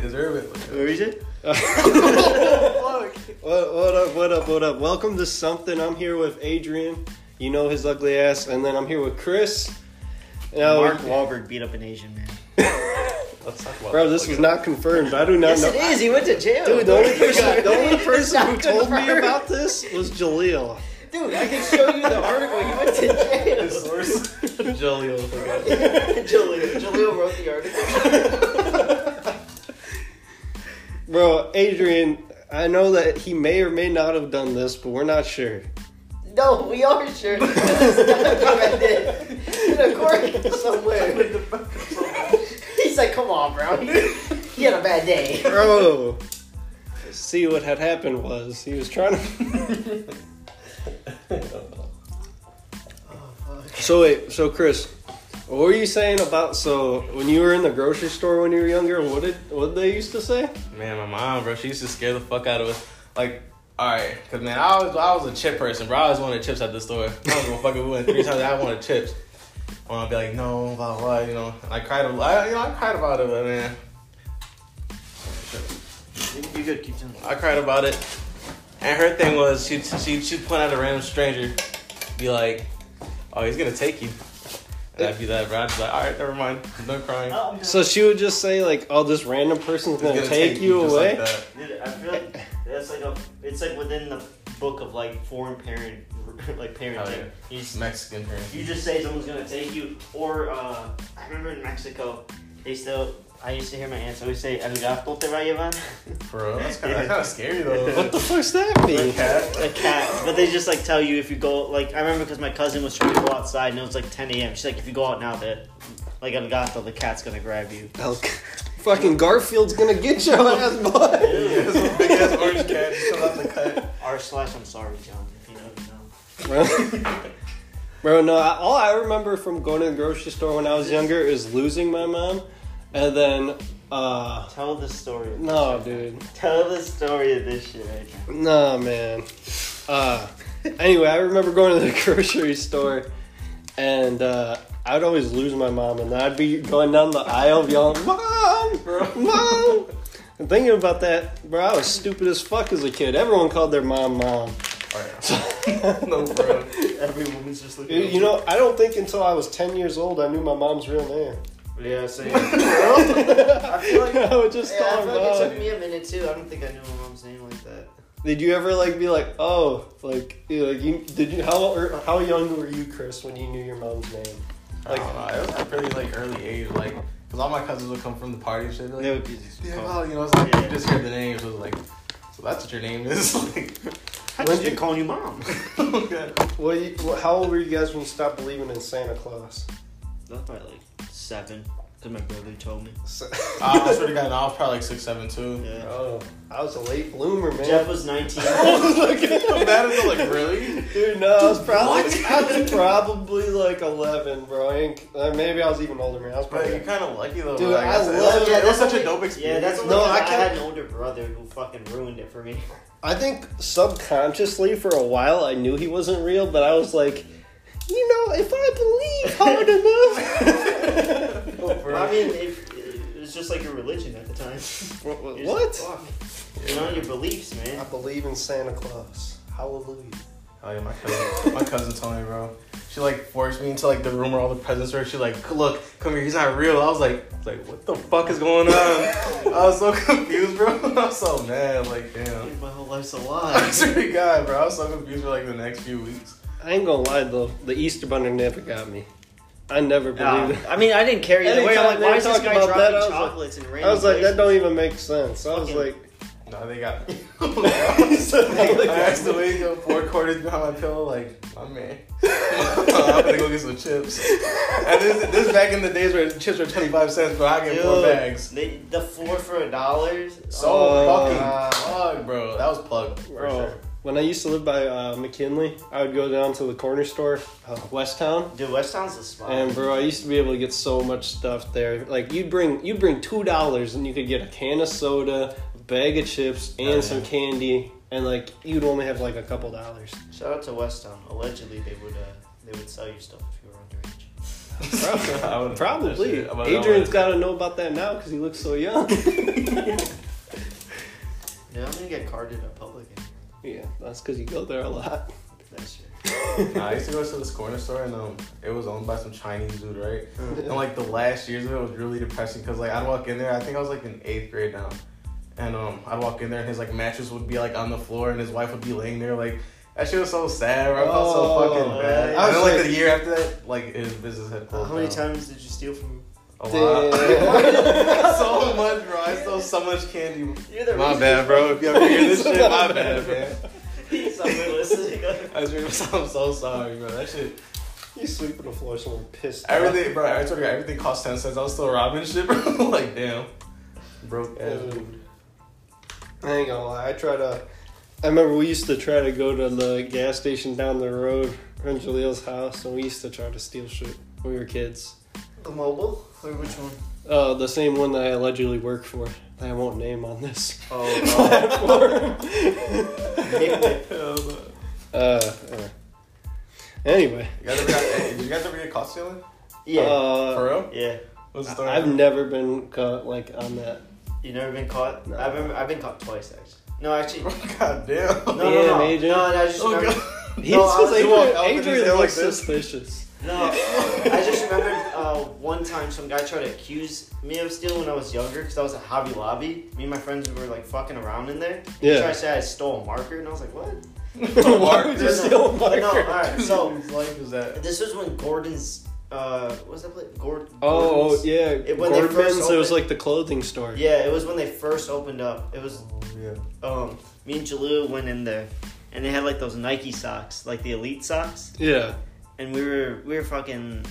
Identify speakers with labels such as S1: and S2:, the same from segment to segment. S1: deserve it.
S2: Luigi? What, what up, what up, what up? Welcome to Something. I'm here with Adrian. You know his ugly ass. And then I'm here with Chris. Now,
S3: Mark Wahlberg beat up an Asian man.
S1: Let's talk about
S2: bro, this was not confirmed. I do not know.
S3: is. He went to jail.
S2: Dude, the only person, the only
S3: It's
S2: person who
S3: not
S2: told me
S3: confirmed.
S2: about this was Jaleel.
S3: Dude, I can show you the article. He went to jail.
S1: source. Jolly old forgot.
S3: Jaleel. Jaleel wrote the article.
S2: Bro, Adrian, I know that he may or may not have done this, but we're not sure.
S3: No, we are sure. It's documented in a court somewhere. He's like, come on, bro. He had a bad day.
S2: Bro, Oh. see what had happened was he was trying to. So wait, so Chris, what were you saying about so when you were in the grocery store when you were younger? What did what they used to say?
S1: Man, my mom, bro, she used to scare the fuck out of us. Like, alright, cause man, I was I was a chip person, bro. I always wanted chips at the store. I was gonna fuck if we went three times. I wanted chips. I wanna be like, no, blah blah, you know. And I cried, a- I, you know, I cried about it, but, man.
S3: You could keep doing
S1: I cried about it. And her thing was she she she'd point at a random stranger, be like, oh, he's gonna take you. And I'd be that, bro. I'd be like, all right, never mind, I'm done crying.
S3: Oh.
S2: So she would just say like, "Oh, this random person's
S1: He's
S2: gonna, take, you
S1: just
S2: away."
S1: Like that.
S3: Dude, I feel like that's like a. It's like within the book of like foreign parent, like parenting.
S1: Oh, yeah.
S3: You just-
S1: Mexican parent.
S3: you just say someone's gonna take you, or uh, I remember in Mexico, they still. I used to hear my aunts always say "El gato te va a llevar,"
S1: Bro, that's kind of scary though.
S2: what the fuck's that mean?
S3: a cat. But they just like tell you if you go. Like I remember because my cousin was trying to go outside and it was like 10 a.m. She's like, if you go out now, that like El gato, the cat's gonna grab you.
S2: Oh, fucking Garfield's gonna get your ass, boy.
S1: big ass orange cat just comes out the cut.
S3: R slash I'm sorry, John. If you don't know.
S2: Bro, bro no, I, all I remember from going to the grocery store when I was younger is losing my mom, and then, uh,
S3: Tell the story.
S2: no, dude,
S3: Tell the story of this shit right now.
S2: no, man. Uh, anyway, I remember going to the grocery store, and uh, I'd always lose my mom, and I'd be going down the aisle yelling, "Mom, mom!" And thinking about that, bro, I was stupid as fuck as a kid. Everyone called their mom mom.
S1: Oh, No, bro.
S3: Every woman's just looking.
S2: You know, I don't think until I was 10 years old I knew my mom's real name.
S3: Yeah, same. I feel like.
S2: I would just
S3: Yeah, I
S2: call
S3: feel
S2: her
S3: like it took
S2: mom.
S3: me a minute too. I don't think I knew my mom's name like that.
S2: Did you ever like be like, oh, like, you, like you did you how or, how young were you, Chris, when you knew your mom's name?
S1: Like, I don't know. It was a pretty like early age, like, cause all my cousins would come from the party and shit. Be like,
S2: would be
S1: yeah, well, you know, it's like you just heard the name, so it was like, so that's what your name is. like,
S3: I
S2: When
S3: just
S2: did-
S3: been calling you mom.
S1: oh, God.
S2: What, you, what? How old were you guys when you stopped believing in Santa Claus?
S3: That's probably like seven, because my brother told me.
S2: So-
S1: I I swear to God, I was probably like six seven too.
S3: Yeah.
S2: oh, I was a late bloomer, man.
S3: Jeff was 19.
S1: That is like really.
S2: Dude, no, I was probably I was probably like 11, bro. I ain't, uh, maybe I was even older, man. I was
S1: But you're
S2: probably.
S1: kind of lucky though.
S2: Dude,
S1: bro.
S2: I
S1: that's-
S2: love-
S1: that's-
S2: yeah,
S1: That's such a
S3: only-
S1: dope experience.
S3: Yeah, that's only
S2: No,
S3: no,
S2: I
S3: I, I
S2: can't-
S3: had an older brother who fucking ruined it for me.
S2: I think subconsciously for a while I knew he wasn't real, but I was like, you know, if I believe hard enough.
S3: I mean, it, it was just like your religion at the time. You're just
S2: What?
S3: like, fuck. You know, your beliefs,
S2: I
S3: man.
S2: believe in Santa Claus. Hallelujah.
S1: Oh yeah, my cousin, my cousin told me, bro. She like forced me into like the room where all the presents were. She like, look, come here, he's not real. I was like, I was like what the fuck is going on? I was so confused, bro. I was so mad, like damn.
S3: Dude, my whole life's a
S1: I
S3: lie.
S1: swear to God, bro. I was so confused for like the next few weeks.
S2: I ain't gonna lie though, the Easter Bunny never got me. I never believed it.
S3: I mean, I didn't care either way.
S2: Anytime
S3: I'm like,
S2: they
S3: why is this
S2: talk
S3: guy
S2: about
S3: dropping
S2: that, I was like-
S3: chocolates and random
S2: I was like, that
S3: places?
S2: don't even make sense. I was
S3: Fucking-
S2: like,
S1: No, they got me. I
S2: I
S1: asked to wake up four quarters behind my pillow, like, my man. I'm gonna go get some chips. And this, this is back in the days where chips were 25 cents, but I get four
S3: Dude,
S1: bags.
S3: They, the four for a dollar.
S1: So
S2: Oh.
S1: fucking plug, bro. That was plug, for
S2: bro.
S1: sure.
S2: When I used to live by uh, McKinley, I would go down to the corner store, uh, West Town,
S3: Dude, West Town's a spot.
S2: And bro, I used to be able to get so much stuff there. Like you'd bring you'd bring two dollars and you could get a can of soda, a bag of chips, and
S1: Oh, yeah.
S2: some candy. And like you'd only have like a couple dollars.
S3: Shout out to West Town. Allegedly, they would uh, they would sell you stuff if you were underage.
S1: I would've-
S2: Probably.
S1: that shit- but I
S2: Adrian's
S1: would've-
S2: got to know about that now because he looks so young.
S3: No, I'm gonna get carded at public.
S2: yeah, that's because you go there a lot.
S3: That's shit.
S1: Nah, I used to go to this corner store and um, it was owned by some Chinese dude, right?
S3: Hmm.
S1: And like the last years of it was really depressing because like I'd walk in there, I think I was like in eighth grade now, and um, I'd walk in there and his like mattress would be like on the floor and his wife would be laying there like. That shit was so sad. Bro. I felt so
S2: Oh,
S1: fucking bad.
S3: man.
S1: I was and then, like
S2: Shit.
S1: the year after that, like his business had
S3: Uh,
S1: closed.
S3: how many
S1: down.
S3: times did you steal from me?
S1: A lot.
S2: Damn.
S1: so much, bro. I stole so much candy.
S3: You're the
S1: My
S3: reason-
S1: bad, bro. If you ever hear this shit, my bad, man.
S3: He's not really listening.
S1: I was, I'm so sorry, bro. That shit.
S2: You sweep on the floor, someone pissed. off.
S1: Everything, bro. I told you, everything cost ten cents. I was still robbing shit, bro. like, damn, broke ass.
S2: Dude. I ain't gonna lie. I try to. I remember we used to try to go to the gas station down the road from Jaleel's house, and we used to try to steal shit when we were kids.
S3: The mobile? Or which one?
S2: Uh, the same one that I allegedly worked for. That I won't name on this
S3: Oh,
S2: platform.
S1: Hell no.
S2: uh, uh, anyway,
S1: You guys ever got? hey, did you guys ever get caught stealing?
S3: yeah.
S2: uh,
S1: For real?
S3: yeah.
S1: What's the story?
S2: I've never been caught like on that.
S3: You never been caught?
S2: No.
S3: I've, been, I've been caught twice, actually. No, actually. No,
S1: God damn.
S3: no,
S2: Damn,
S3: no. No,
S2: Adrian.
S3: no, I just
S1: Oh
S3: remember.
S1: god.
S2: He's
S3: I was-
S2: just
S1: you walk
S2: Adrian,
S1: out and just
S2: Adrian
S1: go like
S2: looks
S1: this.
S2: suspicious.
S3: No, I just remembered uh, one time some guy tried to accuse me of stealing when I was younger because I was at Hobby Lobby. Me and my friends were like fucking around in there. He
S2: Yeah.
S3: tried to say I stole a marker, and I was like, what?
S2: Why would you
S3: No,
S2: steal a
S3: no,
S2: marker?
S3: No, alright, so
S1: whose life is that?
S3: this was when Gordon's. Uh, what's that place? Gord- Gordon's.
S2: Oh oh, yeah,
S3: It- when they
S2: Gordon
S3: first
S2: Bins. It was
S3: opened-
S2: like the clothing store.
S3: Yeah, it was when they first opened up. It was
S1: Oh, yeah.
S3: um, me and Jaleel went in there, and they had like those Nike socks, like the elite socks,
S2: Yeah.
S3: and we were we were fucking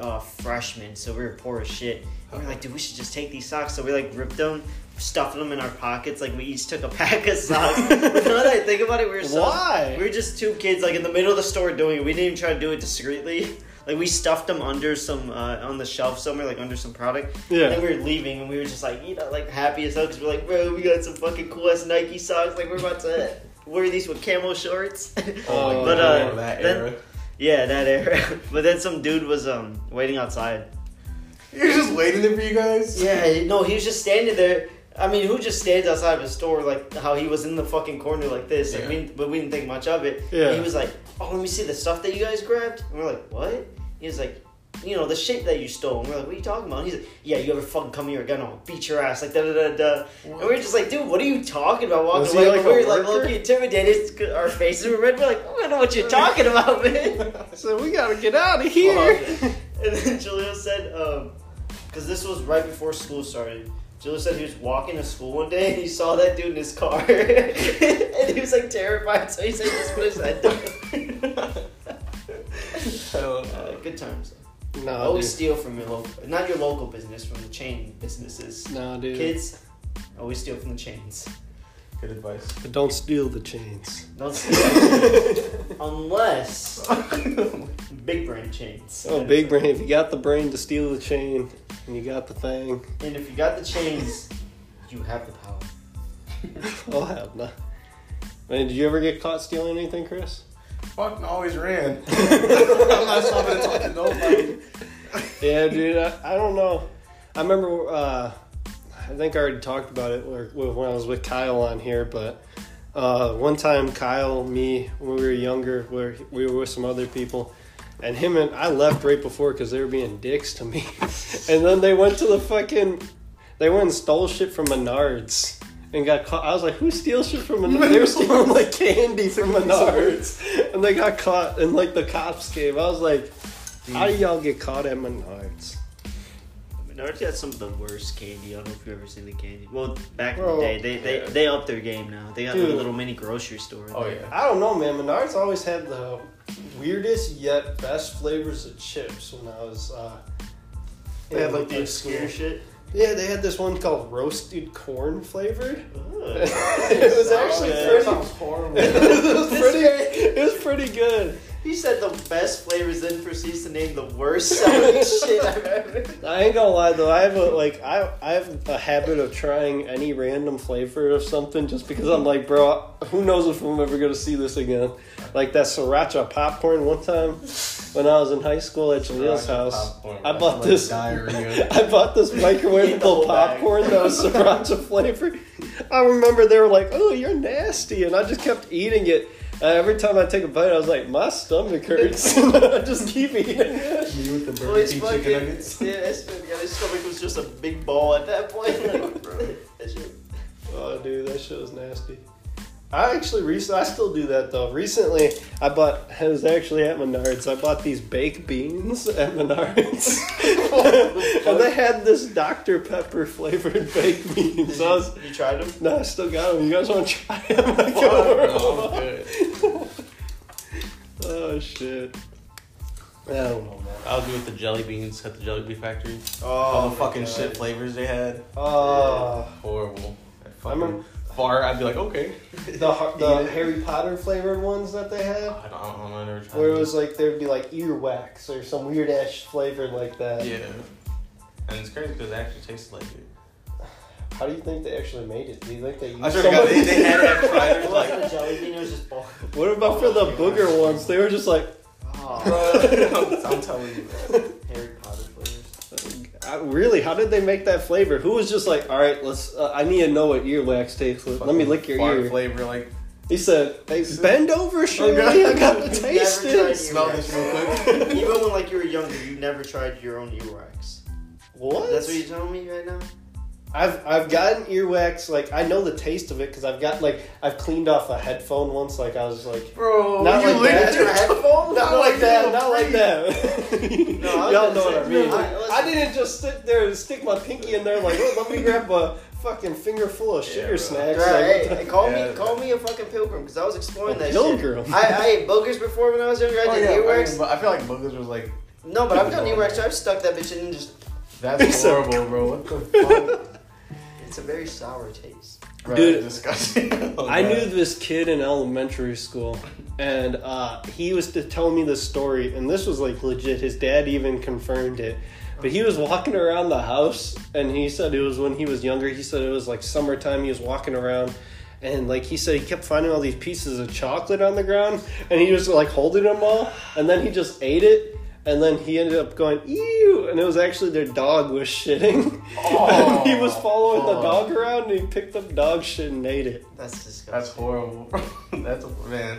S3: uh, freshmen, so we were poor as shit. And we were like, dude, we should just take these socks. So we like ripped them, stuffed them in our pockets, like we each took a pack of socks. now that I think about it, we were so we
S2: Why?
S3: were just two kids, like in the middle of the store doing it. We didn't even try to do it discreetly. Like we stuffed them under some uh, on the shelf somewhere, like under some product. And then
S2: Yeah.
S3: we were leaving, and we were just like, you know, like happy as hell because we're like, bro, we got some fucking cool ass Nike socks. Like we're about to wear these with camo shorts.
S1: Oh,
S2: But,
S1: but,
S2: uh,
S1: uh, that
S3: then-
S1: era.
S3: yeah, that era. but then some dude was um waiting outside.
S1: You're just waiting there for you guys?
S3: Yeah, no, he was just standing there. I mean, who just stands outside of a store like how he was in the fucking corner like this? Like, we, but we didn't think much of it.
S2: Yeah.
S3: And he was like, "Oh, let me see the stuff that you guys grabbed." And we're like, "What?" He was like, "You know, the shit that you stole." And we're like, "What are you talking about?" And he's like, "Yeah, you ever fucking come here again, I'll beat your ass." Like da da da da. And we were just like, "Dude, what are you talking about?" Walking
S2: Was he
S3: away,
S2: like
S3: but we
S2: a
S3: were like
S2: worker?
S3: low key intimidated. 'cause Our faces were red. We're like, "I don't know what you're talking about, man."
S2: So we gotta get out of here.
S3: And then Julio said, because this was right before school started. Julio said he was walking to school one day and he saw that dude in his car, and he was like terrified. So he said, "Just put his head down."
S1: Hell
S3: Uh, good times.
S2: No,
S3: Always
S2: dude.
S3: steal from your local, not your local business, from the chain businesses.
S2: No, dude.
S3: Kids, always steal from the chains.
S1: Good advice.
S2: But don't steal the chains.
S3: Don't steal unless big brand chains.
S2: Oh, big brain. If you got the brain to steal the chain, and you got the thing,
S3: And if you got the chains, you have the power.
S2: I'll have none. oh, Man, did you ever get caught stealing anything, Chris?
S1: Fucking always ran. I'm not stopping to talk to nobody.
S2: Yeah, dude. I, I don't know. I remember. Uh, I think I already talked about it where- where- when I was with Kyle on here, but uh, one time Kyle, me, when we were younger, where we were with some other people, and him and I left right before because they were being dicks to me, and then they went to the fucking, they went and stole shit from Menards. And got caught. I was like, "Who steals shit from Menards?" They were stealing like candy from Menards, and they got caught. And like the cops came. I was like, "How do y'all get caught at Menards?"
S3: Menards got some of the worst candy. I don't know if you've ever seen the candy. Well, back
S2: Bro.
S3: in the day, they they,
S1: Yeah.
S3: they upped their game now. They got like,
S2: Dude.
S3: a little mini grocery store.
S1: Oh, yeah.
S2: I don't know, man. Menards always had the weirdest yet best flavors of chips when I was. Uh,
S3: They have like
S2: in
S3: the obscure
S2: school.
S3: shit.
S2: Yeah, they had this one called roasted corn flavored.
S3: it
S2: was actually
S1: That sounds horrible.
S2: it was pretty. It was pretty good.
S3: You said the best flavors, then proceeds to name the worst sounding shit I've ever.
S2: I ain't gonna lie though. I have a like. I I have a habit of trying any random flavor of something just because I'm like, bro. Who knows if I'm ever gonna see this again? Like that sriracha popcorn one time. when I was in high school at Jaleel's
S1: Sriracha
S2: house.
S1: popcorn,
S2: I
S1: bro.
S2: bought
S1: Like
S2: this-
S1: diarrhea.
S2: I bought this
S3: The whole
S2: microwavable
S3: bag.
S2: popcorn that was sriracha flavored. I remember they were like, "Oh, you're nasty," and I just kept eating it. And every time I take a bite, I was like, "My stomach hurts," and I just keep eating it.
S1: Me with the Burger
S3: Well, his
S1: King
S3: fucking,
S1: chicken nuggets.
S3: yeah, his, fucking- his stomach was just a big ball at that point. Like, bro, that shit-
S2: Oh, dude, that shit was nasty. I actually recently, I still do that though. Recently, I bought. I was actually at Menards. I bought these baked beans at Menards, and they had this Dr Pepper flavored baked beans. I was,
S3: you tried them?
S2: no, I still got them. You guys want to try them? I
S1: Fuck, no, I'm good.
S2: Oh shit. I don't know, man.
S1: I was with the jelly beans at the jelly bean factory.
S3: Oh,
S1: All the
S3: my
S1: fucking
S3: God.
S1: shit flavors they had.
S2: Oh,
S1: Horrible. I fucking
S2: remember-
S1: fart. I'd be like, okay.
S2: the har- the Harry Potter flavored ones that they
S1: I
S2: had,
S1: don't, I don't know. I never tried.
S2: where it
S1: them.
S2: was like there'd be like earwax or some weird ass flavor like that.
S1: Yeah. And it's crazy because it actually tasted like it.
S2: How do you think they actually made it? Do you think they used
S1: I swear to God, they, they had half tried
S3: It
S1: it.
S3: wasn't
S1: Like,
S3: a jelly bean, it was just ball.
S2: What about for the booger ones? They were just like,
S3: Oh,
S1: bro, I'm telling you, bro.
S3: Harry Potter flavors.
S2: I- "Uh, really? How did they make that flavor? Who was just like, all right, let's. Uh, I need to know what earwax tastes like. Let me lick your
S1: Fart
S2: ear.
S1: flavor, like,
S2: He said,
S1: Tastes-
S2: bend
S1: Oh,
S2: over, Shirley. I got to taste
S3: Never tried
S2: this.
S1: smell this real quick.
S3: Even when like you were younger, you never tried your own earwax.
S2: What?
S3: That's what you're telling me right now?
S2: I've I've gotten earwax like I know the taste of it because I've got like I've cleaned off a headphone once like I was like
S1: Bro,
S2: Not
S1: you
S2: like
S1: licked
S2: that.
S1: your headphone?
S2: not
S1: No,
S2: like
S1: you
S2: that
S1: a
S2: not like
S1: freak.
S2: that
S3: No, I
S2: y'all
S3: was gonna
S2: know
S3: say-
S2: what I mean
S3: no, I-
S2: I, didn't just sit there and stick my pinky in there like oh, let me grab a fucking fingerful of sugar
S1: bro.
S2: snacks
S3: Right, hey,
S2: like,
S3: hey, call
S1: Yeah.
S3: me, call me a fucking pilgrim because I was exploring
S2: A
S3: that
S2: pilgrim?
S3: shit. I, I ate boogers before when I was younger. I
S1: Oh,
S3: did
S1: yeah, I,
S3: earwax.
S1: mean, but I feel like boogers was like,
S3: no, but I've done earwax. So I've stuck that bitch in and just.
S1: that's
S2: Except-
S1: horrible, bro. What the fuck?
S3: It's a very sour taste.
S1: Bro,
S2: Dude,
S1: disgusting. Oh,
S2: I
S1: God.
S2: knew this kid in elementary school, and uh, he was to tell me this story, and this was like legit. His dad even confirmed it. But he was walking around the house, and he said it was when he was younger. He said it was like summertime. He was walking around, and like he said, he kept finding all these pieces of chocolate on the ground, and he was like holding them all, and then he just ate it. And then he ended up going, ew! And it was actually their dog was shitting.
S1: Oh,
S2: and he was following the
S1: fuck.
S2: dog around and he picked up dog shit and ate it.
S3: That's disgusting.
S1: That's horrible. bro. that's a, man.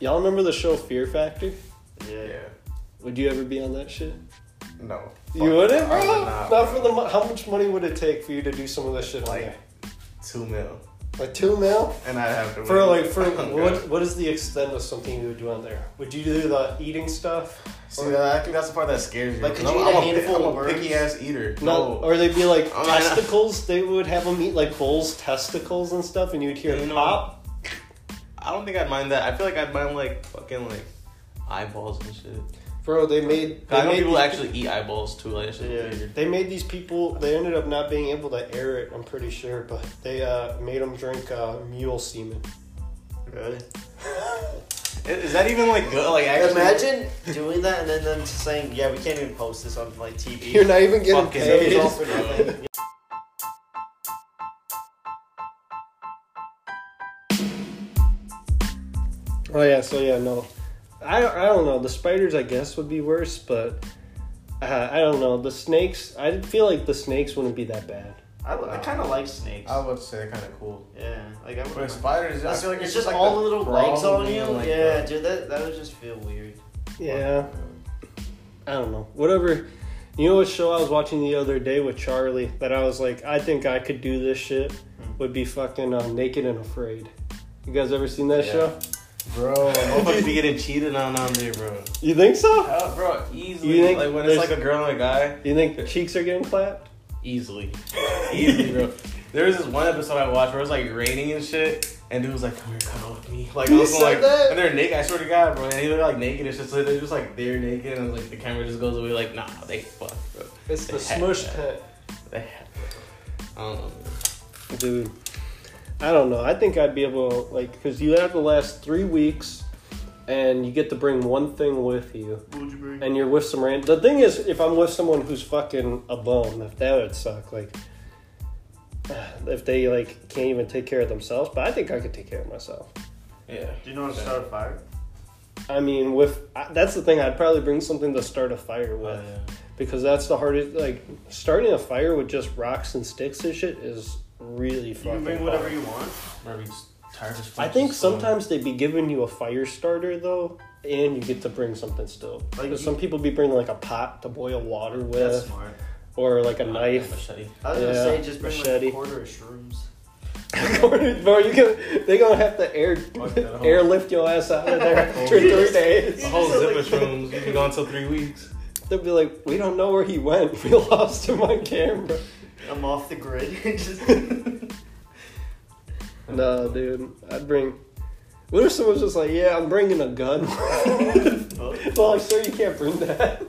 S2: Y'all remember the show Fear Factor?
S3: yeah.
S1: Yeah.
S2: Would you ever be on that shit?
S1: No. Fuck
S2: you wouldn't,
S1: no, I
S2: bro.
S1: would
S2: not, for the mo- how much money would it take for you to do some of that shit on
S1: Like-
S2: there?
S1: two mil,
S2: Like two mil
S1: and I'd have to
S2: for
S1: wait.
S2: like for
S1: Oh,
S2: what?
S1: God.
S2: What is the extent of something you would do on there? Would you do the eating stuff?
S1: See, I think that's the part that scares you.
S3: Like, could
S1: 'cause
S3: you
S1: I'm,
S3: eat a
S1: I'm
S3: handful
S1: I'm
S3: of worms?
S1: picky ass eater.
S2: Not,
S1: No.
S2: or they'd be like
S1: Oh, I know.
S2: testicles. They would have them eat like bulls' testicles and stuff, and you'd hear
S1: You know-
S2: pop.
S1: I don't think I'd mind that. I feel like I'd mind like fucking like eyeballs and shit. 'Cause
S2: Bro, they made. They
S1: I know
S2: made
S1: people
S2: these-
S1: actually eat eyeballs too. Like, that shit's
S3: Yeah.
S1: weird.
S2: They made these people. They ended up not being able to air it. I'm pretty sure, but they uh, made them drink uh, mule semen.
S3: Really?
S1: Is, is that even like good? Like actually,
S3: Imagine doing that and then them just saying, "Yeah, we can't even post this on like TV."
S2: You're not even getting
S1: Fucking
S2: paid.
S3: It's all
S1: idiots.
S3: for nothing.
S2: Oh yeah, so yeah, no, I I don't know. The spiders, I guess, would be worse, but uh, I don't know. The snakes, I feel like the snakes wouldn't be that bad.
S3: I, I kind of like snakes.
S1: I would say they're kind of cool.
S3: yeah, like I
S1: But
S3: would.
S1: spiders, I
S3: It's,
S1: feel like
S3: it's just all the little legs on
S1: problem,
S3: you.
S1: like,
S3: yeah,
S1: uh,
S3: dude, that, that would just feel weird.
S2: Yeah, I don't know. Whatever. You know what show I was watching the other day with Charlie that I was like, I think I could do this shit
S1: Hmm.
S2: would be fucking uh, Naked and Afraid. You guys ever seen that
S1: Yeah.
S2: show?
S1: bro. Motherfuckers be getting cheated on on there, bro.
S2: You think so?
S1: Oh, bro, easily.
S2: You think
S1: like when it's
S2: there's-
S1: like a girl and a guy,
S2: You think the cheeks are getting clapped?
S1: easily, easily, bro. There was this one episode I watched where it was like raining and shit, and dude was like, "Come here, cuddle with me." Like I
S3: You
S1: was
S3: said
S1: like,
S3: that?
S1: and they're naked. I swear to God, bro. And they look like naked. It's just like they're just like they're naked, and like the camera just goes away. Like nah, they fuck, bro.
S2: It's
S1: the smush pit. They Um, had. I don't know. man.
S2: dude i don't know i think i'd be able like because you have the last three weeks and you get to bring one thing with you
S3: What would you bring?
S2: and you're with some random the thing is if i'm with someone who's fucking a bum if that would suck like if they like can't even take care of themselves but i think i could take care of myself
S1: Yeah.
S3: Do you know how to start a fire?
S2: i I mean, with I- that's the thing. I'd probably bring something to start a fire with
S1: Oh, yeah.
S2: because that's the hardest. Like starting a fire with just rocks and sticks and shit is really
S3: You
S2: fucking.
S3: can bring
S2: hard.
S3: whatever you want.
S1: Remember, he's tired as fuck,
S2: I think
S1: just going-
S2: sometimes they be giving you a fire starter though, and you get to bring something still. 'Cause
S3: Like, you-
S2: some people be bringing like a pot to boil water
S3: That's
S2: with,
S3: smart.
S2: or like a
S1: Uh,
S2: knife.
S1: machete.
S3: I was gonna
S2: Yeah,
S3: say just bring like
S2: machete.
S3: a quarter of shrooms.
S2: Bro, you go, they gonna have to air
S1: Fuck that whole-
S2: airlift your ass out of there
S3: Oh,
S2: after three days.
S1: The whole zipper shrooms. You've been gone till three weeks.
S2: They'll be like, we don't know where he went. We lost him on camera.
S3: I'm off the grid. just
S2: No, dude, I'd bring. What if someone's just like, yeah, I'm bringing a gun?
S3: Oh.
S2: well, like, sir, you can't bring that.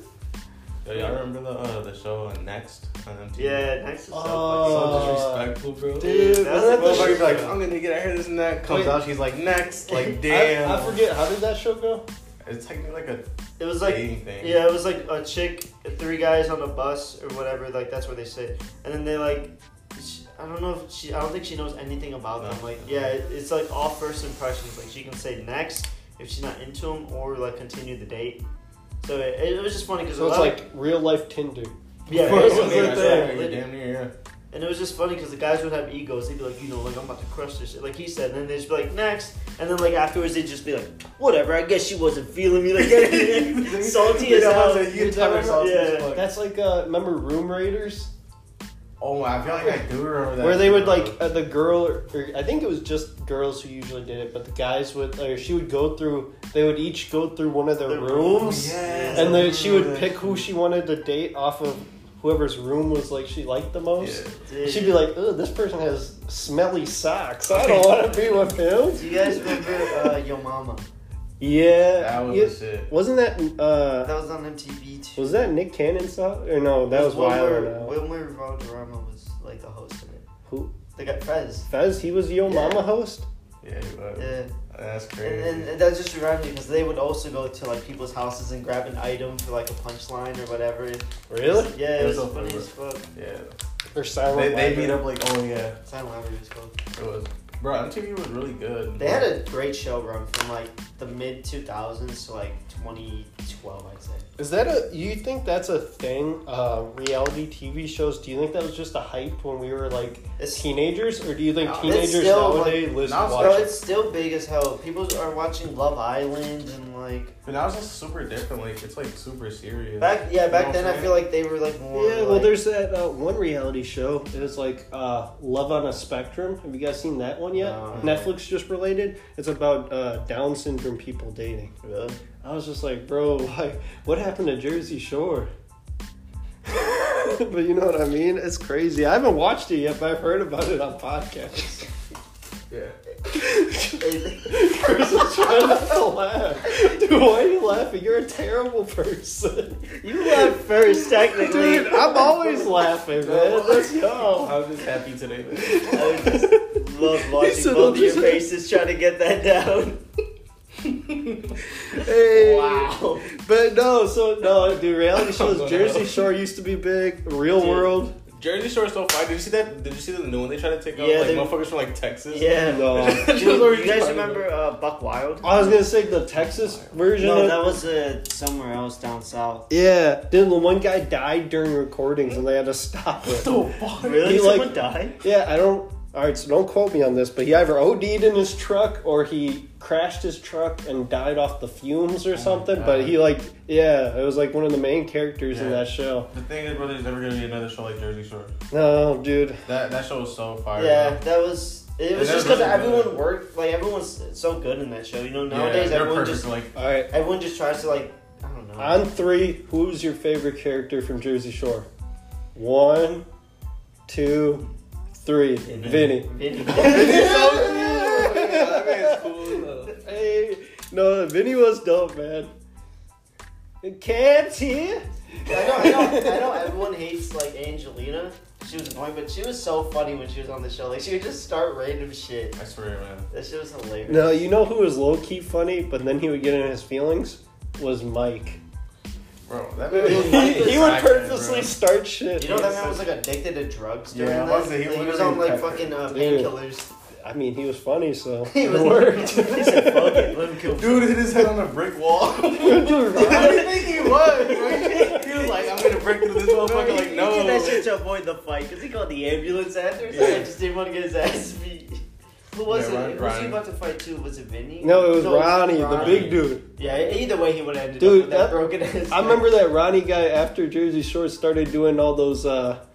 S1: Yo, y'all remember the uh, the show on Next on MTV?
S3: yeah, next is
S2: Oh.
S3: so
S1: So disrespectful, bro.
S2: Dude, wasn't
S3: Dude,
S2: that the
S3: that's
S1: Motherfucker
S2: shit?
S1: Uh, be like, I'm gonna get out here this and that. Comes
S2: Wait.
S1: out, she's like, next. Like, damn.
S2: I, I forget how did that show go?
S1: It's technically like a
S3: fucking- It was like
S1: dating thing.
S3: yeah, it was like a chick, three guys on a bus or whatever. Like that's where they sit, and then they like. sh I don't know if she. I don't think she knows anything about
S1: No.
S3: them. Like, yeah, it, it's like all first impressions. Like, she can say next if she's not into him, or like continue the date. So it, it was just funny because
S2: So it's like real life Tinder.
S3: yeah,
S1: Before
S3: it was
S1: someone
S3: like
S1: gave it
S3: that,
S1: to her,
S3: like-
S1: Damn near,
S3: And it was just funny because the guys would have egos. They'd be like, you know, like I'm about to crush this shit, like he said. And then they'd just be like, next. And then like afterwards, they'd just be like, whatever. I guess she wasn't feeling me. Like
S1: yeah.
S3: salty as
S1: Yeah, I
S3: hell.
S1: was like, You
S2: Dude, that
S1: tell her
S2: was-
S1: salty as
S3: yeah.
S1: fuck.
S2: That's like uh, remember Room Raiders,
S1: Oh, I feel like I do remember that.
S2: where they would like uh, the girl, or, or I think it was just girls who usually did it, but the guys would, or she would go through. They would each go through one of their
S3: The
S2: rooms,
S1: Oh, Yes.
S2: and then she would pick who she wanted to date off of whoever's room was like she liked the most.
S3: Dude,
S2: She'd be like, "Ugh, this person has smelly socks. I don't want to be with him."
S3: do you guys remember uh, Yo Mama?
S2: Yeah,
S1: That was
S2: yeah.
S1: the shit.
S2: wasn't that uh,
S3: That was on MTV too.
S2: Was that Nick Cannon song? Or no, that was
S3: when
S2: Wilder.
S3: Wilmer-
S2: Now.
S3: Wilmer Valderrama was like the host of it.
S2: Who?
S3: They got Fez.
S2: Fez? He was Yo
S3: Yeah.
S2: Mama host.
S1: Yeah, you was.
S3: Yeah,
S1: That's
S3: and,
S1: crazy.
S3: and that just reminded me because they would also go to like people's houses and grab an item for like a punchline or whatever.
S2: Really?
S3: Yeah, it
S1: It
S3: was
S1: was so
S3: funny
S1: funny.
S3: as fuck.
S1: yeah.
S2: Or Silent?
S1: They, they
S2: Library.
S1: beat up like, oh yeah,
S3: Silent Library was cool.
S1: it was. Bro, MTV was really good.
S3: They had a great show run from like the mid 2000s to like 2012, I'd say.
S2: Is that a? You think that's a thing? Uh, reality TV shows. Do you think that was just a hype when we were like
S3: It's,
S2: teenagers, or do you think
S1: No, it's
S2: teenagers
S3: still,
S2: nowadays listen
S1: now it's
S2: watch?
S3: bro,
S2: it?
S3: it's still big as hell. People are watching Love Island and like
S1: But now it's just super different. Like it's like super serious.
S3: back
S1: You
S3: yeah
S1: know what
S3: back
S1: I'm
S3: then I
S1: saying?
S3: feel like they were like more
S2: Yeah, well,
S3: like-
S2: there's that uh, one reality show. It was like uh, Love on a Spectrum. Have you guys seen that one yet?
S3: No.
S2: Netflix just related. It's about uh, Down syndrome people dating.
S3: really
S2: I was just like, bro, like, what happened to Jersey Shore? but you know what I mean? It's crazy. I haven't watched it yet, but I've heard about it on podcasts.
S1: yeah.
S2: Chris is trying not to laugh. Dude, why are you laughing? You're a terrible person.
S3: you left uh, first technically.
S2: Dude, I'm always laughing, man. Let's go.
S1: I was just happy today.
S3: I just love watching
S2: said
S3: both of your
S2: I'm just-
S3: faces trying to get that down.
S2: Hey.
S3: Wow.
S2: But no, so no, dude, reality shows.
S1: Wow.
S2: Jersey Shore used to be big. Real
S3: Dude.
S2: World.
S1: Jersey Shore is so fire. Did you see that? Did you see the new one they tried to take out?
S3: Yeah,
S1: like
S3: they-
S1: motherfuckers from like Texas.
S3: Yeah.
S2: No.
S3: Dude, you guys remember uh, Buck Wild?
S2: I was gonna say the Texas version.
S3: No,
S2: of,
S3: that was uh, somewhere else down south.
S2: Yeah, then the one guy died during recordings and they had to stop it.
S1: the fuck?
S3: Really?
S2: He, like-
S3: Someone died?
S2: Yeah, I don't. All right, so don't quote me on this, but he either OD'd in his truck or he crashed his truck and died off the fumes or something. But
S1: Oh God.
S2: he like, yeah, it was like one of the main characters in
S1: Yeah.
S2: that show.
S1: The thing is, bro, there's never gonna be another show like Jersey Shore.
S2: No, dude,
S1: That that show was so fire.
S3: Yeah,
S1: bro.
S3: that was. It was
S1: that
S3: just
S1: was
S3: because
S1: really
S3: everyone
S1: good.
S3: worked. Like everyone's so good in that show. You know,
S1: Yeah,
S3: nowadays
S1: they're
S3: everyone
S1: perfect.
S3: just
S1: Like
S2: all right.
S3: everyone just tries to like. I don't know.
S2: On three, who's your favorite character from Jersey Shore? One, two, three. Vinny.
S3: Vinny.
S1: Vinny's so cool. That man's cool. though.
S2: Hey, no, Vinny was dope, man. Cabs here.
S3: I know, I know, I know. Everyone hates like Angelina. She was annoying, but she was so funny when she was on the show. Like she would just start random shit.
S1: I swear, man.
S3: That shit was hilarious.
S2: No, you know who was low key funny, but then he would get in his feelings? Was Mike.
S1: Bro, that
S2: he
S1: man was
S2: he would
S1: Back then,
S2: purposely
S1: bro.
S2: start shit.
S3: You know that man was like addicted to drugs during
S1: Yeah, I
S3: that.
S1: was- he
S3: Like, he was
S1: literally
S3: on like
S1: had-
S3: fucking uh,
S2: Dude.
S3: painkillers.
S2: I mean, he was funny, so
S3: He
S2: it
S3: was-
S2: worked.
S3: He said, "Fuck it, let him kill."
S1: Dude hit his head on a brick wall.
S2: Dude,
S1: I
S2: right?
S1: didn't think he was. Right? He was like, I'm gonna break through this motherfucker. Like,
S3: He did that shit
S1: no.
S3: to avoid the fight because he called the ambulance after, so
S1: Yeah.
S3: I just didn't want to get his ass beat. Who was
S1: Yeah,
S3: it?
S1: Ron-
S3: was he
S1: Ron.
S3: about to fight too? Was it Vinny?
S2: No, it was Ronnie, the
S3: Ronnie.
S2: big dude.
S3: Yeah, either way, he would have ended
S2: Dude,
S3: up with that
S2: that-
S3: broken ass.
S2: I remember that Ronnie guy after Jersey Shore started doing all those uh,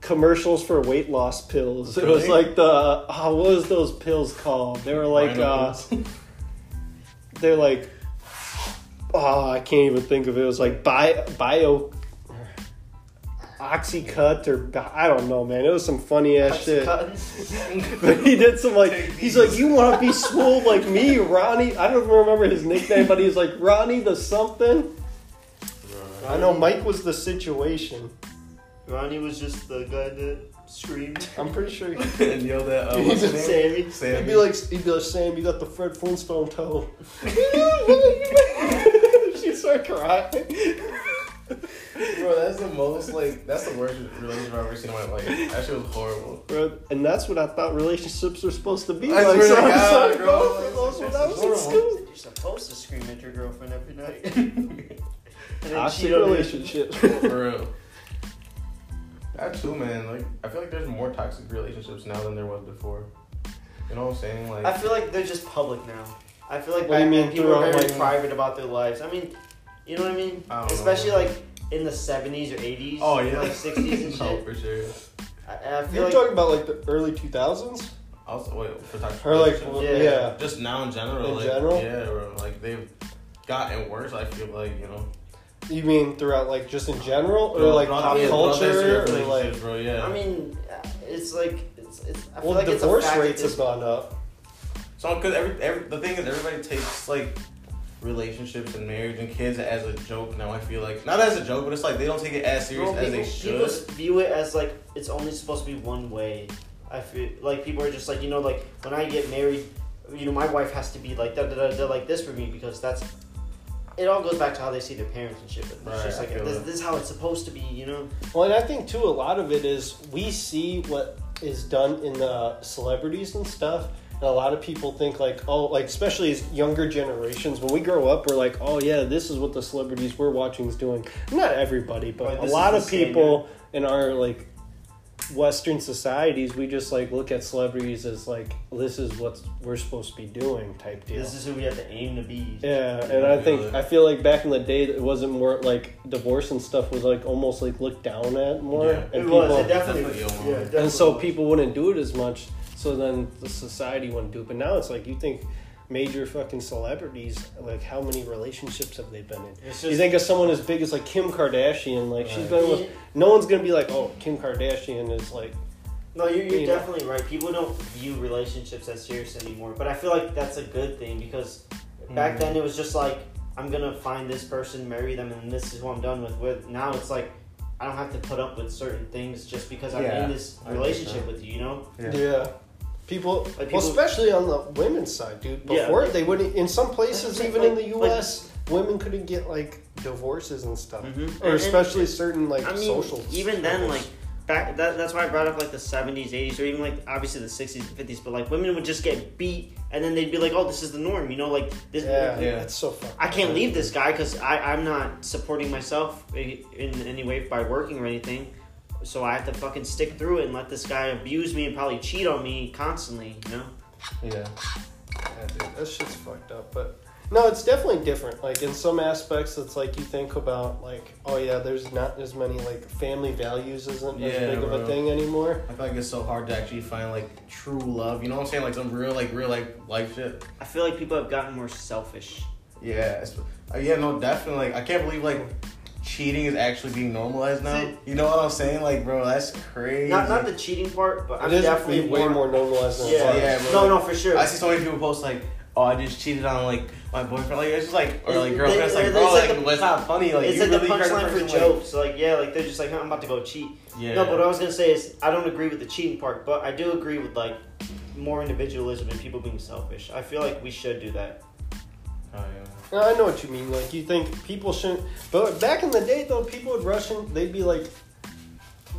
S2: commercials for weight loss pills. It was
S1: Really?
S2: like the oh, what was those pills called? They were like uh, they're like oh, I can't even think of it. It was like bio bio oxycut or bi- I don't know, man. It was some funny ass shit. But he did some like he's like you want to be swole like me, Ronnie. I don't remember his nickname, but he's like Ronnie the something. I know Mike was the situation.
S3: Ronnie was just the guy that screamed.
S2: I'm pretty sure he-
S1: and yelled at uh, what's
S3: He's
S1: his name?
S3: Sammy.
S2: he'd
S1: Sam.
S2: be like he'd be like Sam, you got the Fred Flintstone toe. she started crying.
S1: Bro, that's the most like that's the worst relationship I've ever seen in my life. That shit was horrible.
S2: Bro, and that's what I thought relationships were supposed to be
S1: I
S2: like.
S1: swear
S2: So
S1: to
S2: I'm
S1: God,
S2: sorry,
S1: bro,
S2: bro,
S1: like,
S2: for those when I was
S1: horrible.
S2: in school.
S3: You're supposed to scream at your girlfriend every night. and then
S2: Toxic
S3: don't-
S2: relationships.
S1: For real. That too, man. Like I feel like there's more toxic relationships now than there was before. You know what I'm saying? Like
S3: I feel like they're just public now. I feel like
S2: What do
S3: back
S2: you mean
S3: then people were
S2: throughout,
S3: very
S2: like-
S3: private about their lives. I mean, you know what I mean?
S1: I don't know.
S3: Especially like in the seventies or eighties.
S1: oh yeah,
S3: like sixties and
S1: No,
S3: shit.
S1: Oh, for sure.
S3: I, I feel
S2: You're
S3: like
S2: talking about like the early 2000s?
S1: Also, wait, for toxic
S2: Or like,
S1: relationships?
S2: yeah.
S3: Yeah.
S1: just now in general.
S2: In
S1: like,
S2: general?
S1: Yeah, bro. Like they've gotten worse. I feel like you know.
S2: You mean throughout like just in general or
S1: Bro,
S2: like
S1: bro,
S2: pop
S1: yeah, bro, that's
S2: culture
S1: your
S2: or like.
S1: relationships, bro. Yeah.
S3: I mean, uh, it's like it's. it's I feel
S2: Well,
S3: like it's a
S2: divorce
S3: fact
S2: rates have
S3: at this
S2: gone up.
S1: so because every, every the thing is everybody takes like relationships and marriage and kids as a joke now. I feel like not as a joke, but it's like they don't take it as serious
S3: Well,
S1: as
S3: people,
S1: they
S3: people
S1: should.
S3: view it as like it's only supposed to be one way. I feel like people are just like you know like when I get married, you know my wife has to be like da da da, da like this for me because that's. It all goes back to how they see their parents and shit, but it's
S1: Right,
S3: just
S1: I
S3: like
S1: feel
S3: this,
S1: that.
S3: this is how it's supposed to be, you know.
S2: Well, and I think too, a lot of it is we see what is done in the celebrities and stuff, and a lot of people think like, oh, like especially as younger generations, when we grow up, we're like, oh yeah, this is what the celebrities we're watching is doing. Not everybody, but
S3: Right,
S2: a
S3: this
S2: lot
S3: is
S2: of
S3: the standard.
S2: people in our like Western societies, we just like look at celebrities as like this is what we're supposed to be doing type deal.
S3: This is who we have to aim to be.
S2: Yeah, and I think
S1: Really?
S2: I feel like back in the day, it wasn't more like divorce and stuff was like almost like looked down at more,
S1: Yeah.
S2: and
S3: It
S2: people,
S3: was. It definitely.
S1: Definitely
S3: was.
S1: a
S3: Yeah,
S1: woman.
S3: definitely
S2: and so
S3: was.
S2: people wouldn't do it as much. So then the society wouldn't do it. But now it's like you think major fucking celebrities, like how many relationships have they been in?
S3: It's
S2: you
S3: just-
S2: think of someone as big as like Kim Kardashian, like she's
S1: Right.
S2: been with. No one's gonna be like, oh, Kim Kardashian is like.
S3: No, you're, you're
S2: you know.
S3: definitely right. People don't view relationships as serious anymore, but I feel like that's a good thing because back
S1: Mhm.
S3: then it was just like I'm gonna find this person, marry them, and this is who I'm done with. With now it's like I don't have to put up with certain things just because I'm
S1: Yeah,
S3: in this
S1: I get that.
S3: relationship with you. You know,
S2: Yeah. People,
S3: Like,
S2: well,
S3: people-
S2: especially on the women's side, dude.
S3: Yeah.
S2: Before they wouldn't. In some places,
S3: Like-
S2: even in the
S3: like-
S2: U.S., women couldn't get like divorces and stuff,
S3: Mhm.
S2: or
S3: And-
S2: especially certain like
S3: I mean,
S2: social.
S3: even then,
S2: circles.
S3: like back that, that's why I brought up like the seventies, eighties, or even like obviously the sixties and fifties. But like women would just get beat, and then they'd be like, "Oh, this is the norm," you know, like this.
S2: yeah,
S1: Yeah.
S2: that's so fun.
S3: I can't leave this guy because I'm not supporting myself i- in any way by working or anything. So I have to fucking stick through it and let this guy abuse me and probably cheat on me constantly, you know?
S1: yeah.
S2: Yeah, dude, that shit's fucked up. But no, it's definitely different. Like in some aspects, it's like you think about like, oh yeah, there's not as many like family values isn't as
S1: Yeah,
S2: big of a
S1: bro.
S2: thing anymore.
S1: I feel like it's so hard to actually find like true love. You know what I'm saying? Like some real, like real, like life shit.
S3: I feel like people have gotten more selfish.
S1: Yeah. It's, uh, yeah. No, definitely. Like I can't believe like cheating is actually being normalized now.
S3: See?
S1: You know what I'm saying? Like, bro, that's crazy.
S3: Not not the cheating part, but I'm
S2: it is
S3: definitely
S2: way more normalized. Than it
S3: Yeah,
S2: was.
S1: Yeah, bro.
S3: no, no, for sure.
S1: I see so many people post like, "Oh, I just cheated on like my boyfriend," like it's just like or like girlfriend. It's like,
S3: It's
S1: bro,
S3: like
S1: like,
S3: the-
S1: it's not funny. Like
S3: it's
S1: you
S3: like
S1: really
S3: the
S1: hurt a
S3: punchline for
S1: person, like-
S3: jokes. Like, yeah, like they're just like, "Huh, I'm about to go cheat.
S1: Yeah.
S3: No, but what I was gonna say is I don't agree with the cheating part, but I do agree with like more individualism and people being selfish. I feel like we should do that.
S1: Oh,
S2: No, I know what you mean. Like you think people shouldn't, but back in the day though, people would rush in. They'd be like,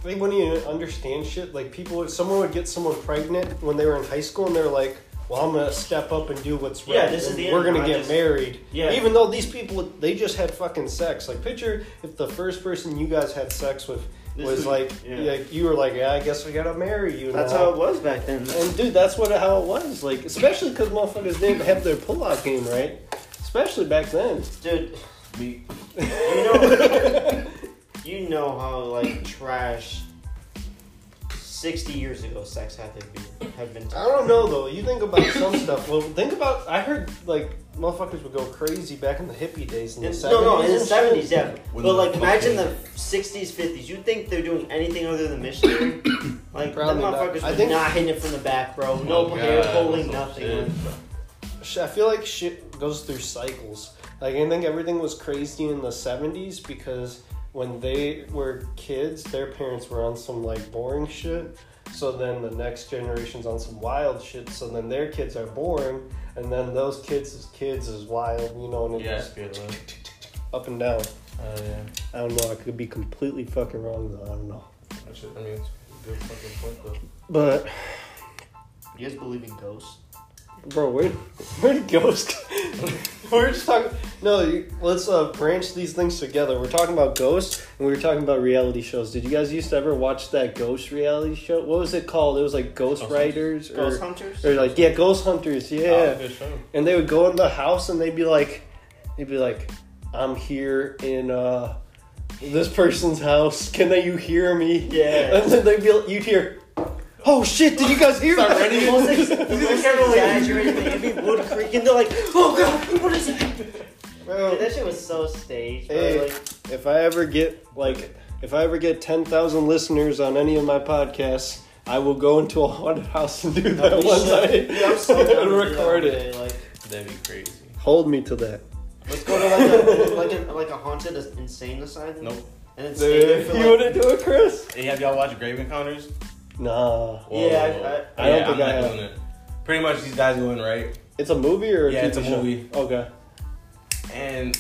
S2: think when you understand shit, like people, someone would get someone pregnant when they were in high school, and they're like, "Well, I'm gonna step up and do what's right.
S3: Yeah, this is
S2: and
S3: the
S2: we're
S3: end.
S2: gonna
S3: I
S2: get
S3: just-
S2: married."
S3: Yeah.
S2: Even though these people, they just had fucking sex. Like, picture if the first person you guys had sex with
S3: This
S2: was
S3: is-
S2: like,
S3: yeah.
S2: like you were like, "Yeah, I guess I gotta marry you."
S3: That's
S2: now."
S3: how it was back then.
S2: And dude, that's what how it was. Like, especially because motherfuckers didn't have their pull-out game right, especially back then.
S3: Dude, we, you know, you know how like trash. Sixty years ago, sex had to be had been.
S2: I don't know though. You think about some stuff. Well, think about. I heard like motherfuckers would go crazy back in the hippie days in the
S3: In-
S2: seventies.
S3: no, no, in the seventies, yeah.
S1: When
S3: but
S1: the
S3: like,
S1: fuck
S3: imagine
S1: they-
S3: the sixties, fifties. You think they're doing anything other than missionary? Like, them
S2: Probably not.
S3: motherfuckers
S2: I
S3: were
S2: think-
S3: not hitting it from the back, bro.
S1: Oh
S3: No
S1: my
S3: hair
S1: God,
S3: pulling,
S1: that's
S3: nothing.
S1: some
S2: I feel like shit goes through cycles. Like I think everything was crazy in the seventies because when they were kids, their parents were on some like boring shit. So then the next generation's on some wild shit. So then their kids are boring, and then those kids' kids is wild, you know, and it's
S1: Yeah.
S2: just up and down.
S1: Oh, yeah.
S2: I don't know. I could be completely fucking wrong though. I don't know.
S1: That's it. I mean, it's a good fucking point, though.
S2: But
S3: You guys believe in ghosts?
S2: Bro, where where did ghosts? we're just talking. No, you, let's uh, branch these things together. We're talking about ghosts, and we were talking about reality shows. Did you guys used to ever watch that ghost reality show? What was it called? It was like Ghost
S1: Ghost
S2: Riders, or,
S3: Ghost hunters?
S2: or like yeah, Ghost Hunters.
S1: Oh,
S2: Yeah,
S1: good show.
S2: and they would go in the house, and they'd be like, they'd be like, I'm here in uh this person's house. Can they, you hear me?
S3: Yeah.
S2: and then they'd be like- you'd hear. Oh shit! Did you guys hear
S1: Start
S2: that?"
S1: running.
S3: The most ex- the most exaggerated thing. It'd be Wood Creek, and they're like, "Oh God, what is it?"
S2: Bro.
S3: Dude, that shit was so staged. bro.
S2: Hey.
S3: Like,
S2: If I ever get like, if I ever get ten thousand listeners on any of my podcasts, I will go into a haunted house and do that
S3: we
S2: one
S3: should.
S2: night
S3: Dude, I'm so down to
S2: and
S3: do that
S2: record
S3: one
S2: it.
S3: day, Like,
S1: That'd be crazy.
S2: Hold me to that.
S3: let's go to like a like a, like a haunted insane asylum.
S1: Nope.
S3: And then stay there
S2: Dude,
S3: for
S2: you
S3: like.
S2: wouldn't do it, Chris?
S1: Hey, have y'all watched Grave Encounters? Oh,
S2: Nah,
S3: Yeah, I-
S2: I- I don't
S1: Yeah,
S2: think
S1: I'm
S2: I
S1: not
S2: have.
S1: doing it. Pretty much these guys go in, right?
S2: it's a movie or a
S1: Yeah,
S2: TV
S1: it's a
S2: show?
S1: movie.
S2: Okay,
S1: And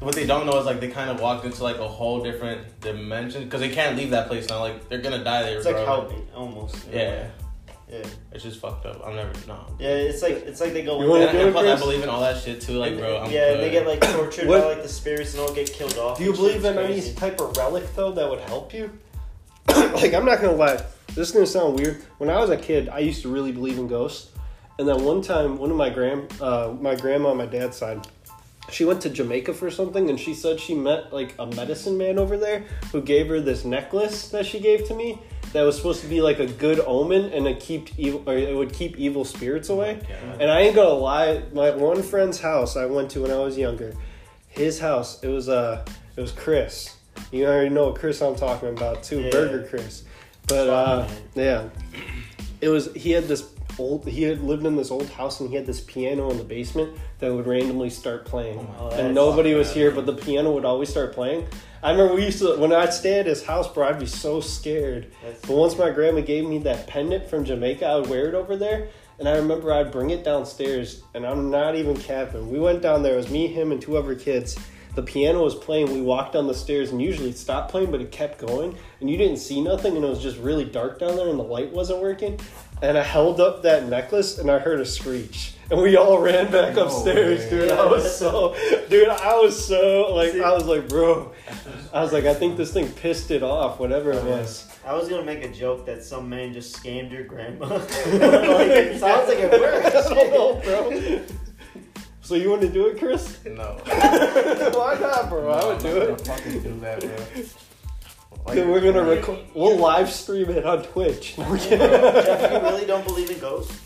S1: what they don't know is like they kind of walked into like a whole different dimension because they can't leave that place now. Like they're gonna die there.
S3: It's like
S1: regardless.
S3: Hellbait, almost.
S1: Yeah,
S3: Yeah.
S1: it's just fucked up. I'm never no.
S3: Yeah, it's like it's like they go.
S2: You
S3: in
S2: wanna
S3: there
S1: And,
S2: do
S1: and
S2: it,
S1: plus, I
S2: Chris?
S1: believe in all that shit too. Like, bro, I'm
S3: yeah,
S1: good.
S3: and they get like tortured
S2: What-
S3: by like the spirits and all get killed off.
S2: do you
S3: and shit.
S2: believe
S3: It's
S2: in
S3: crazy.
S2: any type of relic though that would help you? like, I'm not gonna lie, this is gonna sound weird. When I was a kid, I used to really believe in ghosts, and then one time, one of my grand, uh, my grandma on my dad's side, she went to Jamaica for something and she said she met like a medicine man over there who gave her this necklace that she gave to me that was supposed to be like a good omen and it keep evil or it would keep evil spirits away.
S1: God.
S2: And I ain't gonna lie, my one friend's house I went to when I was younger, his house, it was uh it was Chris. You already know what Chris I'm talking about too,
S3: Yeah.
S2: Burger Chris. But uh yeah. It was he had this old he had lived in this old house and he had this piano in the basement that would randomly start playing
S1: my
S3: Oh, that's-
S2: and nobody was
S1: man.
S2: here, but the piano would always start playing. I remember we used to when I'd stay at his house, bro. I'd be so scared.
S3: That's-
S2: But once my grandma gave me that pendant from Jamaica, I would wear it over there, and I remember I'd bring it downstairs, and I'm not even capping. We went down there. It was me, him, and two other kids. The piano was playing. We walked down the stairs, and usually it stopped playing, but it kept going, and you didn't see nothing, and it was just really dark down there, and the light wasn't working. And I held up that necklace, and I heard a screech, and we all ran back
S1: No
S2: upstairs,
S1: way.
S2: dude. I was so, dude, I was so like,
S3: See?
S2: I was like, bro, I was like, I think this thing pissed it off, whatever it was.
S3: I was gonna make a joke that some man just scammed your grandma. like, it sounds like it works.
S2: I don't know, bro. So you want to do it, Chris?
S1: no.
S2: Why not, bro? I would
S1: I'm
S2: do
S1: not gonna
S2: it.
S1: Fucking do that, bro.
S2: Then we're gonna record. We'll live stream it on Twitch. No, I'm kidding.
S3: Jeff, you really don't believe in ghosts?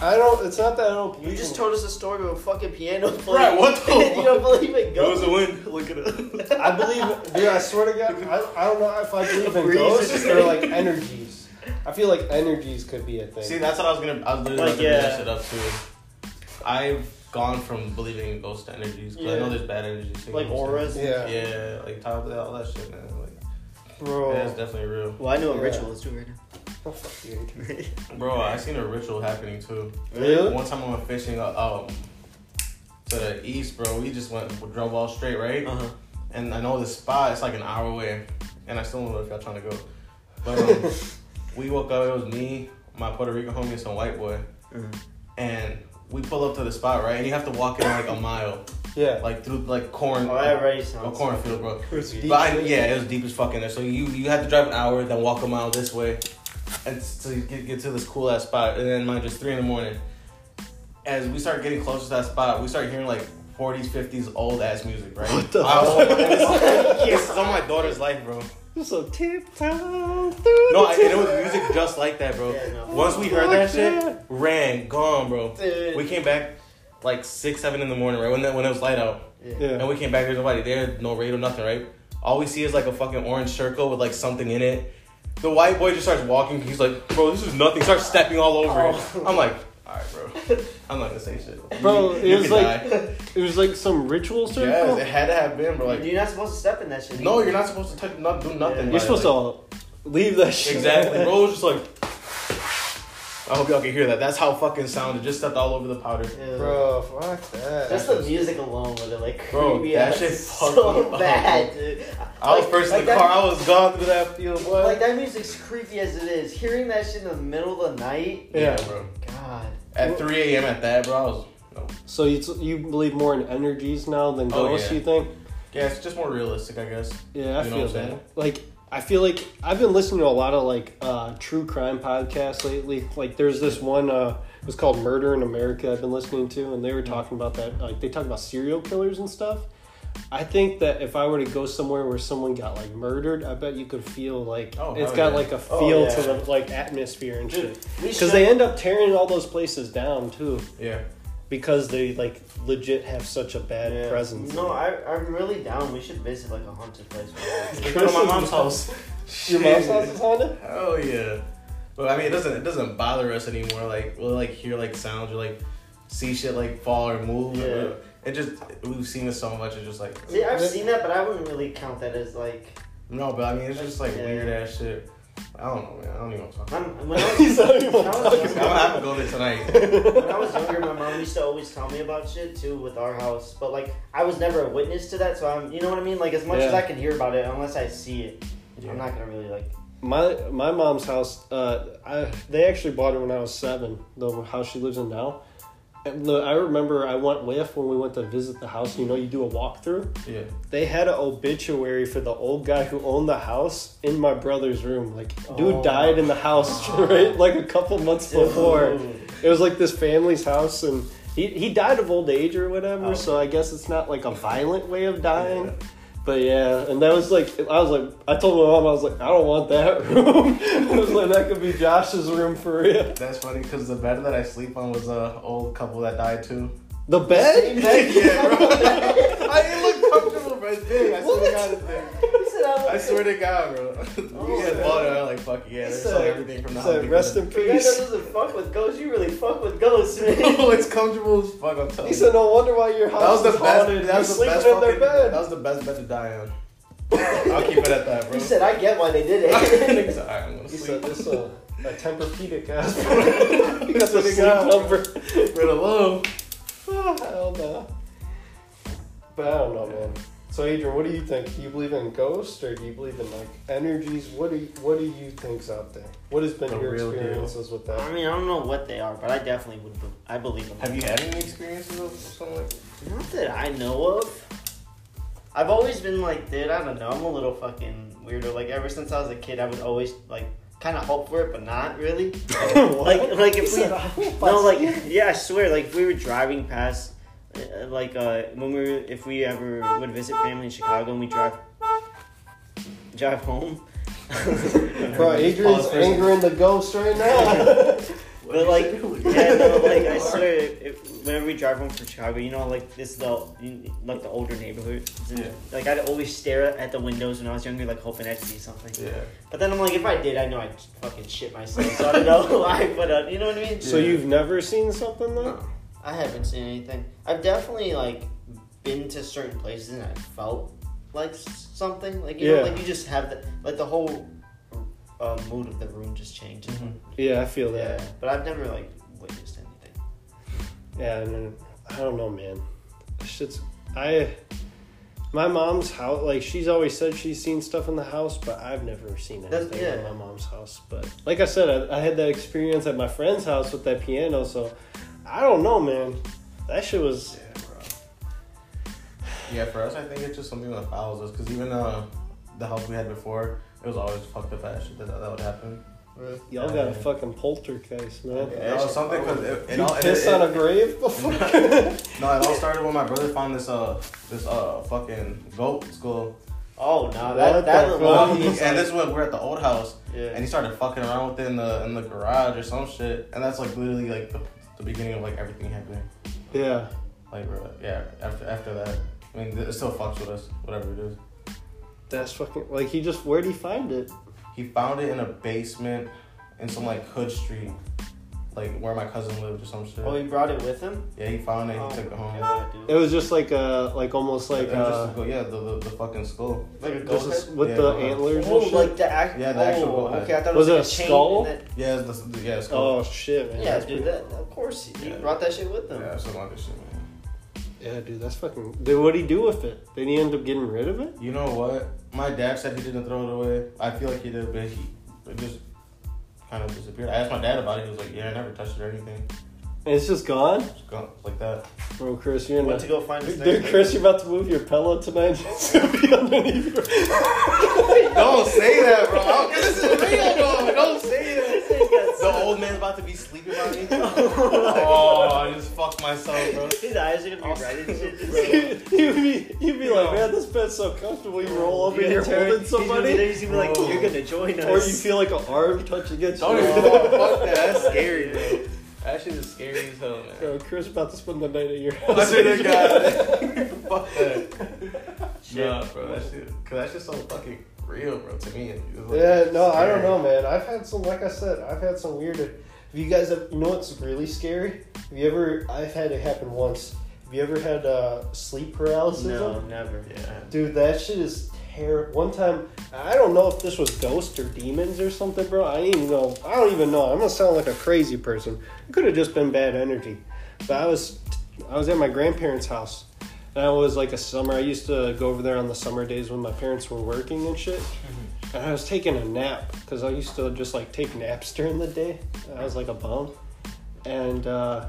S2: I don't. It's not that I don't.
S3: You
S2: believe
S3: just told us a story of a fucking piano player.
S1: Right, what the
S3: you don't believe in
S1: It was
S3: ghosts?
S1: a win.
S3: Look at
S2: in- I believe, dude. I swear to God, I, I don't know if I believe in
S3: Breeze is
S2: ghosts
S3: just-
S2: or like energies. I feel like energies could be a thing.
S1: See, that's what I was gonna. I was literally
S3: Like,
S1: gonna
S3: yeah.
S1: mess it up too. I've gone from believing in ghost energies because I
S3: Yeah.
S1: know there's bad energies. too,
S3: Like
S1: you know what I'm
S3: auras.
S1: saying?
S2: Yeah.
S1: Yeah, like top of that, all that shit, man. Like,
S2: bro.
S1: yeah, it's definitely real.
S3: Well, I know
S2: Yeah.
S3: a ritual is doing right now.
S2: Oh, fuck you.
S1: Bro, I seen a ritual happening too.
S2: Really?
S1: One time I went fishing uh, um to the east, bro. We just went we drove all straight, right?
S3: Uh-huh.
S1: And I know this spot. It's like an hour away, and I still don't know if y'all trying to go. But um, we woke up. It was me, my Puerto Rican homie, and some white boy,
S2: Mm-hmm.
S3: Mhm.
S1: and we pull up to the spot right, and you have to walk in like a mile,
S2: Yeah.
S1: like through like corn,
S3: Oh, that already
S1: a
S3: sounds.
S1: cornfield, bro.
S2: It's deep
S1: But I,
S2: shit.
S1: yeah, it was deep as fuck in there. So you you had to drive an hour, then walk a mile this way, and s- to get, get to this cool ass spot. And then mind you, it's three in the morning. As we start getting closer to that spot, we start hearing like 40s, 50s old ass music, right?
S2: What the
S1: I was
S2: fuck?
S1: like, this- This is on my daughter's life, bro.
S2: So tiptoe through
S1: No,
S2: the
S1: I, and it was
S2: tip-
S1: music just like that, bro.
S3: Yeah, no.
S1: Once we heard
S2: Fuck
S1: that shit,
S2: that.
S1: ran, gone, bro.
S3: Dude.
S1: We came back like six, seven in the morning, right when that, when it was light out.
S2: Yeah.
S1: And we came back, there's nobody there, no radio, nothing, right? All we see is like a fucking orange circle with like something in it. The white boy just starts walking. He's like, bro, this is nothing. Starts stepping all over
S3: Oh.
S1: it. I'm like, all right, bro. I'm not gonna say shit.
S2: Bro,
S1: You-
S2: it
S1: you
S2: was
S1: can
S2: like-
S1: die.
S2: It was like some ritual circle.
S1: yes, it had to have been, bro. Like,
S3: You're not supposed to step in that shit.
S1: no, you're not supposed to touch, not do nothing.
S3: You're
S1: by
S2: You're
S1: it,
S2: supposed
S1: like-
S2: to leave that shit.
S1: Exactly, bro. It was just like, I hope y'all can hear that. That's how fucking sounded. Just stepped all over the powder.
S3: Ew.
S2: Bro, fuck that.
S3: Just the music alone would have like
S1: Bro,
S3: creeped me
S1: that
S3: out
S1: shit fucked me
S3: so
S1: up.
S3: bad, dude.
S1: I was
S3: Like-
S1: first in
S3: like
S1: the
S3: that-
S1: car. I was gone through that field, boy.
S3: Like that music's creepy as it is. Hearing that shit in the middle of the night,
S1: yeah,
S2: Yeah.
S1: bro.
S3: God.
S1: At 3 a.m. at that, bro, I was no.
S2: So you, you believe more in energies now than
S1: Oh,
S2: ghosts?
S1: yeah.
S2: You think?
S1: Yeah, it's just more realistic, I guess.
S2: Yeah, I
S1: You know
S2: feel
S1: what I'm
S2: that. Like, I feel like I've been listening to a lot of like uh, true crime podcasts lately. Like, there's this one. Uh, it was called Murder in America. I've been listening to, and they
S1: Mm-hmm.
S2: were talking about that. Like, they talk about serial killers and stuff. I think that if I were to go somewhere where someone got like murdered, I bet you could feel like
S1: Oh,
S2: it's
S1: hell
S2: got
S1: yeah.
S2: like a
S3: Oh,
S2: feel to
S3: yeah.
S2: the like atmosphere and
S3: Dude,
S2: shit.
S3: we
S2: Because
S3: should.
S2: they end up tearing all those places down too,
S1: Yeah.
S2: because they like legit have such a bad
S1: Yeah.
S2: presence.
S3: no, I, I'm really down. We should visit like a haunted place.
S1: We go to my mom's house.
S2: Your mom's house is haunted.
S1: Hell yeah. But I mean, it doesn't it doesn't bother us anymore. Like we'll like hear like sounds or like see shit like fall or move.
S3: Yeah.
S1: It just we've seen it so much. It's just like
S3: See, I've seen that, but I wouldn't really count that as like.
S1: no, but I mean, it's just like
S3: Yeah.
S1: weird ass shit. I don't know, man. I don't even know what I'm talking
S3: I'm, when, I
S2: He's
S3: was,
S2: not even
S3: when I was
S1: about. I'm
S2: talking
S1: gonna have
S3: younger-
S1: to go there tonight.
S3: when I was younger, my mom used to always tell me about shit too with our house. But like, I was never a witness to that, so I'm. You know what I mean? Like, as much
S2: Yeah.
S3: as I can hear about it, unless I see it,
S1: Yeah.
S3: I'm not gonna really like.
S2: My my mom's house, uh, I, they actually bought it when I was seven. The house she lives in now. And the- I remember I went with when we went to visit the house. You know, you do a walkthrough.
S1: Yeah.
S2: They had an obituary for the old guy who owned the house in my brother's room. Like,
S3: Oh.
S2: dude died in the house, right? Like a couple months before.
S3: Dude.
S2: It was like this family's house, and he, he died of old age or whatever.
S3: Oh.
S2: So I guess it's not like a violent way of dying. But yeah, and that was like, I was like, I told my mom, I was like, I don't want that room. I was like, that could be Josh's room for real.
S1: That's funny because the bed that I sleep on was a old couple that died too.
S2: The bed?
S1: yeah, bro. I didn't look comfortable, bro. It's big. I swear to God, it's big.
S3: He said, "I
S1: I
S3: look
S1: swear to God, bro. we had bought it. I was like,
S2: Oh,
S1: fuck yeah.
S2: He
S1: There's
S2: said-
S1: everything from the
S2: so
S1: Home
S2: rest in
S1: Depot.
S3: If you guys
S2: peace.
S3: doesn't fuck with ghosts, you really fuck with ghosts, man.
S1: Oh, it's comfortable as fuck. I'm telling
S2: He
S1: you.
S2: said, no wonder why your house
S1: that was the
S2: is haunted.
S1: best. That was
S2: You're
S1: the
S2: sleeping
S1: best.
S2: in their
S1: fucking-
S2: bed.
S1: That was the best bed to die on. I'll keep it at that, bro.
S3: he said, I get why they did it.
S1: Alright, I'm gonna
S2: he said,
S1: sleep.
S2: this uh, a Tempur-Pedic ass.
S1: He
S2: That's a
S1: said,
S2: sleep
S1: "God,
S2: number.
S1: We're alone.
S2: Oh, hell no. But I don't know, man. So Adrian, what do you think? Do you believe in ghosts or do you believe in like energies? What do you, what do you think's out there? What has been
S1: The
S2: your
S1: real deal.
S2: experiences with
S3: I
S2: that?
S3: mean, I don't know what they are, but I definitely would. Be- I believe them.
S1: Have you had any experiences of something like
S3: Not that I know of. I've always been like, dude, I don't know. I'm a little fucking weirdo. Like ever since I was a kid, I was always like, kind of hope for it, but not really. Like, like if we no, like yeah, I swear, like if we were driving past, uh, like uh, when we were, if we ever would visit family in Chicago and we drive drive home.
S2: Bro, Adrian's
S1: Pause for a second.
S2: angering the ghost right now.
S3: But like, yeah, no, like I swear, if, if- whenever we drive home from Chicago, you know, like this is the you- like the older neighborhood.
S1: Yeah.
S3: Like I'd always stare at the windows when I was younger, like hoping I'd see something.
S1: Yeah.
S3: But then I'm like, if I did, I know I'd fucking shit myself. So I don't know why, but uh, you know what I mean.
S2: so
S1: Yeah.
S2: you've never seen something though?
S3: I haven't seen anything. I've definitely like been to certain places and I felt like s- something. Like you
S2: Yeah.
S3: know, like you just have the like the whole uh, mood of the room just changes.
S1: Mhm.
S2: Mm-hmm. Yeah, I feel
S3: Yeah,
S2: that.
S3: but I've never like witnessed anything.
S2: Yeah, I, mean, I don't know, man. Shit's I My mom's house, like she's always said she's seen stuff in the house, but I've never seen
S3: That's-
S2: anything in
S3: yeah.
S2: my mom's house. But like I said, I, I had that experience at my friend's house with that piano, so I don't know, man. That shit was.
S1: Yeah, bro. Yeah, for us, I think it's just something that follows us. Because even uh, the house we had before, it was always fucked up ass shit that, that would happen.
S2: Y'all got a fucking poltergeist, man.
S1: It all something because it, it
S2: you
S1: all it,
S2: pissed
S1: it-
S2: on a grave before?
S1: no, it all started when my brother found this uh this uh fucking goat skull.
S3: Oh no,
S2: What
S3: that that
S2: the
S1: Well,
S3: alone
S1: he-
S3: was
S1: and
S3: like-
S1: this was we're at the old house, and
S3: yeah.
S1: he started fucking around with it in the in the garage or some shit, and that's like literally like the, the beginning of like everything happening.
S2: yeah.
S1: Like bro, yeah, after after that, I mean it still fucks with us, whatever it is.
S2: That's fucking. Like, he just. Where'd he find it?
S1: He found it in a basement in some like hood street, like where my cousin lived or some shit.
S3: Oh, he brought it with him.
S1: Yeah, he found it. He
S3: Oh,
S1: took it home.
S3: yeah, dude.
S2: It was just like a. Like, almost like
S1: It was just a
S2: a.
S1: goat- yeah, the, the the fucking skull.
S3: Like a
S2: Just
S3: ghost.
S2: a
S3: head?
S2: s- with
S1: Yeah,
S2: the
S1: it was.
S2: antlers
S3: Oh,
S2: and shit?
S3: like the act-
S1: Yeah, the actual
S3: oh,
S1: goat head.
S3: Okay, I thought it
S2: Was
S3: was,
S2: it
S3: like
S2: a
S3: chain
S2: skull?
S3: and that-
S1: Yeah, it's the yeah skull.
S2: oh, shit, man.
S3: yeah,
S2: That's
S3: dude.
S2: pretty-
S3: That, of course, he
S1: Yeah.
S3: brought that shit with him.
S1: Yeah, some other shit, man.
S2: Yeah, dude, that's fucking. Dude, what'd he do with it? Did he end up getting rid of it?
S1: You know what? My dad said he didn't throw it away. I feel like he did, but he it just kind of disappeared. I asked my dad about it. He was like, "Yeah, I never touched it or anything.
S2: And it's just gone?
S1: Just gone like that."
S2: Bro, Chris, you're in
S3: Went
S2: a-
S3: to go find his
S2: Dude,
S3: next
S2: Chris, you're about to move your pillow tonight. It's gonna be underneath your.
S1: Don't say that, bro. I'm- this is real, bro. Don't say that.
S3: neighbor.
S1: The old man's about to be sleeping by me. oh, I just fucked myself, bro.
S3: His eyes are gonna be right in shit. just-
S2: you'd be, you'd be like, man, this bed's so comfortable. You roll over
S3: You're
S2: here
S3: gonna turn-
S2: holding
S3: he's gonna be there,
S2: somebody,
S3: He's gonna be
S1: Bro.
S3: like, "You're gonna join us."
S2: or you feel like an arm touch against
S1: Don't even
S2: you.
S1: oh, fuck that. That's scary, bro. That shit is scary as hell, man.
S2: Bro, Chris about to spend the night at your
S1: I
S2: house.
S1: swear to God. Fuck that.
S3: Shit.
S1: Nah, bro. That shit. Cause that shit's so fucking real, bro. To me. It's like-
S2: Yeah, no, I
S1: Scary.
S2: don't know, man. I've had some, like I said, I've had some weird. If you guys have, you know what's really scary? Have you ever? I've had it happen once. Have you ever had uh, sleep paralysis?
S3: No, never.
S1: Yeah.
S2: Dude, that shit is terrible. One time, I don't know if this was ghosts or demons or something, bro. I didn't even know. I don't even know. I'm gonna sound like a crazy person. It could have just been bad energy. But I was, I was at my grandparents' house, and I was like a summer. I used to go over there on the summer days when my parents were working and shit. And I was taking a nap because I used to just like take naps during the day. I was like a bum, and. uh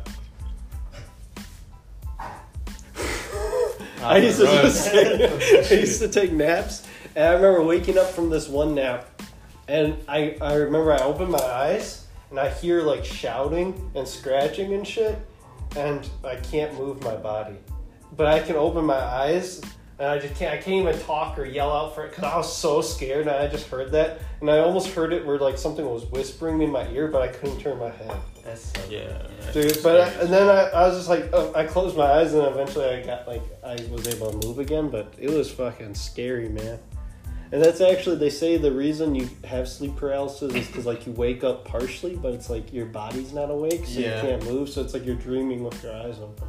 S2: I used to
S1: Alright.
S2: just take, I used to take naps, and I remember waking up from this one nap, and I I remember I opened my eyes and I hear like shouting and scratching and shit, and I can't move my body, but I can open my eyes. And I just can't. I can't even talk or yell out for it because I was so scared. And I just heard that, and I almost heard it where like something was whispering in my ear, but I couldn't turn my head.
S3: That's so
S1: Yeah.
S2: Dude, but I, and then I, I was just like, uh, I closed my eyes and eventually I got like, I was able to move again, but it was fucking scary, man. And that's actually, they say the reason you have sleep paralysis is because like you wake up partially, but it's like your body's not awake, so
S1: Yeah.
S2: you can't move, so it's like you're dreaming with your eyes open.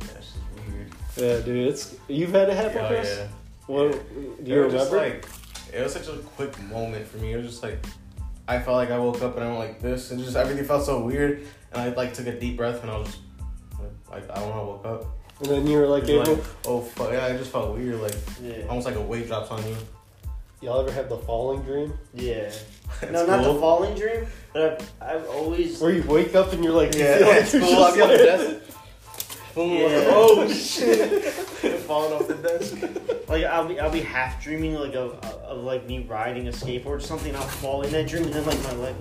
S1: That's just weird.
S2: Yeah, dude, it's you've had it happen,
S1: Oh,
S2: Chris.
S1: yeah.
S2: What
S1: Yeah.
S2: do
S1: They
S2: you
S1: were Just,
S2: remember?
S1: like, it was such a quick moment for me. It was just like, I felt like I woke up and I went like this, and just everything felt so weird. And I like took a deep breath and I was just, like, I don't know, I woke up.
S2: and then you were like,
S1: It was
S2: able-
S1: like, oh fuck, yeah, I just felt weird, like
S3: Yeah.
S1: almost like a weight drops on you.
S2: y'all ever have the falling dream?
S3: Yeah.
S1: It's
S3: No, not
S1: cool.
S3: the falling dream, but I've, I've always.
S2: Where you wake up and you're like, you
S1: Yeah,
S2: feel like
S1: it's
S2: you're
S1: cool.
S2: just
S1: I'll be on the
S2: like-
S1: desk. Boom, I was like,
S3: Yeah.
S1: oh shit! falling off the desk.
S3: Like I'll be I'll be half dreaming like of, of like me riding a skateboard or something. I'll fall in that dream and then like my leg.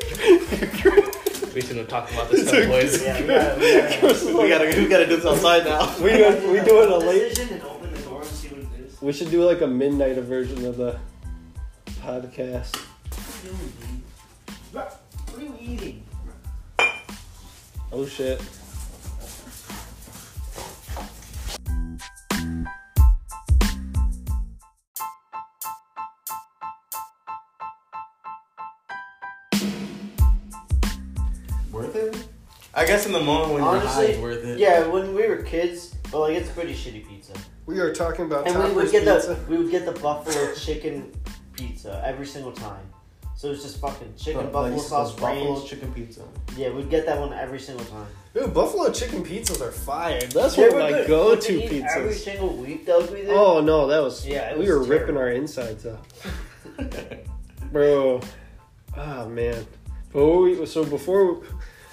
S1: We shouldn't have talked about this
S2: stuff,
S1: boys.
S3: Yeah, we gotta, we gotta
S1: we gotta we gotta do this outside now.
S2: We do, we do it a late
S3: Decision and open the door and see what it is.
S2: We should do like a midnight version of the podcast.
S3: What are you doing, dude? What what are you eating?
S2: Oh shit.
S1: Worth it? I guess in the moment when
S3: Honestly,
S1: you're high, worth it.
S3: Yeah, when we were kids, but like it's pretty shitty pizza.
S2: We are talking about
S3: And we would
S2: Topper's
S3: get
S2: pizza.
S3: the we would get the buffalo chicken pizza every single time. So it was just fucking chicken
S1: Like,
S3: buffalo
S1: it's
S3: sauce
S1: the
S3: ranch.
S1: buffalo chicken pizza.
S3: Yeah, we'd get that one every single time.
S2: Dude, buffalo chicken pizzas are fire. That's one
S3: Yeah,
S2: of
S3: we're
S2: my
S3: good.
S2: go-to
S3: Would we eat Every
S2: pizzas.
S3: single week, though, we did.
S2: Oh no, that was
S3: Yeah, it
S2: we
S3: was
S2: were
S3: terrible.
S2: ripping our insides out, bro. Ah man, but what we, so before we,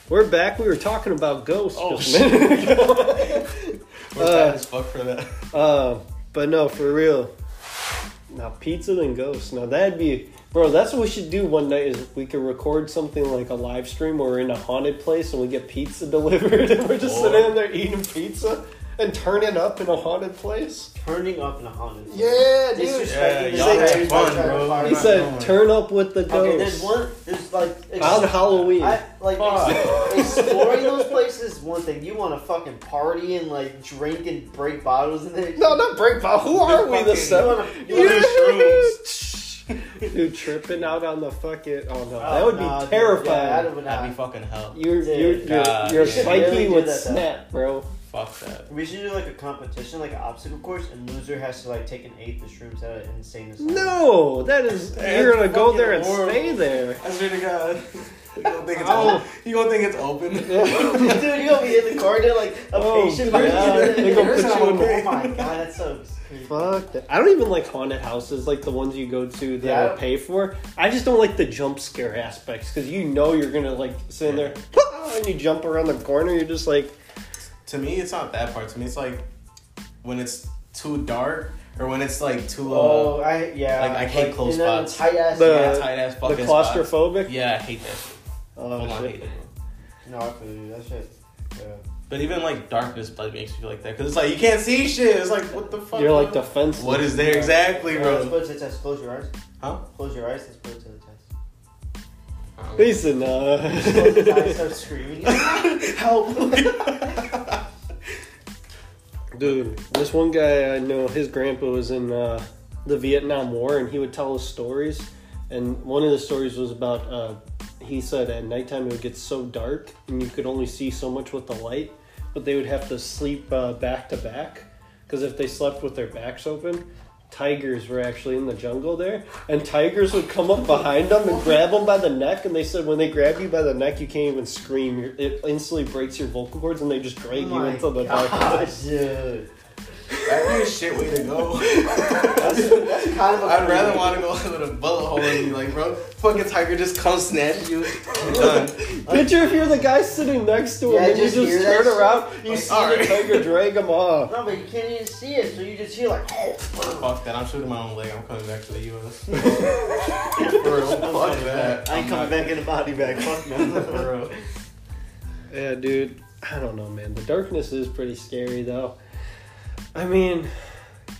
S2: we're back, we were talking about ghosts
S1: Oh,
S2: just a minute ago.
S1: We're bad as fuck for that.
S2: Uh, but no, for real. Now pizza and ghosts. Now that'd be, bro. That's what we should do one night. Is we could record something like a live stream where we're in a haunted place and we get pizza delivered and we're just
S1: Oh.
S2: sitting in there eating pizza and turning up in a haunted place.
S3: Turning up in a haunted.
S2: Yeah, dude.
S1: Yeah,
S3: Disrespecting the
S1: y'all had
S3: Saint
S1: fun,
S3: Patrick's
S1: bro.
S3: Day.
S2: He said, "Turn up with the
S3: Okay, there's
S2: ghosts
S3: one. There's like ex-
S2: on Halloween."
S3: I, like
S1: Fuck.
S3: ex- exploring those places is one thing. You want to fucking party and like drink and break bottles and things.
S2: no, not break ball. Who are we? The
S1: Fucking-
S3: You
S2: seven.
S3: wanna, you wanna,
S1: shrooms.
S2: Dude, tripping out on the fucking. Oh no,
S3: Oh,
S2: that would
S3: nah,
S2: be
S3: dude. Yeah,
S2: terrifying.
S3: that would not.
S1: That'd be fucking hell.
S2: Your
S3: Dude,
S2: your your,
S1: God,
S2: your
S1: yeah.
S2: psyche
S3: Really do
S2: would
S3: that, though.
S2: snap, bro.
S1: Fuck that.
S3: we should do like a competition, like an obstacle course, and loser has to like take an eighth of shrooms out and sing this. song.
S2: No, that is
S1: That's
S2: you're gonna go there and
S1: fucking horrible.
S2: stay there.
S1: I swear to God. You gonna think it's
S2: Ow.
S1: open? You gonna think it's open?
S3: dude, you gonna be in the corner like a
S2: Oh,
S3: patient.
S2: God. They gonna
S1: put you in the-
S3: Oh my god, that sucks.
S2: Fuck that. I don't even like haunted houses like the ones you go to that
S3: Yeah.
S2: I pay for. I just don't like the jump scare aspects because you know you're gonna like sit in there and you jump around the corner. You're just like,
S1: to me, it's not that part. To me, it's like when it's too dark or when it's like too uh,
S3: Oh, I yeah.
S1: Like, I hate closed spots.
S3: Tight ass.
S2: The-
S1: yeah, tight ass fucking
S2: the
S1: spots.
S2: claustrophobic.
S1: Yeah, I hate that. Shit.
S2: Oh,
S1: Full on
S2: shit.
S1: hate it. bro.
S3: no, I feel you. That shit. Yeah.
S1: But even like darkness like makes me feel like that because it's like you can't see shit. It's like what the fuck?
S2: You're like
S1: bro?
S2: defenseless.
S1: What is there exactly,
S3: Yeah, Let's
S1: bro?
S3: put it to the test. Close your eyes.
S1: Huh?
S3: Close your eyes. Let's put it to the test.
S2: He said, nah.
S3: Close his eyes. Start screaming.
S1: Help!
S2: Dude, this one guy I know, his grandpa was in uh, the Vietnam War, and he would tell us stories. And one of the stories was about uh, he said at nighttime it would get so dark, and you could only see so much with the light, but they would have to sleep uh, back to back because if they slept with their backs open. Tigers were actually in the jungle there, and tigers would come up behind them and grab them by the neck. And they said, when they grab you by the neck, you can't even scream; You're- it instantly breaks your vocal cords, and they just drag you into the darkness.
S3: gosh, dude.
S1: That'd be a shit way to go.
S3: That's, that's kind of. a
S1: I'd rather
S3: creep.
S1: want to go with a bullet hole in you, like, bro. Fucking tiger just comes snatch you. You're done.
S2: Picture if you're the guy sitting next to him
S3: Yeah,
S2: and
S3: just
S2: you just
S3: hear
S2: turn
S3: Oh, that shit.
S2: around, you
S1: Like,
S2: see the
S1: alright.
S2: tiger drag him off.
S3: No, but you can't even see it, so you just hear like.
S1: Fuck that. I'm shooting my own leg. I'm coming back to the U.S. For real, fuck that.
S3: I ain't coming back in a body bag. Fuck no.
S1: For real.
S2: Yeah, dude. I don't know, man. The darkness is pretty scary, though. I mean,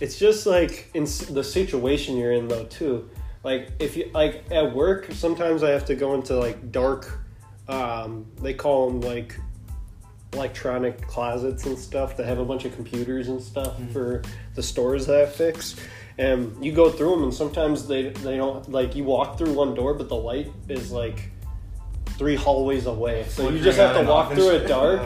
S2: it's just like in s- the situation you're in, though, too. Like if you like at work, sometimes I have to go into like dark. Um, they call them like electronic closets and stuff that have a bunch of computers and stuff
S1: Mm.
S2: for the stores that I fix. And you go through them, and sometimes they they don't like you walk through one door, but the light is like three hallways away, so you
S1: Flickering
S2: just have
S1: on
S2: to
S1: and
S2: walk
S1: off
S2: through
S1: and
S2: it
S1: shit.
S2: dark.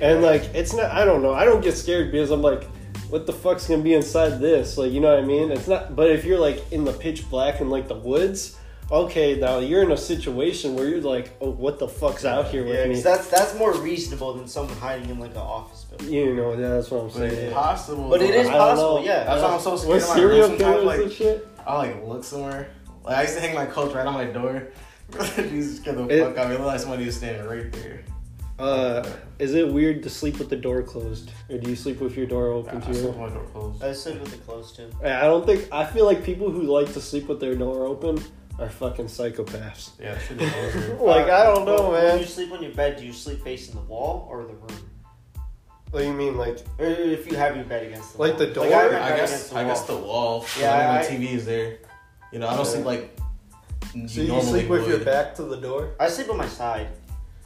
S2: And like it's not I don't know. I don't get scared because I'm like what the fuck's going to be inside this? Like you know what I mean? It's not but if you're like in the pitch black and like the woods, okay, now you're in a situation where you're like, "Oh, what the fuck's out here with
S3: Yeah,
S2: me?"
S3: because that's that's more reasonable than someone hiding in like an office building.
S2: you know, yeah, that's what I'm
S1: But it's
S2: saying.
S1: possible.
S3: But it
S1: bro.
S3: is
S2: I don't
S3: possible.
S2: know.
S3: Yeah.
S1: That's why I'm so
S2: With
S1: scared. of my room
S2: serial
S1: sometimes,
S2: killers
S1: like,
S2: and shit.
S1: I like look somewhere. Like I used to hang my coat right on my door. Jesus, scared the
S2: It-
S1: fuck out of me. Realized somebody was standing right there.
S2: Uh, is it weird to sleep with the door closed, or do you sleep with your door open
S1: I
S2: to
S1: slept
S2: you?
S1: my door closed.
S3: I sleep with the clothes too.
S2: I don't think I feel like people who like to sleep with their door open are fucking psychopaths. Uh,
S1: Yeah, I should have closed.
S2: Like I don't know,
S3: Well, When you
S2: man.
S3: sleep on your bed, do you sleep facing the wall or the room?
S2: What do you mean, like?
S3: Or if you have your bed against the
S2: Like
S3: wall.
S2: the door?
S3: have my
S1: I
S3: bed
S1: guess
S3: against
S1: I guess the wall.
S3: Yeah,
S1: Yeah, my
S3: I-
S1: TV is there. You know, I don't
S2: Yeah.
S1: sleep like.
S2: So
S1: you
S2: you
S1: normally
S2: sleep with your
S1: would.
S2: back to the door?
S3: I sleep on my side.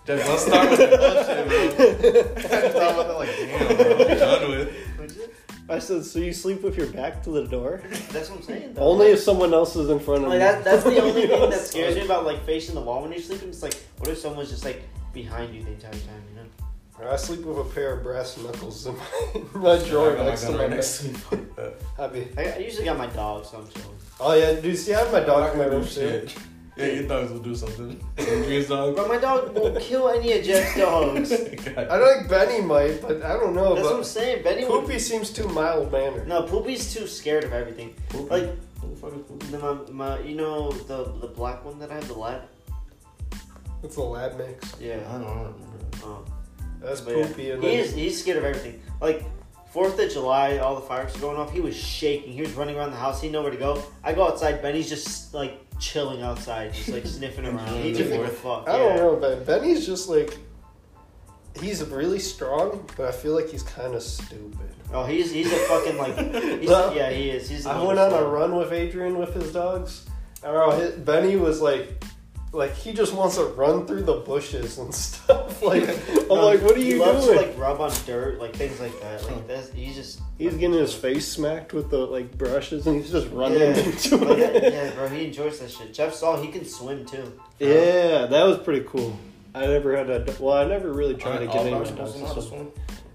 S1: Just, let's start with the bullshit, bro. I'm talking about that, like, damn, bro. I'm done with.
S2: I said, so you sleep with your back to the door?
S3: That's what I'm saying. Though.
S2: Only if someone else is in front of you.
S3: Like that, that's the only
S2: You know?
S3: thing that scares me about like facing the wall when you're sleeping. It's like, what if someone's just like behind you the entire time? You know?
S2: I sleep with a pair of brass knuckles in my, my
S1: I
S2: drawer
S1: got my
S2: next to
S1: gun
S2: my
S1: right
S2: next.
S1: next to me. Fuck that.
S2: I'd be-
S3: I, I usually got my dog, so I'm chilling.
S2: Oh yeah, dude. See, I have my dog in my
S1: Fuck
S2: room
S1: that
S2: too.
S1: shit. Yeah, your dogs will do something. Dream's dog.
S3: But my dog will kill any of Jeff's dogs. That's
S2: I think Benny might, but I don't know.
S3: what I'm
S2: But
S3: saying. Benny would.
S2: Poopy seems too mild mannered.
S3: No, Poopy's too scared of everything. Like,
S1: Who the fuck is Poopy?
S3: the, my, my, you know the the black one that I have, the lab?
S2: It's a lab mix.
S1: I
S3: Yeah.
S1: don't, I don't remember.
S3: Oh.
S2: That's
S3: But yeah,
S2: Poopy, and
S3: he
S2: then
S3: is, he's scared of everything. Like, 4th of July, all the fireworks were going off. He was shaking. He was running around the house. He didn't know where to go. I go outside. Benny's just, like, chilling outside, just, like, sniffing around. He
S1: Enjoying
S3: didn't
S1: the
S3: give a
S1: Fourth.
S3: fuck.
S2: I don't
S3: yeah.
S2: know, Ben. Benny's just like he's really strong, but I feel like he's kind of stupid.
S3: Oh, he's, he's a fucking, like, he's,
S2: Well,
S3: yeah, he is. He's the
S2: I went on
S3: littlest
S2: a
S3: one.
S2: run with Adrian with his dogs. And I don't know, Benny was like, like he just wants to run through the bushes and stuff. Like I'm
S3: No,
S2: like, what are you
S3: he loves
S2: doing?
S3: To, like rub on dirt, like things like that. Like that's he's just
S2: he's getting his face smacked with the like brushes, and he's just running
S3: Yeah.
S2: into
S3: Like,
S2: it.
S3: yeah, bro, he enjoys that shit. Jeff saw he can swim too.
S2: Yeah, that was pretty cool. I never had a. Well, I never really tried to
S1: Aren't
S2: get
S1: all
S2: any
S1: dogs
S2: of
S1: supposed to know
S2: those.
S1: how to
S2: so-
S1: swim?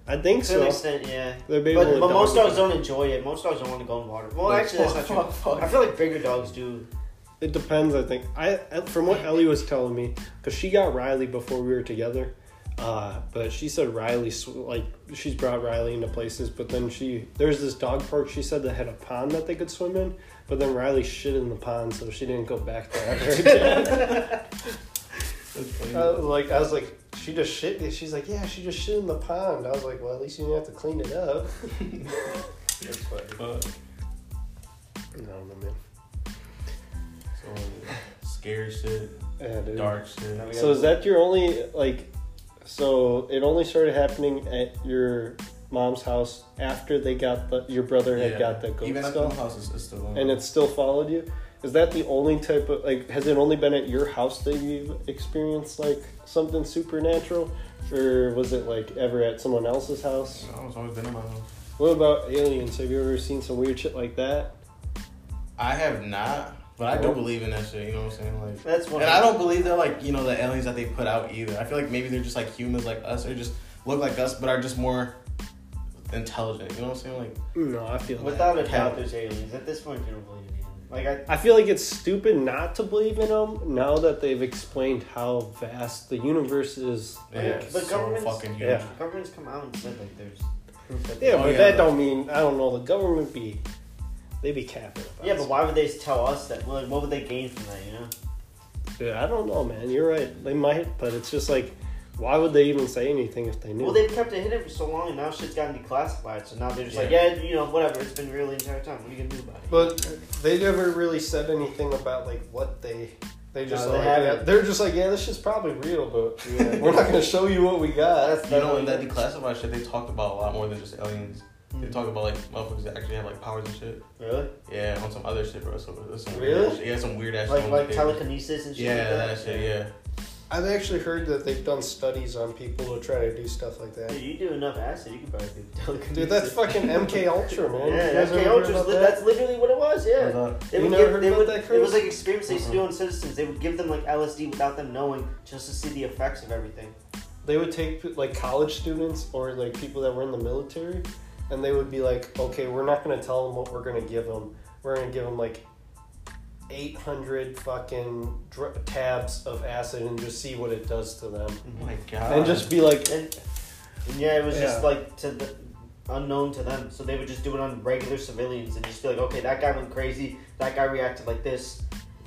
S2: I think
S3: To an
S2: so.
S3: extent, yeah.
S2: They're
S3: But,
S2: able to
S3: but
S2: dog-
S3: most dogs don't enjoy it. Most dogs don't want to go in water. Well,
S1: Like,
S3: actually, that's
S1: fuck,
S3: not true.
S1: fuck, fuck.
S3: I feel like bigger dogs do.
S2: It depends, I think. I I- from what Ellie was telling me, because she got Riley before we were together, uh, but she said Riley sw- like she's brought Riley into places, but then she there's this dog park she said that had a pond that they could swim in, but then Riley shit in the pond, so she didn't go back there. After again.
S1: That's funny.
S2: I was like I was like she just shit. She's like yeah, she just shit in the pond. I was like well at least you didn't have to clean it up.
S1: That's funny.
S2: No, no man.
S1: So, scary shit,
S2: Yeah, dude.
S1: dark shit.
S3: No, we
S2: So is that your only like? So it only started happening at your mom's house after they got the your brother had got the goat
S1: Even at the
S2: stuff,
S1: house, it's, it's still on.
S2: and it still followed you. Is that the only type of like? Has it only been at your house that you've experienced like something supernatural, or was it like ever at someone else's house?
S1: No, it's always been in my house.
S2: What about aliens? Have you ever seen some weird shit like that?
S1: I have not, but I do believe in that shit. You know what I'm saying? Like,
S3: That's one.
S1: and I don't believe they're like you know the aliens that they put out either. I feel like maybe they're just like humans like us, or just look like us, but are just more intelligent. You know what I'm saying? Like,
S2: No, I feel that.
S3: Without a doubt, there's aliens. At this point, you don't believe in aliens. Like I,
S2: I feel like it's stupid not to believe in them now that they've explained how vast the universe is.
S1: yeah,
S2: Like,
S1: it's
S3: but
S1: so
S3: Oh, governments-
S1: fucking huge.
S2: Yeah.
S3: governments come out and said like there's proof that.
S2: Yeah,
S1: Oh,
S2: but
S1: yeah.
S2: that don't mean I don't know. The government be they be capping. About
S3: Yeah, but why would they tell us that? Like, what would they gain from that? You know.
S2: stuff. Dude, I don't know, man. You're right. They might, but it's just like, why would they even say anything if they knew?
S3: Well, they've kept it hidden for so long, and now shit's gotten declassified. So now they're just like, yeah, you know, whatever. It's been real the entire time. What are you gonna do about it?
S2: but they never really said anything about like what they. They
S3: just No, they like, yeah, haven't.
S2: they're just like, yeah, this shit's probably real, but
S3: Yeah.
S2: we're not gonna show you what we got.
S3: That's
S1: You know, in that declassified shit, they talked about a lot more than just aliens. They
S3: Mm.
S1: talk about like motherfuckers that actually have like powers and shit.
S3: Really?
S1: Yeah, on some other shit, bro. So there's some
S2: Really?
S1: Weird shit. Yeah, some weird ass.
S3: Like
S1: shit
S3: like
S1: they-
S3: telekinesis and shit.
S1: Yeah,
S3: like
S1: that shit. Yeah.
S2: I've actually heard that they've done studies on people who try to do stuff like that.
S3: Dude, you do enough acid, you can probably do telekinesis.
S2: Dude, that's fucking MK Ultra, man. You
S3: Yeah,
S2: guys
S3: that's,
S2: ever heard about that?
S3: that's literally what it was.
S1: What's
S3: Yeah.
S1: up?
S3: They
S2: You
S3: would
S2: never
S3: give,
S2: heard
S3: they
S2: about
S3: would,
S2: that,
S3: It
S2: Chris?
S3: was like experiments they used to do
S1: Mhm.
S3: on citizens. They would give them like LSD without them knowing, just to see the effects of everything.
S2: they would take like college students or like people that were in the military, and they would be like, okay, we're not gonna tell them what we're gonna give them. We're gonna give them like 800 fucking dr- tabs of acid and just see what it does to them,
S1: Oh my god.
S2: and just be like,
S3: And, and yeah, it was just
S2: Yeah.
S3: like to the unknown to them, so they would just do it on regular civilians and just be like, okay, that guy went crazy, that guy reacted like this,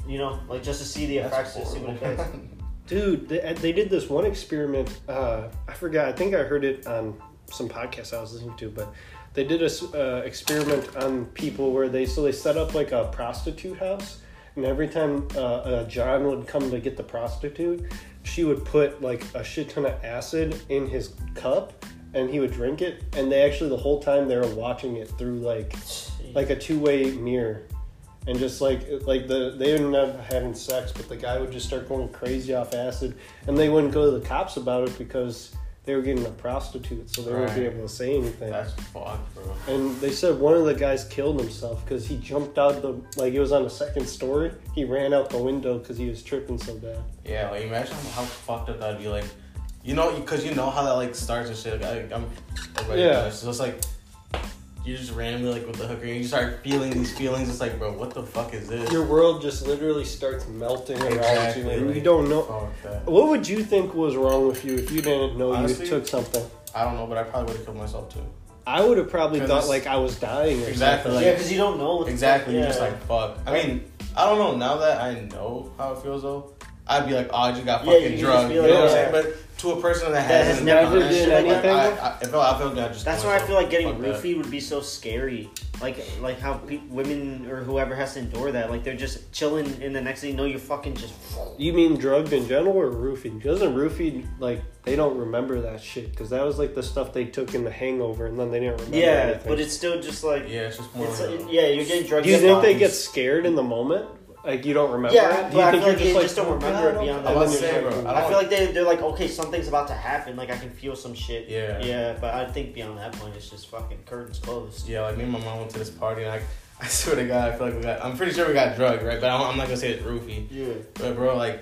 S3: you know, like just to see the effects
S1: That's
S3: and see what it does.
S1: horrible.
S2: Dude, they, uh, they did this one experiment. Uh, I forgot. I think I heard it on some podcast I was listening to, but they did a s- uh, experiment on people where they so they set up like a prostitute house, and every time uh, uh, John would come to get the prostitute, she would put like a shit ton of acid in his cup, and he would drink it. And they actually the whole time they were watching it through like like a two-way mirror and just like like the they ended up having sex but the guy would just start going crazy off acid and they wouldn't go to the cops about it because they were getting a prostitute so they wouldn't be
S1: Right.
S2: able to say anything
S1: That's fucked, bro.
S2: and they said one of the guys killed himself because he jumped out the like it was on the second story he ran out the window because he was tripping so bad
S1: Yeah, like imagine how fucked up that'd be. Like, you know, because you know how that like starts and shit. Like, I, I'm, everybody
S2: Yeah.
S1: does. So it's like, you just randomly like with the hooker and you start feeling these feelings. It's like, bro, what the fuck is this?
S2: Your world just literally starts melting around you,
S1: Exactly.
S2: and you don't know.
S1: Fuck that.
S2: What would you think was wrong with you if you didn't know
S1: Honestly,
S2: you took something?
S1: I don't know, but I probably would have killed myself too.
S2: I would have probably
S1: 'cause
S2: thought
S1: it's-
S2: like I was dying. Or
S1: Exactly.
S2: Something.
S3: yeah, because you don't know. What the
S1: Exactly.
S3: fuck-
S1: You're just
S3: yeah.
S1: like fuck. I mean, I don't know. Now that I know how it feels though, I'd be like, oh, I just got
S3: Yeah, you
S1: fucking
S3: just
S1: drugged.
S3: be
S1: You know
S3: like,
S1: what I'm
S2: yeah.
S1: saying? But to a person that,
S3: That has
S1: hasn't done
S3: never
S1: that
S3: did
S1: shit, like,
S2: anything?
S1: I, I, I feel I feel good. I just
S3: That's
S1: killed
S3: why I
S1: myself.
S3: feel like getting
S1: Fuck that.
S3: roofied would be so scary. Like, like how pe- women or whoever has to endure that. Like, they're just chilling, and the next thing you know, you're fucking just.
S2: You mean drugged in general or roofied? Doesn't roofied like they don't remember that shit because that was like the stuff they took in the Hangover and then they didn't remember.
S3: Yeah,
S2: anything.
S3: but it's still just like.
S1: Yeah, it's just more.
S3: It's
S1: like-
S3: like, yeah, you're getting drugs.
S2: Do you
S3: up
S2: think
S3: on
S2: they
S3: these-
S2: get scared in the moment? Like you don't remember?
S3: Yeah,
S2: it? Do
S3: but I feel
S2: you're
S3: like they just
S2: "Oh,
S3: don't remember
S2: God,
S3: it beyond
S1: I
S3: that.
S2: And then
S1: was saying,
S2: you're
S1: bro,
S2: like,
S1: I
S3: I
S1: don't-
S3: feel like they they're like okay, something's about to happen. Like I can feel some shit.
S1: Yeah.
S3: Yeah, but I think beyond that point, it's just fucking curtains closed.
S1: Yeah, like me and my mom went to this party, and I, I swear to God, I feel like we got. I'm pretty sure we got drugged, right? But I'm, I'm not gonna say it's roofie.
S3: Yeah.
S1: But bro, like,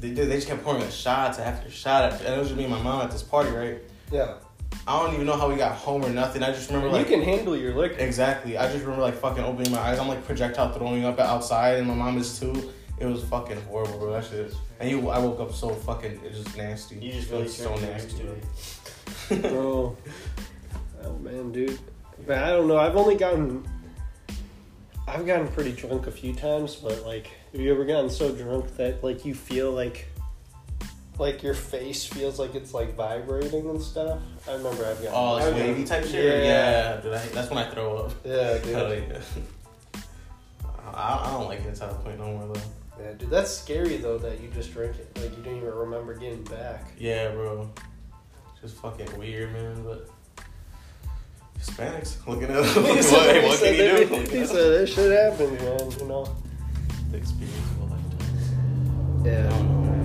S1: they did. They just kept pouring us shots after shot, after, and it was just me and my mom at this party, right?
S2: yeah.
S1: I don't even know how we got home or nothing. I just remember
S2: You
S1: like
S2: can handle your liquor.
S1: exactly. I just remember like fucking opening my eyes. I'm like projectile throwing up outside, and my mom is too. It was fucking horrible, bro. That shit. And you, I woke up so fucking. It was nasty.
S3: You just
S1: It
S3: really
S1: was so
S3: turned your
S1: nasty.
S3: into it.
S2: bro.
S1: bro.
S2: Oh man, dude. Man, I don't know. I've only gotten, I've gotten pretty drunk a few times, but like, have you ever gotten so drunk that like you feel like, like your face feels like it's like vibrating and stuff? I remember I've gotten.
S1: Oh, it's wavy type shit. Yeah,
S2: Yeah.
S1: dude, I, that's when I throw up.
S2: yeah, dude.
S1: Hell yeah. I, I don't like it to the point no more though.
S2: Yeah, dude. That's scary though that you just drink it. Like you don't even remember getting back.
S1: Yeah, bro. Just fucking weird, man. But Hispanics looking at them.
S2: He
S1: what,
S2: said-
S1: hey, what can
S2: he
S1: you
S2: said
S1: do?
S2: that- He said that shit happens, man. You know.
S1: The experience of a lifetime. I
S2: Yeah.
S1: don't know, man.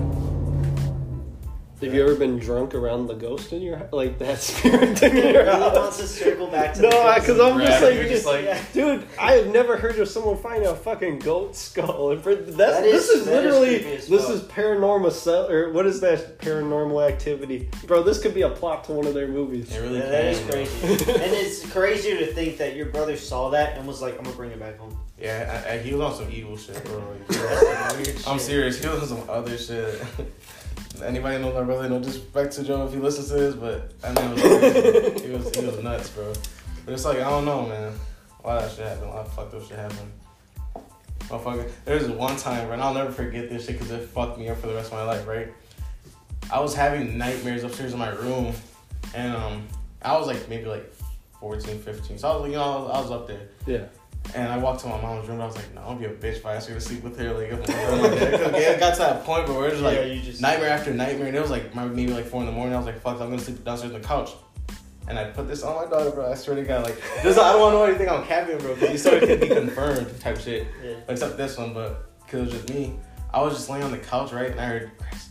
S2: Have you ever been drunk around the ghost in your house? Like that spirit thing in your
S3: Who wants
S2: house?
S3: to circle back to
S2: No,
S3: the
S2: I- 'cause I'm
S1: Right,
S2: just like,
S1: you're
S2: just,
S1: just like-
S3: yeah.
S2: dude, I have never heard of someone finding a fucking goat skull. And for that's,
S3: That
S2: this
S3: is-
S2: is
S3: that is
S2: literally,
S3: creepy as
S2: this
S3: fuck.
S2: is paranormal, cell, or what is that paranormal activity? Bro, this could be a plot to one of their movies.
S1: It really
S3: Yeah,
S1: can,
S3: that is
S1: bro.
S3: crazy. and it's crazy to think that your brother saw that and was like, I'm gonna bring it back home.
S1: Yeah, I, I, he was on some evil shit, bro. Like,
S3: That's
S1: bro.
S3: some weird
S1: I'm
S3: shit.
S1: serious. He was on some other shit. Anybody know my brother? No disrespect to Joe if he listens to this, but I mean, it was, he was he was nuts, bro. But it's like I don't know, man. A lot of shit happened. A lot of fucked up shit happened. Motherfucker, there was one time, bro, and I'll never forget this shit because it fucked me up for the rest of my life, right? I was having nightmares upstairs in my room, and um, I was like maybe like 14, 15. So I was, like, you know, I was, I was up there.
S2: Yeah.
S1: And I walked to my mom's room and I was like, no, I'll be a bitch if I ask her to sleep with her. Like, if I'm like that. 'Cause it got to that point where we're just like
S3: Yeah, you just-
S1: nightmare after nightmare. And it was like my- maybe like four in the morning. I was like, fuck, I'm gonna sleep downstairs on the couch. And I put this on my daughter, bro. I swear to God, like, this, I don't want to know anything on capping, bro. Because you sort of can be confirmed type shit.
S3: Yeah.
S1: Except this one, but because it was just me. I was just laying on the couch, right? And I heard, Chris.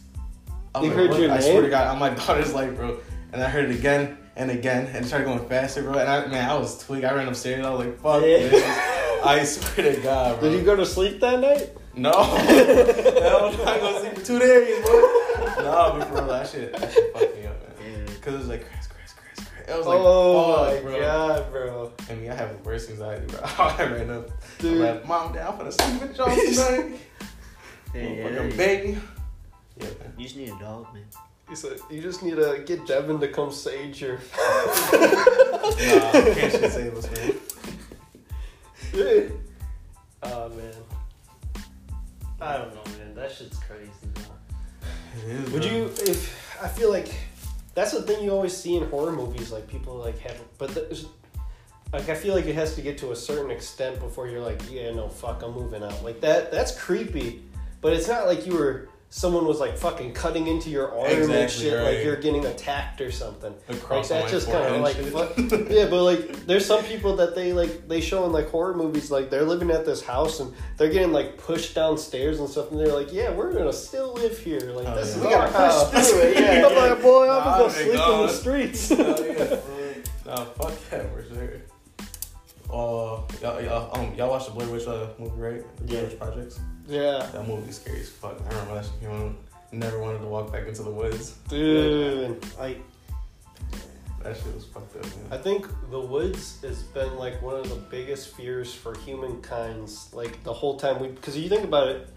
S1: I was
S2: You
S1: like,
S2: heard
S1: what?
S2: your
S1: I swear to
S2: name?
S1: God, on my daughter's life, bro. And I heard it again and again and it started going faster, bro. And I, man, I was twig. I ran upstairs. I was like, fuck
S3: Yeah.
S1: this. I swear to God, bro.
S2: Did you go to sleep that night?
S1: no. Hell, I'm not going to sleep for two days, bro. no, but for real, that shit, that shit fucked me up, man. Because it was like, Chris, Chris, Chris, Chris. It was like,
S2: Mm. oh
S1: fuck,
S2: my
S1: bro.
S2: god, bro.
S1: I mean, I have the worst anxiety, bro. I ran up. I'm
S2: Dude.
S1: like, Mom, down for the sleep with y'all tonight.
S3: Yeah, yeah,
S1: Motherfucking
S3: yeah.
S1: baby. Yeah, man.
S3: You just need a dog, man.
S2: He said, you just need to get Devin to come sage your
S1: Nah, can't shit save us, man.
S2: oh man. I don't know, man. That shit's crazy. Would you? If I feel like that's the thing you always see in horror movies, like people like have, but the, like I feel like it has to get to a certain extent before you're like, yeah, no, fuck, I'm moving out. Like that. That's creepy, but it's not like you were. Someone was like fucking cutting into your arm and
S1: Exactly,
S2: shit, like
S1: right.
S2: you're getting attacked or something.
S1: The
S2: Like,
S1: cross on
S2: that
S1: my
S2: just kind
S1: forehead
S2: of
S1: and
S2: like
S1: shit.
S2: fuck- yeah, but like there's some people that they like they show in like horror movies like they're living at this house and they're getting like pushed downstairs and stuff and they're like yeah we're gonna still live here like
S1: Oh,
S2: this
S1: yeah.
S2: is
S1: We
S2: our
S3: gotta push
S2: house.
S3: through it, yeah,
S2: I'm
S3: yeah.
S2: like boy I'm
S1: Nah,
S2: gonna
S1: I'm
S2: sleep in the
S1: gone.
S2: streets.
S1: Hell yeah. Nah, fuck that for sure. Uh, y'all, y'all, um, y'all watched the Blair Witch uh, movie, right? The Blair
S3: Yeah.
S1: Witch Projects.
S2: yeah,
S1: That movie's scary as fuck. I remember that shit. You know, never wanted to walk back into the woods.
S2: dude.
S3: Like,
S1: That That shit was fucked up. Man.
S2: I think the woods has been like one of the biggest fears for humankind's like the whole time we because you think about it,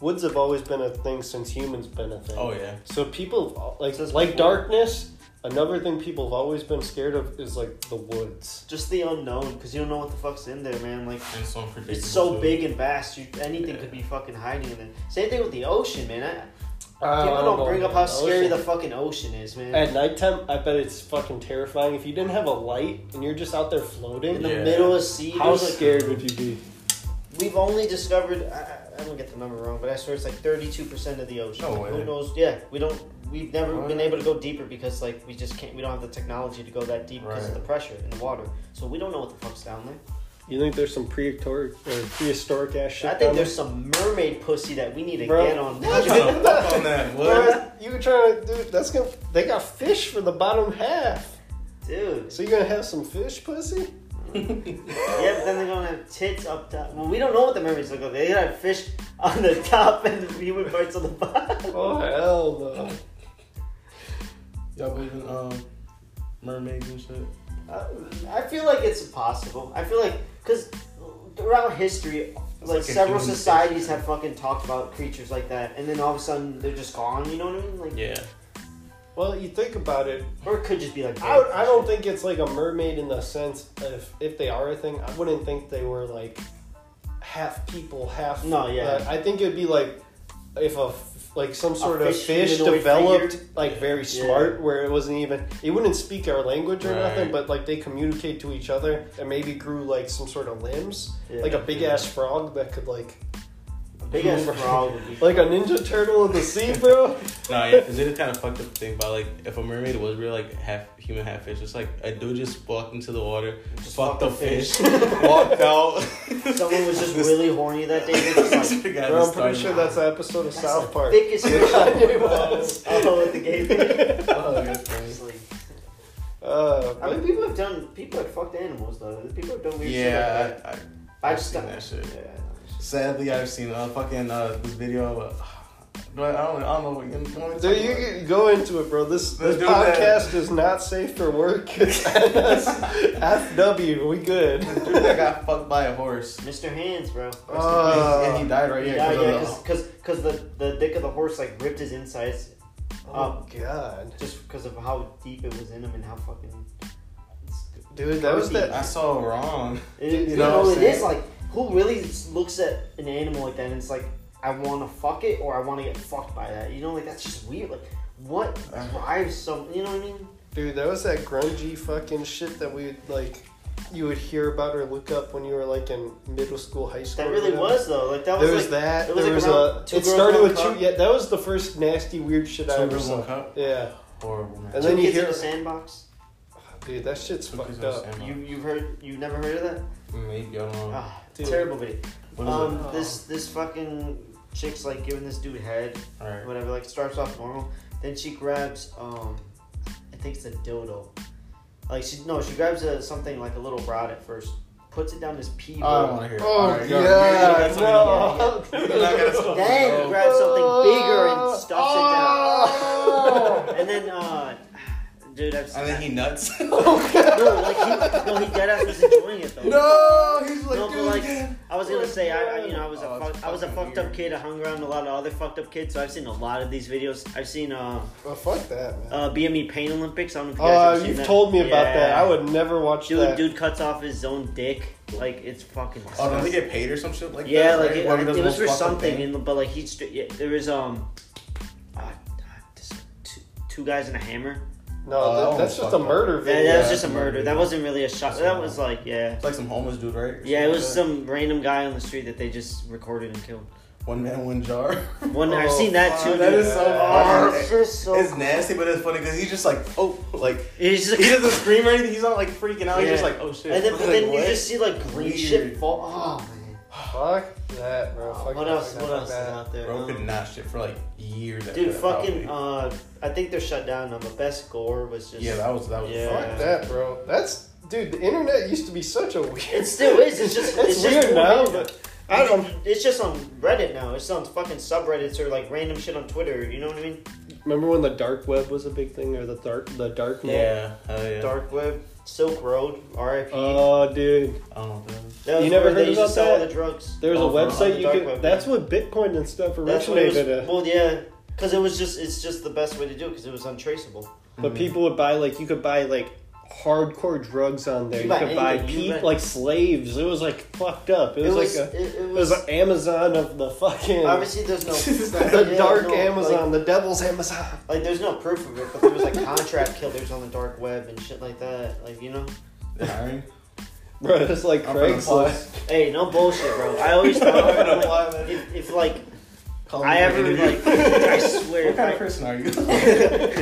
S2: woods have always been a thing since humans been a thing.
S1: Oh yeah.
S2: So people have al- like
S3: Since
S2: like
S3: before.
S2: darkness. Another thing people have always been scared of is like the woods.
S3: Just the unknown, because you don't know what the fuck's in there, man. Like,
S1: And so unpredictable.
S3: it's so
S1: too.
S3: big and vast, you, anything could be fucking hiding in it. Same thing with the ocean, man. Uh, I, people don't, bring up how scary the fucking ocean is, man.
S2: At nighttime, I bet it's fucking terrifying. If you didn't have a light and you're just out there floating,
S3: in the
S1: Yeah.
S3: middle of sea,
S2: how
S3: there's, like,
S2: scared would you be?
S3: We've only discovered. I, I- I don't get the number wrong, but I swear it's like thirty-two percent of the ocean.
S1: No
S3: Like,
S1: way.
S3: Who knows? Yeah, we don't. We've never
S1: Wow.
S3: been able to go deeper because like we just can't. We don't have the technology to go that deep because of
S1: Right.
S3: the pressure in the water. So we don't know what the fuck's down there.
S2: You think there's some prehistoric or prehistoric ass shit?
S3: I think
S2: down
S3: there's some mermaid pussy that we need to
S2: Bro.
S3: get on.
S1: I'm trying to fuck on that. What?
S2: Bro, you were trying to do that's gonna they got fish for the bottom half.
S3: Dude.
S2: So you're gonna have some fish pussy?
S3: Yeah, but then they're gonna have tits up top. Well, we don't know what the mermaids look like. They're gonna have fish on the top and the human parts on the bottom.
S2: Oh hell no.
S1: Y'all believe in um mermaids and shit?
S3: Uh, I feel like it's possible. I feel like because throughout history, like,
S1: like a
S3: several
S1: human
S3: societies
S1: creature.
S3: have fucking talked about creatures like that, and then all of a sudden they're just gone. You know what I mean? Like,
S1: Yeah.
S2: Well you think about it,
S3: or it could just be like.
S2: I, I don't think it's like a mermaid in the sense if if they are a thing, I wouldn't think they were like half people, half
S3: No, yeah.
S2: uh, I think it'd be like if a f- like some sort of
S3: fish
S2: fish
S3: humanoid
S2: developed
S3: figure.
S2: like
S1: Yeah.
S2: very
S3: Yeah.
S2: smart where it wasn't even it wouldn't speak our language or
S1: Right.
S2: nothing but like they communicate to each other and maybe grew like some sort of limbs
S3: Yeah.
S2: like a big ass frog that could like
S3: a big ass frog would be.
S2: like a ninja turtle in the sea, bro.
S1: No, yeah, because it is kind of fucked up to think about. Like, if a mermaid was real, like half human, half fish, it's like a dude just walked into the water,
S3: Just
S1: fucked
S3: fuck
S1: the
S3: the
S1: fish, walked out.
S3: Someone was just really horny that day. They're just like,
S1: Guy
S2: bro I'm
S1: just
S2: pretty
S1: started-
S2: sure that's an episode of
S3: "That's
S2: South
S3: the
S2: Park.
S3: Thickest fish I've
S2: It
S3: ever
S2: was.
S3: Oh, with the gay fish.
S1: Oh, that's funny.
S3: It's like-
S2: Uh,
S3: I mean, people have done. People have fucked animals though. People have done weird shit like
S1: Yeah,
S3: that.
S1: I, I,
S3: I
S1: I've
S3: just
S1: seen
S3: don't-
S1: that shit.
S3: Yeah, I know.
S1: Sadly, I've seen a fucking uh, this video. Of, do I, I don't, I don't know. You know what I'm
S2: Dude,
S1: talking
S2: you
S1: about?
S2: can go into it, bro. This, this
S1: Let's do that.
S2: podcast is not safe for work. It's NSFW. We good.
S1: The dude that got fucked by a horse.
S3: Mr. Hands, bro.
S2: Uh,
S1: and he died right here.
S3: Yeah,
S1: Oh, because
S3: yeah,
S1: of the-
S3: because because the the dick of the horse like ripped his insides
S2: Oh god,
S3: just because of how deep it was in him and how fucking. it's-
S2: dude, that was
S1: I
S2: that.
S1: saw wrong.
S3: It,
S1: You
S3: you
S1: know
S3: know,
S1: what I'm
S3: it is
S1: saying?
S3: like who really s- looks at an animal like that and it's like I want to fuck it or I want to get fucked by that. You know, like that's just weird. Like what
S1: Uh.
S3: drives some? You know what I mean?
S2: Dude, that was that grungy fucking shit that we would like. You would hear about or look up when you were like in middle school, high school.
S3: That
S2: or
S3: really
S2: whatever.
S3: was though. Like that was
S2: there was
S3: like
S2: that.
S3: it was,
S2: there
S3: like,
S2: was
S3: around
S2: a.
S3: two
S2: It
S3: girls,
S2: started
S3: one
S2: with
S3: cup.
S2: two. Yeah, that was the first nasty weird shit I
S1: Two
S2: ever
S1: girls, one
S2: saw.
S1: cup?
S2: Yeah,
S1: Horrible man.
S2: And
S3: two
S2: then you
S3: kids
S2: hear-
S3: in a sandbox.
S2: dude, that shit's
S1: Two kids
S2: fucked
S1: in a
S2: up.
S1: sandbox.
S3: You you heard you never heard of that?
S1: Maybe I don't know.
S3: Ah,
S2: Dude.
S3: terrible video.
S1: What is
S3: Um,
S1: it? Oh.
S3: this this fucking chick's like giving this dude head,
S1: Alright.
S3: whatever. Like starts off normal, then she grabs um, I think it's a dildo. Like she no, she grabs a, something like a little rod at first, puts it down his pee hole.
S1: I don't want to hear. it.
S2: Oh
S1: Alright,
S2: yeah,
S1: go. You- you got something else.
S2: no.
S1: You got something
S3: Then
S1: else.
S3: grabs something bigger and stuffs
S2: Oh.
S3: it down. And then uh, dude, I've
S1: And
S3: seen.
S1: then he nuts.
S3: no, like he, no, he dead ass was enjoying it though.
S1: no, he's like,
S3: No, but
S1: dude.
S3: like,
S1: yeah.
S3: I was gonna say, I, I you know, I was
S1: Oh,
S3: a
S1: it's
S3: fuck, I was a
S1: fucking
S3: fucked up
S1: weird.
S3: kid. I hung around a lot of other fucked up kids, so I've seen a lot of these videos. I've seen uh,
S2: Well, fuck that, man.
S3: uh BME Pain Olympics. I don't know if you
S2: Oh,
S3: guys have seen
S2: you've
S3: that.
S2: told me about that.
S3: Yeah.
S2: I would never watch
S3: Dude,
S2: that.
S3: dude cuts off his own dick. Like it's fucking.
S1: Oh, does he
S3: disgusting.
S1: get paid or some shit like
S3: yeah,
S1: that?
S3: like
S1: right?
S3: it,
S1: Whoever does
S3: it
S1: the
S3: was for
S1: most fucked up
S3: something,
S1: thing.
S3: and, but like he straight. Yeah, there was um, uh, just two, two guys and a hammer.
S2: no,
S1: Oh,
S2: that, that's
S1: that one's
S2: just a
S1: fucked up.
S2: murder
S3: That,
S2: video.
S3: that was
S1: Yeah.
S3: just a murder. That wasn't really a shot.
S1: That's
S3: That
S1: wild.
S3: was like yeah.
S1: It's like some homeless dude, right? Or
S3: Yeah, it
S1: something
S3: was
S1: like that.
S3: some random guy on the street that they just recorded and killed.
S1: one man, one jar.
S3: One, I've
S2: Oh,
S3: seen that
S1: fuck,
S3: too.
S1: that
S3: dude.
S1: is so
S3: Oh,
S1: fucking-
S3: it's just so.
S1: It's nasty, but it's funny because he's just like, oh, like
S3: It's just-
S1: he doesn't scream or anything. He's not like freaking out. He's
S3: Yeah.
S1: just like, oh shit.
S3: and then,
S1: Like,
S3: but then you
S1: what?
S3: just see like green
S1: Weird.
S3: shit fall. Oh man.
S2: Fuck that, bro. Fuck
S3: uh, what
S2: that.
S3: else?
S2: Fuck
S3: What
S2: that
S3: else is
S2: bad.
S3: out there?
S1: Bro
S3: Um,
S1: could not shit for like years. after
S3: dude,
S1: that,
S3: fucking.
S1: probably.
S3: Uh, I think they're shut down now. But best gore was just.
S1: yeah, that was that was.
S3: Yeah.
S2: Fuck that, bro. That's dude. The internet used to be such a weird.
S3: It still is. It's just.
S2: It's
S3: just
S2: weird
S3: more
S2: now,
S3: random.
S2: but I don't.
S3: It's just on Reddit now. It's on fucking subreddits or like random shit on Twitter. You know what I mean?
S2: Remember when the dark web was a big thing, or the dark the dark net?
S1: Yeah. Hell yeah.
S3: Dark Web, Silk Road, RIP.
S2: Oh, dude.
S1: I don't know what that is.
S3: That was
S2: you never
S3: where
S2: heard
S3: they used
S2: about
S3: to sell all
S2: that?
S3: the drugs.
S2: There was
S1: Oh,
S2: a
S1: for- on
S2: website
S3: the
S2: you
S3: dark
S2: could.
S3: web,
S2: that's
S3: yeah.
S2: what Bitcoin and stuff
S3: That's what it
S2: originated.
S3: was.
S2: in.
S3: Well, yeah, because it was just it's just the best way to do it because it was untraceable.
S2: But people would buy like you could buy like hardcore drugs on there.
S3: You
S2: You,
S3: buy
S2: could buy
S3: anything, you
S2: pe-
S3: buy-
S2: like slaves. It was like fucked up. It
S3: It
S2: was,
S3: was
S2: like a,
S3: it, it
S2: it was
S3: was
S2: an Amazon of the fucking
S3: obviously there's no
S2: the
S3: yeah,
S2: dark
S3: no, like-
S2: Amazon, the devil's Amazon.
S3: Like, there's no proof of it, but there was like contract killers on the dark web and shit like that. Like you know.
S1: Hiring?
S2: Bro, it's like
S1: I'm from the
S2: Craigslist.
S3: Hey, no bullshit, bro. I always thought like, if, if like
S1: Call me
S3: I
S1: for
S3: ever
S1: an
S3: like
S1: interview.
S3: I swear.
S1: What
S3: if
S1: kind
S3: I-
S1: of person are you?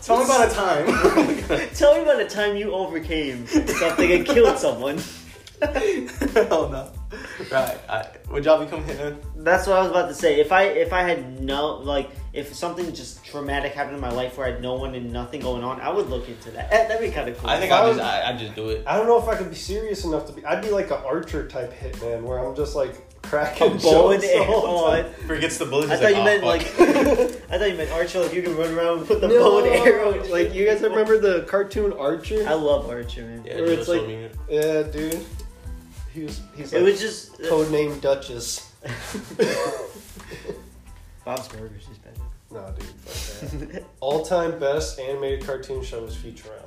S1: Tell me about a time.
S3: Tell me about a time you overcame something and killed someone.
S1: Hell no. Right. I, would y'all become hitmen?
S3: That's what I was about to say. If I if I had no like if something just traumatic happened in my life where I had no one and nothing going on, I would look into that. Eh, That'd be kind of cool.
S1: I
S2: If
S1: think
S2: I
S1: I
S2: was-
S1: just I, I just do it.
S2: I don't know if I could be serious enough to be. I'd be like an archer type hitman where I'm just like cracking
S3: I'm bowling
S2: jokes
S3: it
S2: the whole
S3: on.
S2: time.
S1: Forgets the bullets.
S3: I
S1: he's
S3: thought you
S1: "Oh,
S3: meant
S1: fuck."
S3: like I thought you meant Archer. Like you can run around with the bow and arrow. and
S2: Like
S3: shit.
S2: you guys remember the cartoon Archer?
S3: I love Archer, man.
S1: Yeah,
S2: Or
S1: dude,
S2: it's
S1: that's what
S2: like-
S1: I mean.
S2: yeah, dude. He was. He's
S3: It
S2: like
S3: was just uh,
S2: codename Duchess.
S3: Bob's Burgers is better.
S2: No, dude. Fuck that. All time best animated cartoon show was Futurama.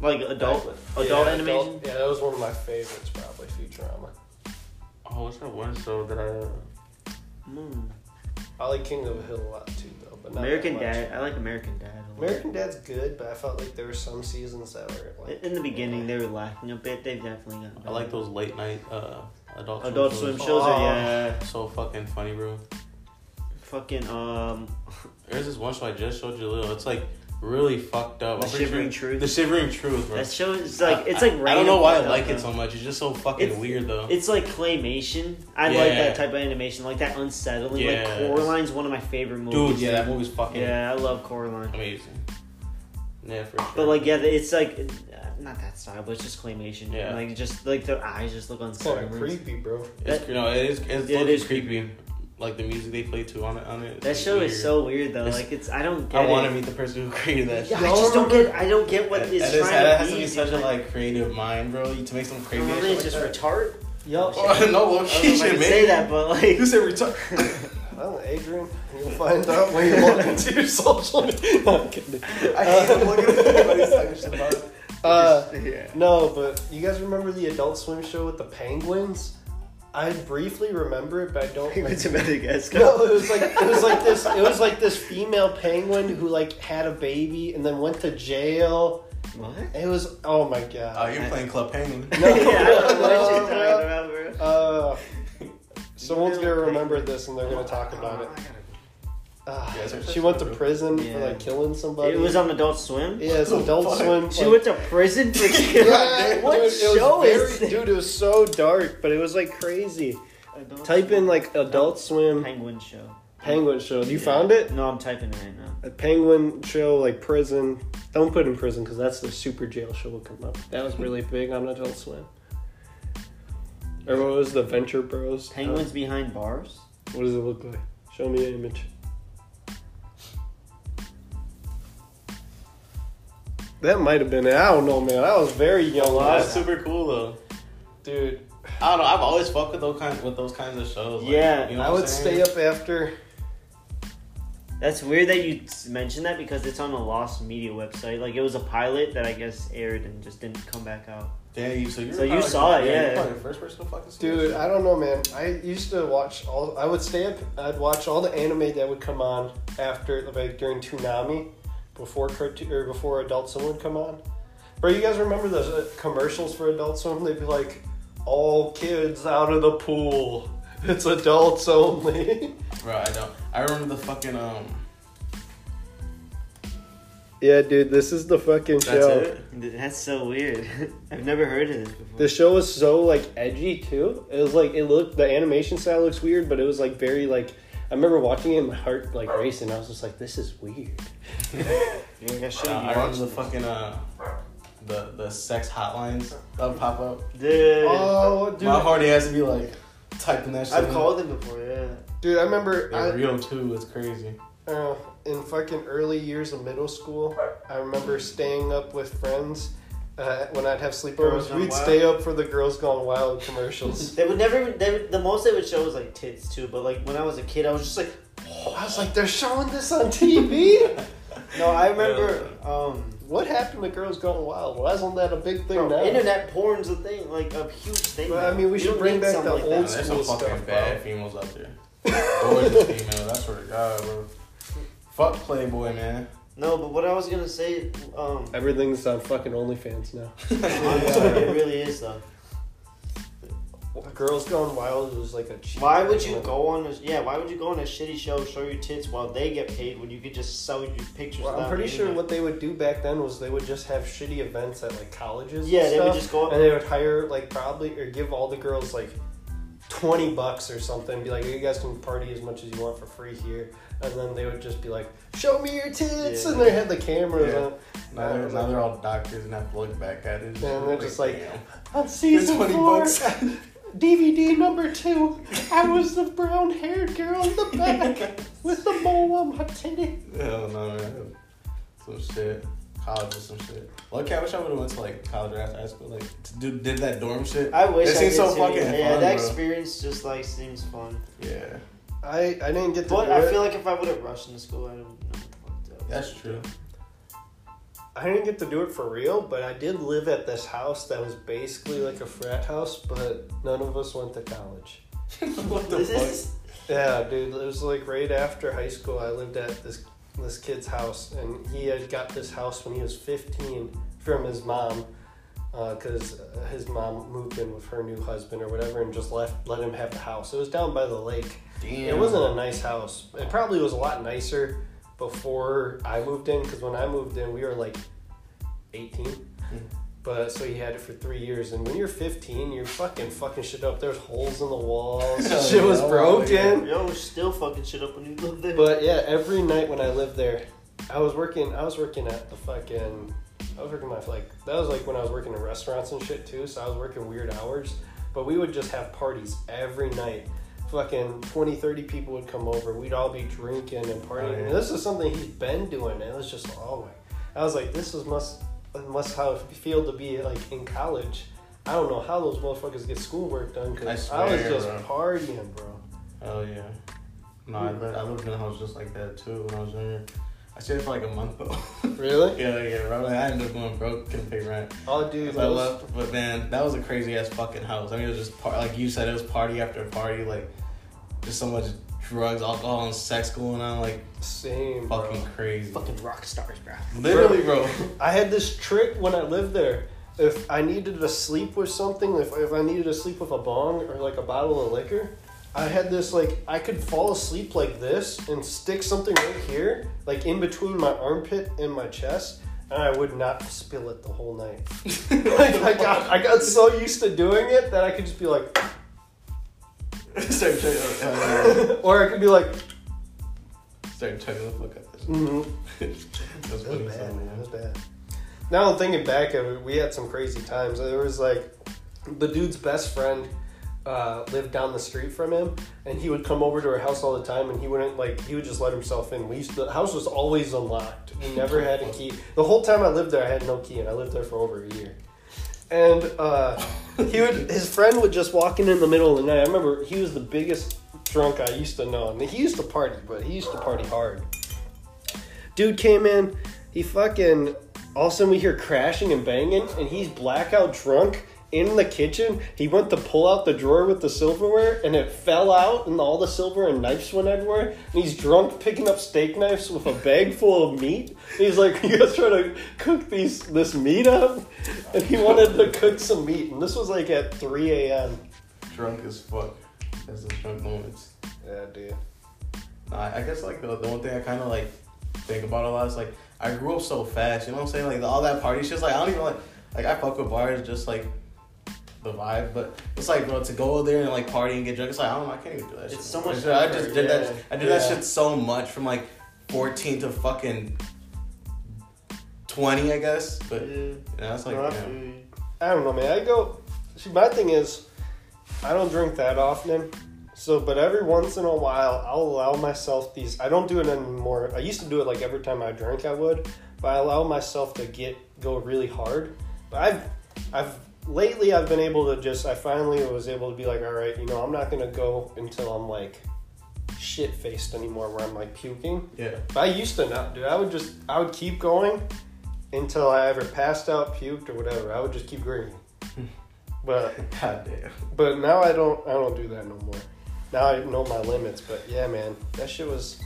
S3: Like adult, adult
S2: Yeah,
S3: animation.
S2: yeah, that was one of my favorites, probably Futurama.
S1: Oh, what's that one show that I?
S3: Mm.
S2: I like King of the Hill a lot too, though. But not
S3: American
S2: that much.
S3: Dad. I like American Dad. a lot.
S2: American Dad's good, but I felt like there were some seasons that were like
S3: In the beginning, they were lacking a bit. They've definitely got.
S1: I like those late night uh, adult
S3: Adult
S1: shows.
S3: Swim shows. Are,
S2: Oh.
S3: yeah,
S1: So fucking funny, bro.
S3: fucking um,
S1: There's this one show I just showed you, Lil. It's like really fucked up.
S3: The
S1: I'm pretty
S3: Shivering
S1: sure-
S3: Truth?
S1: The Shivering Truth, bro.
S3: that show is like it's
S1: I-
S3: like.
S1: I, I don't know
S3: random
S1: why I
S3: fucked
S1: like
S3: up,
S1: it
S3: though.
S1: so much. It's just so fucking
S3: It's-
S1: weird though.
S3: It's like claymation. I like
S1: Yeah.
S3: that type of animation, like that unsettling.
S1: Yes.
S3: Like Coraline's one of my favorite movies.
S1: Dude, yeah, that movie's fucking
S3: Yeah, I love Coraline.
S1: amazing. Yeah, for sure.
S3: But like, yeah, it's like uh, not that style, but it's just claymation.
S1: Yeah.
S3: Like just like their eyes just look
S2: it's kind of
S3: unsettling.
S2: creepy, bro.
S1: it's, cre- no, it is. It's
S3: Yeah, it
S1: low-key
S3: is
S1: creepy. Like the music they play to on it. On it it's
S3: That show
S1: weird.
S3: is so weird though.
S1: It's-
S3: like it's I don't get
S1: I
S3: it.
S1: want to meet the person who created that.
S3: Yeah,
S1: shit.
S3: I just don't get. I don't get what
S1: That-
S3: it's
S1: that is-
S3: trying
S1: that
S3: to
S1: has
S3: be.
S1: to be
S3: dude.
S1: such a like creative mind, bro. You to make some crazy.
S3: Normally
S1: shit
S3: it's
S1: like
S3: just
S1: that.
S3: retard.
S2: Yup.
S3: Oh,
S1: Oh, no, low
S3: I don't know if I can say that, but like
S1: You said retard.
S2: Well, Adrian, you'll find out when you look into your social media. No, I'm kidding.
S1: I hate looking at everybody's talking shit about it.
S2: Uh,
S3: yeah.
S2: no, but you guys remember the Adult Swim show with the penguins? I briefly remember it, but I don't.
S3: We went
S2: Like,
S3: to Madagascar.
S2: no, it was like it was like this. It was like this female penguin who like had a baby and then went to jail.
S3: What?
S2: It was oh my
S1: Oh,
S2: god.
S1: you're playing Club Penguin.
S2: No,
S3: yeah, I don't know what
S2: no,
S3: you're
S2: no.
S3: talking about, bro.
S2: Uh, someone's
S3: Female
S2: gonna remember
S3: penguin.
S2: this and they're gonna talk about it. Ah,
S1: Yeah, it's-
S2: she went to prison for
S3: Yeah.
S2: like killing somebody.
S3: It was on Adult Swim.
S2: yeah, it's Adult
S1: Fuck.
S2: Swim.
S3: She
S2: like-
S3: went to prison for killing.
S2: Yeah,
S3: what
S2: dude, it was
S3: show is
S2: very-
S3: this?
S2: Dude, it was so dark, but it was like crazy.
S3: Adult
S2: Type in
S3: Swim.
S2: like Adult Swim
S3: penguin show.
S2: Penguin Show. You
S3: Yeah.
S2: found it?
S3: No, I'm typing it right now.
S2: A penguin show like prison. Don't put in prison because that's the super jail show will come up. That was really big on Adult Swim. Or what was the Venture Bros?
S3: Penguins behind bars.
S2: What does it look like? Show me an image. That might have been it. I don't know, man. I was very young. when I-
S1: That's super cool though.
S2: Dude,
S1: I don't know. I've always fucked with those kinds with those kinds of shows. like,
S3: Yeah,
S1: you know
S2: I
S1: what
S2: would
S1: I'm saying?
S2: stay up after.
S3: That's weird that you s- mentioned that because it's on a lost media website. Like it was a pilot that I guess aired and just didn't come back out.
S1: Damn, you so, you
S3: So you saw it, yeah.
S1: the first person to fucking see
S2: Dude,
S1: that
S2: I don't know, man. I used to watch all. I would stay up. I'd watch all the anime that would come on after, like during Toonami, before cartoon or before Adult Swim would come on. Bro, you guys remember those uh, commercials for Adult Swim? They'd be like, "All kids out of the pool. It's adults only."
S1: shit. bro. I don't. I remember the fucking um.
S2: yeah, dude, this is the fucking
S1: That's it.
S3: That's so weird. I've never heard of this before.
S2: The show was so like edgy too. It was like it looked the animation style looks weird, but it was like very like I remember watching it and my heart like racing. I was just like, this is weird.
S3: You ain't got shit
S1: Uh, I
S3: you
S1: remember
S3: watched.
S1: the fucking uh. The, the sex hotlines that would pop up.
S3: Dude,
S2: Oh, dude,
S1: My heart has to be like typing that shit.
S3: I've
S1: in.
S3: called him before. Yeah.
S2: dude, I remember I,
S1: They're real too. It's crazy.
S2: uh, in fucking early years of middle school, I remember staying up with friends. Uh, when I'd have
S3: Girls
S2: sleepovers,
S3: Gone
S2: we'd
S3: Wild.
S2: stay up for the Girls Gone Wild commercials.
S3: They would never even. They would, the most they would show was like tits too. But like when I was a kid, I was just like,
S2: I was like, they're showing this on TV?
S3: no. I remember. Um,
S2: what happened to Girls Gone Wild? Why isn't that a big thing
S3: bro,
S2: now?
S3: internet porn's a thing, like a huge thing.
S2: Well, I
S3: now.
S2: mean, we
S3: You
S2: should
S3: don't
S2: bring
S3: need
S2: back
S3: something
S2: the
S3: like
S2: old
S3: that.
S1: Man, there's some
S2: school
S1: fucking
S2: stuff,
S1: bad
S2: bro.
S1: females out there. Boys and females, I swear to God, bro. Fuck Playboy, man.
S3: No, but what I was gonna say, um,
S2: Everything's on fucking OnlyFans now.
S3: honestly, it really is though.
S2: Girls Gone Wild was like a cheap.
S3: Why would you go on a yeah? Why would you go on a shitty show, show your tits while they get paid when you could just sell your pictures?
S2: Well, I'm
S3: without
S2: pretty
S3: the
S2: sure
S3: internet?
S2: what they would do back then was they would just have shitty events at like colleges.
S3: Yeah,
S2: and
S3: they would
S2: stuff,
S3: just go up-
S2: and they would hire like probably or give all the girls like twenty bucks or something. Be like, you guys can party as much as you want for free here, and then they would just be like, show me your tits,
S3: Yeah.
S2: and they had the cameras
S1: Yeah.
S2: on.
S1: Now they're, now they're all doctors and have to look back at it.
S2: Yeah, they're just like,
S1: damn.
S2: On season
S1: 20
S2: four,
S1: bucks.
S2: DVD number two, I was the brown-haired girl in the back with the mole on my titty.
S1: Hell no, man. Some shit. College or some shit. Look, I wish I would have went to like college or after high school. Like, to do, did that dorm shit.
S3: I wish
S1: It
S3: I
S1: seems
S3: could
S1: so
S3: see-
S1: fucking
S3: yeah,
S1: fun,
S3: that
S1: bro.
S3: experience just like seems fun.
S1: Yeah,
S2: I I didn't get to.
S3: But
S2: do
S3: I
S2: it.
S3: feel like if I would have rushed into school, I don't know. what the fuck that
S1: that's
S3: was.
S1: true.
S2: I didn't get to do it for real, but I did live at this house that was basically like a frat house, but none of us went to college.
S1: what the
S3: This
S1: fuck?
S3: is
S2: Yeah, dude, it was like right after high school. I lived at this this kid's house, and he had got this house when he was 15 from his mom, because his mom moved in with her new husband or whatever, and just left let him have the house. It was down by the lake.
S1: Damn.
S2: It wasn't a nice house. It probably was a lot nicer before I moved in because when I moved in, we were like 18. But so he had it for three years, and when you're 15, you're fucking fucking shit up. There's holes in the walls.
S1: Oh,
S2: shit was
S1: yeah.
S2: broken.
S3: yo we're still fucking shit up when you live there.
S2: But yeah, every night when I lived there, I was working. I was working at the fucking. I was working my like that was like when I was working in restaurants and shit too. So I was working weird hours, but we would just have parties every night. Fucking 20, 30 people would come over. We'd all be drinking and partying.
S1: Oh, yeah.
S2: And this is something he's been doing. And it was just always. I was like, this is must must how it feel to be like in college. I don't know how those motherfuckers get schoolwork done
S1: I
S2: because I,
S1: swear,
S2: was just
S1: bro.
S2: partying, bro.
S1: Hell yeah. No, I, li- I lived in a house just like that too when I was younger. I stayed for like a month though.
S2: Really?
S1: yeah, yeah, bro. Like, I ended up going broke, couldn't pay rent.
S2: Oh, dude,
S1: I
S2: those-
S1: left, but man, that was a crazy ass fucking house. I mean, it was just par- like you said, it was party after party, like just so much drugs, alcohol, and sex going on, like
S2: Same. bro.
S1: fucking crazy.
S3: fucking rock stars, bro.
S1: Literally, bro.
S2: I had this trick when I lived there. If I needed to sleep with something, if, if I needed to sleep with a bong or like a bottle of liquor, I had this like I could fall asleep like this and stick something right here, like in between my armpit and my chest, and I would not spill it the whole night. like I got I got so used to doing it that I could just be like,
S1: Start chugging, uh,
S2: or I could be like,
S1: start chugging the fuck out.
S2: mm,
S1: That's
S2: It
S1: funny,
S2: was bad,
S1: so,
S2: man. It
S1: man.
S2: was bad. Now I'm thinking back of it, we had some crazy times. There was like the dude's best friend uh, lived down the street from him, and he would come over to our house all the time, and he wouldn't like he would just let himself in. We used to, the house was always unlocked. We never had a key. The whole time I lived there, I had no key, and I lived there for over a year. And uh, he would his friend would just walk in in the middle of the night. I remember he was the biggest drunk I used to know, and he used to party, but he used to party hard. Dude came in, he fucking. All of a sudden, we hear crashing and banging, and he's blackout drunk in the kitchen. He went to pull out the drawer with the silverware, and it fell out, and all the silver and knives went everywhere. And he's drunk, picking up steak knives with a bag full of meat. And he's like, "You guys trying to cook these this meat up?" And he wanted to cook some meat, and this was like at 3 a.m.
S1: Drunk as fuck. That's the drunk moments.
S2: Yeah, dude.
S1: Nah, I guess like the, the one thing I kind of like think about a lot is like I grew up so fast. You know what I'm saying? Like all that party shit. Like I don't even like like I fuck with bars just like the vibe, but it's like bro to go there and like party and get drunk. It's like I don't know. I can't even do that. shit.
S3: It's so much
S1: I just- I
S3: effort,
S1: just did that.
S3: yeah.
S1: I did that
S2: Yeah.
S1: shit so much from like 14 to fucking 20, I guess. But
S3: Yeah.
S1: you know, that's like
S3: No, I
S1: yeah.
S3: feel you.
S2: I don't know, man. I go. See, my thing is, I don't drink that often, So, but every once in a while, I'll allow myself these. I don't do it anymore. I used to do it like every time I drank, I would, but I allow myself to get go really hard. But I've, I've lately I've been able to just. I finally was able to be like, all right, you know, I'm not gonna go until I'm like shit faced anymore, where I'm like puking.
S1: Yeah.
S2: But I used to not, dude. I would just, I would keep going until I ever passed out, puked, or whatever. I would just keep drinking. but
S1: God damn.
S2: but now I don't I don't do that no more. Now I know my limits, but yeah, man, that shit was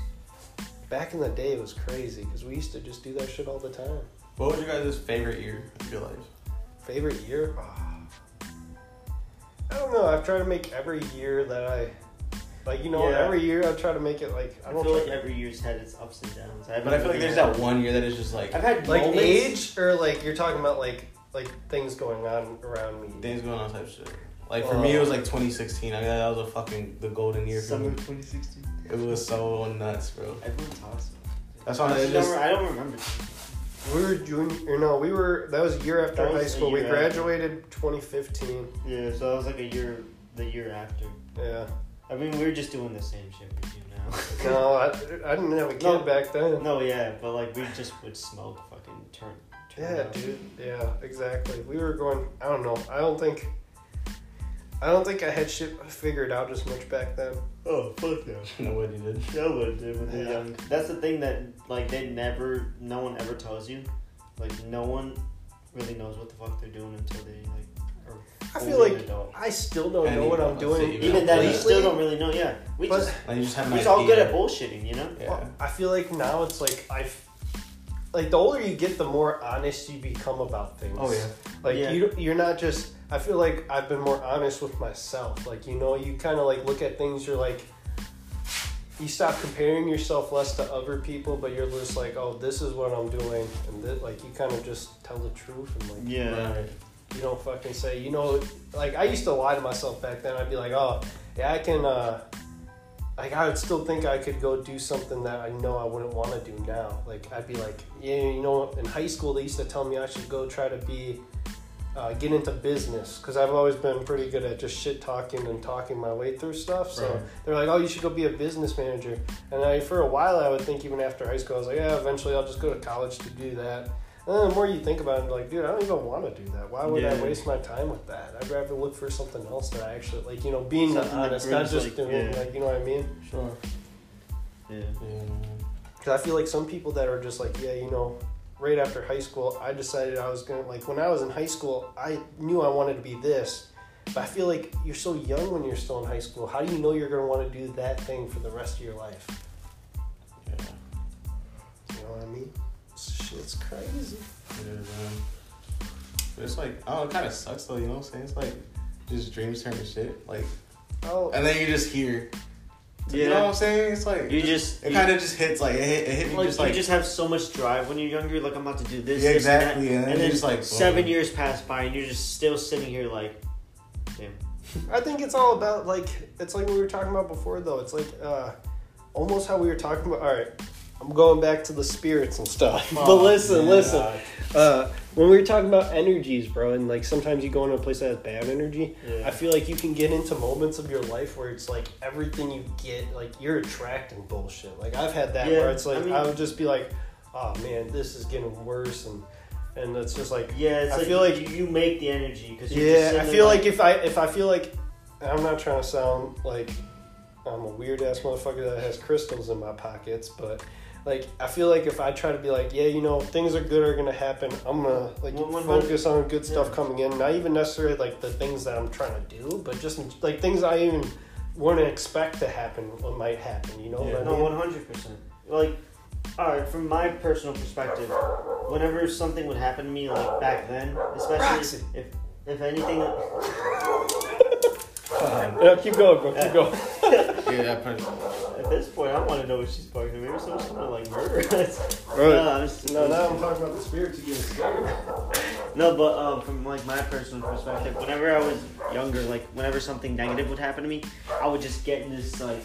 S2: back in the day. It was crazy because we used to just do that shit all the time.
S1: What was your guys' favorite year of your life?
S2: Favorite year? Ah. I don't know. I've tried to make every year that I like. You know,
S3: Yeah.
S2: every year I try to make it like
S3: I
S2: I don't
S3: feel
S2: try-
S3: like every year's had its ups and downs. haven't
S1: But I feel like
S3: really
S1: there's
S3: had-
S1: that one year that is just like
S3: I've had
S2: like
S3: moments-
S2: age or like you're talking about like like things going on around me.
S1: things going on type shit. Like for me, it was like 2016. I mean, that was a fucking the golden year for
S3: Uh, Summer
S1: me.
S3: 2016.
S1: It was so nuts, bro.
S3: Everyone talks. about
S1: That's
S3: it.
S1: why
S3: I
S1: it
S3: don't
S1: Uh, just
S3: remember- I don't remember.
S2: We were junior. No, we were. That was a year after
S3: That was
S2: high
S3: a
S2: school. We
S3: year after.
S2: graduated 2015.
S3: Yeah, so that was like a year, the year after.
S2: Yeah.
S3: I mean, we were just doing the same shit we do now.
S2: No, I, I didn't have a kid
S3: No.
S2: back then.
S3: no, yeah, but like we just would smoke fucking turn. turn
S2: Yeah,
S3: out.
S2: dude. Yeah, exactly. We were going. I don't know. I don't think. I don't think I had shit figured out as much back then.
S3: Oh fuck no.
S1: nobody did.
S3: That would do when they're
S2: Yeah.
S3: young. That's the thing that like they never, no one ever tells you. Like no one really knows what the fuck they're doing until they like are
S2: I
S3: fully
S2: feel like
S3: an adult.
S2: I still don't
S1: And
S2: know
S1: you
S2: what
S1: don't
S2: I'm
S1: see
S2: doing.
S1: even
S3: Even that, you
S1: Yeah.
S3: still don't really know. Yeah, we
S2: But-
S3: just
S1: Like you just have an
S3: we're
S1: idea.
S3: all good at bullshitting, you know.
S1: Yeah.
S2: I feel like now it's like I've. Like the older you get, the more honest you become about things.
S1: Oh yeah.
S2: Like
S3: Yeah.
S2: you, you're not just. I feel like I've been more honest with myself. Like you know, you kind of like look at things. You're like, you stop comparing yourself less to other people, but you're just like, oh, this is what I'm doing, and that like you kind of just tell the truth and like
S3: Yeah.
S1: Right.
S2: you don't fucking say. You know, like I used to lie to myself back then. I'd be like, oh, yeah, I can. uh like I would still think I could go do something that I know I wouldn't want to do now. Like I'd be like, yeah, you know, in high school they used to tell me I should go try to be, uh, get into business because I've always been pretty good at just shit talking and talking my way through stuff. So
S1: Right.
S2: they're like, oh, you should go be a business manager. And I, for a while, I would think even after high school, I was like, yeah, eventually I'll just go to college to do that. And then the more you think about it, you're like, dude, I don't even want to do that. Why would I
S3: Yeah.
S2: waste my time with that? I'd rather look for something else that I actually like. You know, being
S3: Something that
S2: honest, not
S3: brings,
S2: just
S3: like,
S2: doing
S3: yeah.
S2: like you know what I mean.
S1: Sure.
S3: Yeah.
S1: Yeah. man.
S2: Because I feel like some people that are just like, yeah, you know, right after high school, I decided I was gonna like when I was in high school, I knew I wanted to be this. But I feel like you're so young when you're still in high school. How do you know you're gonna want to do that thing for the rest of your life?
S1: Yeah.
S2: You know what I mean? Shit's crazy.
S1: It is, man. But it's like, oh, it kind of sucks though. You know what I'm saying? It's like just dreams turn to shit. Like,
S2: Oh,
S1: and then you just hear. You know what I'm saying? It's like
S3: You
S1: it
S3: just-
S1: it
S3: you-
S1: kind of just hits like it hit, it hit me
S3: Like,
S1: just like
S3: you just have so much drive when you're younger. Like I'm about to do this,
S1: Yeah,
S3: this, and
S1: exactly,
S3: that.
S1: and then you're just like,
S3: seven
S1: boom.
S3: years pass by, and you're just still sitting here like, damn.
S2: I think it's all about like it's like we were talking about before though. It's like uh almost how we were talking about. All right, I'm going back to the spirits and stuff. but listen,
S1: man.
S2: listen. Uh, when we were talking about energies, bro, and like sometimes you go into a place that has bad energy.
S3: Yeah.
S2: I feel like you can get into moments of your life where it's like everything you get, like you're attracting bullshit. Like I've had that
S3: Yeah,
S2: where it's like
S3: I
S2: I,
S3: mean-
S2: would just be like, oh man, this is getting worse, and and it's just like
S3: Yeah, it's
S2: I
S3: like
S2: feel like
S3: you, you make the energy because
S2: yeah, I feel like if I if I feel like I'm not trying to sound like I'm a weird ass motherfucker that has crystals in my pockets, but like I feel like if I try to be like, yeah, you know, things are good are gonna happen. I'm gonna like
S3: One- one hundred-
S2: focus on good stuff
S3: yeah.
S2: coming in, not even necessarily like the things that I'm trying to do, but just like things I even wouldn't expect to happen what might happen. You know
S1: Yeah.
S2: what I
S3: no,
S2: mean?
S3: one hundred percent. Like, all right, from my personal perspective, whenever something would happen to me, like back then, especially
S2: Roxy.
S3: if if anything,
S1: Um,
S2: Yeah, keep going, bro. Keep going.
S1: yeah, that part-
S3: at this point, I want to know what she's fucking. Maybe someone's gonna like murder us. No,
S2: Right.
S3: I'm just-
S2: No, now I'm talking about the spirits again.
S3: No, but um, from like my personal perspective, whenever I was younger, like whenever something negative would happen to me, I would just get in this like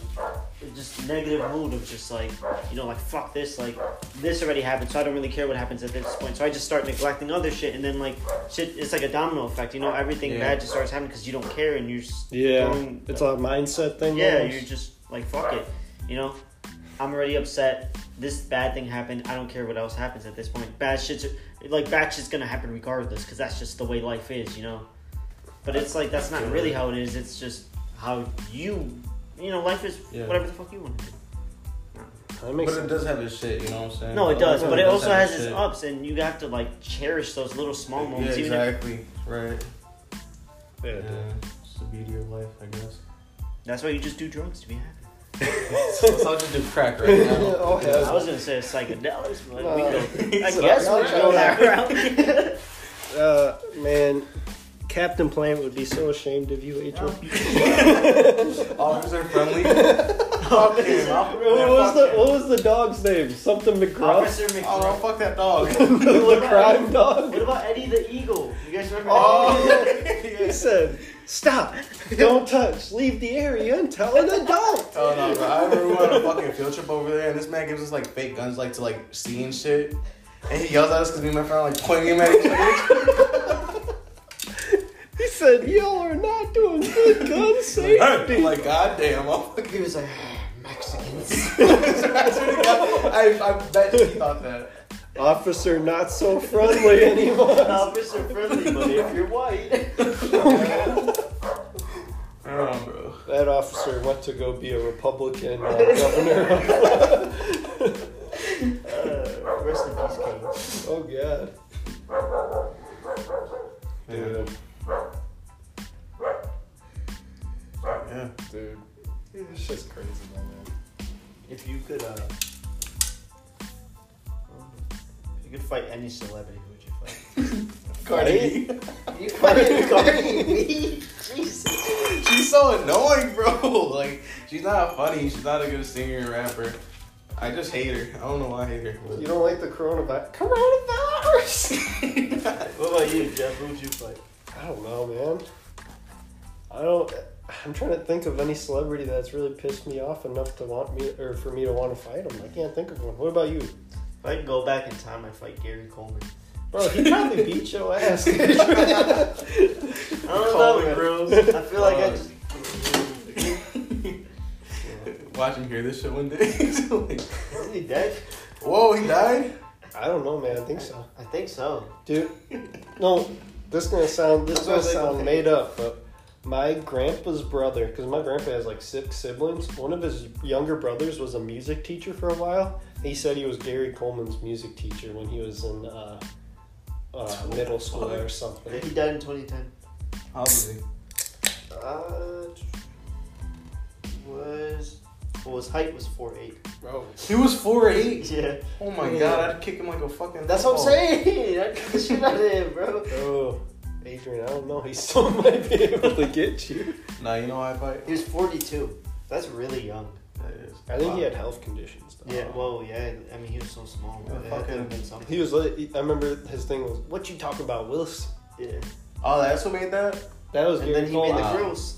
S3: just negative mood of just like you know like fuck this like this already happened so I don't really care what happens at this point so I just start neglecting other shit and then like shit it's like a domino effect you know everything
S1: Yeah.
S3: bad just starts happening because you don't care and you're just
S2: Yeah,
S3: going-
S2: it's a mindset thing.
S3: yeah
S2: almost.
S3: you're just like fuck it you know I'm already upset this bad thing happened I don't care what else happens at this point bad shit's like bad shit's gonna happen regardless because that's just the way life is you know but it's like that's not really how it is it's just how you you know life is
S2: Yeah.
S3: whatever the fuck you want to do.
S2: that
S1: But
S2: makes
S1: it
S2: sense.
S1: does have its shit, you know what I'm saying?
S3: No, it does, but it also
S1: have
S3: has its
S1: shit.
S3: ups, and you have to like cherish those little small
S1: Yeah,
S3: moments. even if,
S1: exactly. Right.
S2: Yeah,
S1: Yeah.
S2: it does.
S1: It's the beauty of life, I guess.
S3: that's why you just do drugs to be happy.
S1: so I'll just do crack right now.
S2: Oh, yeah.
S3: I was gonna say psychedelics, but we
S2: No.
S3: could, I
S2: So,
S3: guess we're
S2: y'all
S3: going that route.
S2: Uh, man, Captain Plant would be so ashamed of you, H.O.
S1: Officer friendly. Fuck him. I'll-
S2: What
S1: yeah,
S2: was
S1: fuck
S2: the
S1: him.
S2: What was the dog's name? Something McGruff,
S3: Officer
S1: Oh,
S3: McGruff.
S1: no, fuck that dog.
S2: the crime dog.
S3: What about Eddie the Eagle? You guys remember?
S1: Oh,
S2: He said, "Stop! Don't touch! Leave the area until an adult."
S1: Oh no, bro. I remember we went on a fucking field trip over there, and this man gives us like fake guns, like to like see and shit. And he yells at us because me and my friend are, like pointing him at each other.
S2: He said, "Y'all are not doing good gun
S1: I'm
S2: safety."
S1: like, goddamn, I'm
S3: Eddie? He was like Mexicans.
S1: fucking. I swear to God, I, I bet he thought that.
S2: Officer, not so friendly anymore.
S3: Officer friendly, but if you're white,
S1: Oh, bro.
S2: That officer went to go be a Republican uh, governor.
S3: uh, rest in peace, Kate.
S2: oh God, dude,
S1: Yeah.
S2: dude, it's just crazy, man.
S3: If you could, uh, um, if you could fight any celebrity, who would you fight?
S1: Cardi B.
S3: You fucking calling me? Jesus.
S1: She's so annoying, bro. Like, she's not funny. She's not a good singer and rapper. I just hate her. I don't know why I hate her. but-
S2: You don't like the coronavirus? Coronavirus?
S3: What about you, Jeff? Who would you fight?
S2: I don't know, man. I don't. I'm trying to think of any celebrity that's really pissed me off enough to want me or for me to want to fight him. I can't think of one. What about you,
S3: If I could go back in time, I'd fight Gary Coleman.
S2: bro? He probably beat your ass.
S3: I
S2: Oh,
S3: don't know, bro. I feel like I
S1: Uh,
S3: just.
S1: Watch him hear this shit one day. He's like,
S3: Is he dead?
S1: Whoa, he died?
S2: I don't know, man. I think so,
S3: I think so.
S2: dude. No, this is gonna sound this is gonna
S1: That's what I
S2: sound
S1: think.
S2: made up, but. My grandpa's brother, because my grandpa has like six siblings. One of his younger brothers was a music teacher for a while. He said he was Gary Coleman's music teacher when he was in uh, uh, middle school or something.
S3: He died in 2010.
S1: Obviously.
S3: Uh, was well, his height was four eight.
S2: Bro.
S1: He was 4'8.
S3: Yeah,
S1: Oh my
S2: Yeah.
S1: god, I'd kick him like a fucking.
S3: that's what I'm
S1: ball.
S3: saying. I cut the shit out of him, bro.
S2: Oh, Adrian, I don't know. He still might be able to get you.
S1: Nah, you know how I fight?
S3: He was 42. That's really young.
S1: That is.
S2: I think he had health conditions, though.
S3: Yeah. Well, yeah. I mean, he was so small.
S1: Yeah,
S3: Bro. That could
S1: fucking-
S3: have been something.
S2: He was like, I remember his thing was, what you talking about, Willis?
S3: Yeah.
S1: Oh, that's what made that?
S2: That was
S3: And then
S2: Gary
S3: he
S2: Cole. ah.
S3: made the
S1: Wow.
S3: grills.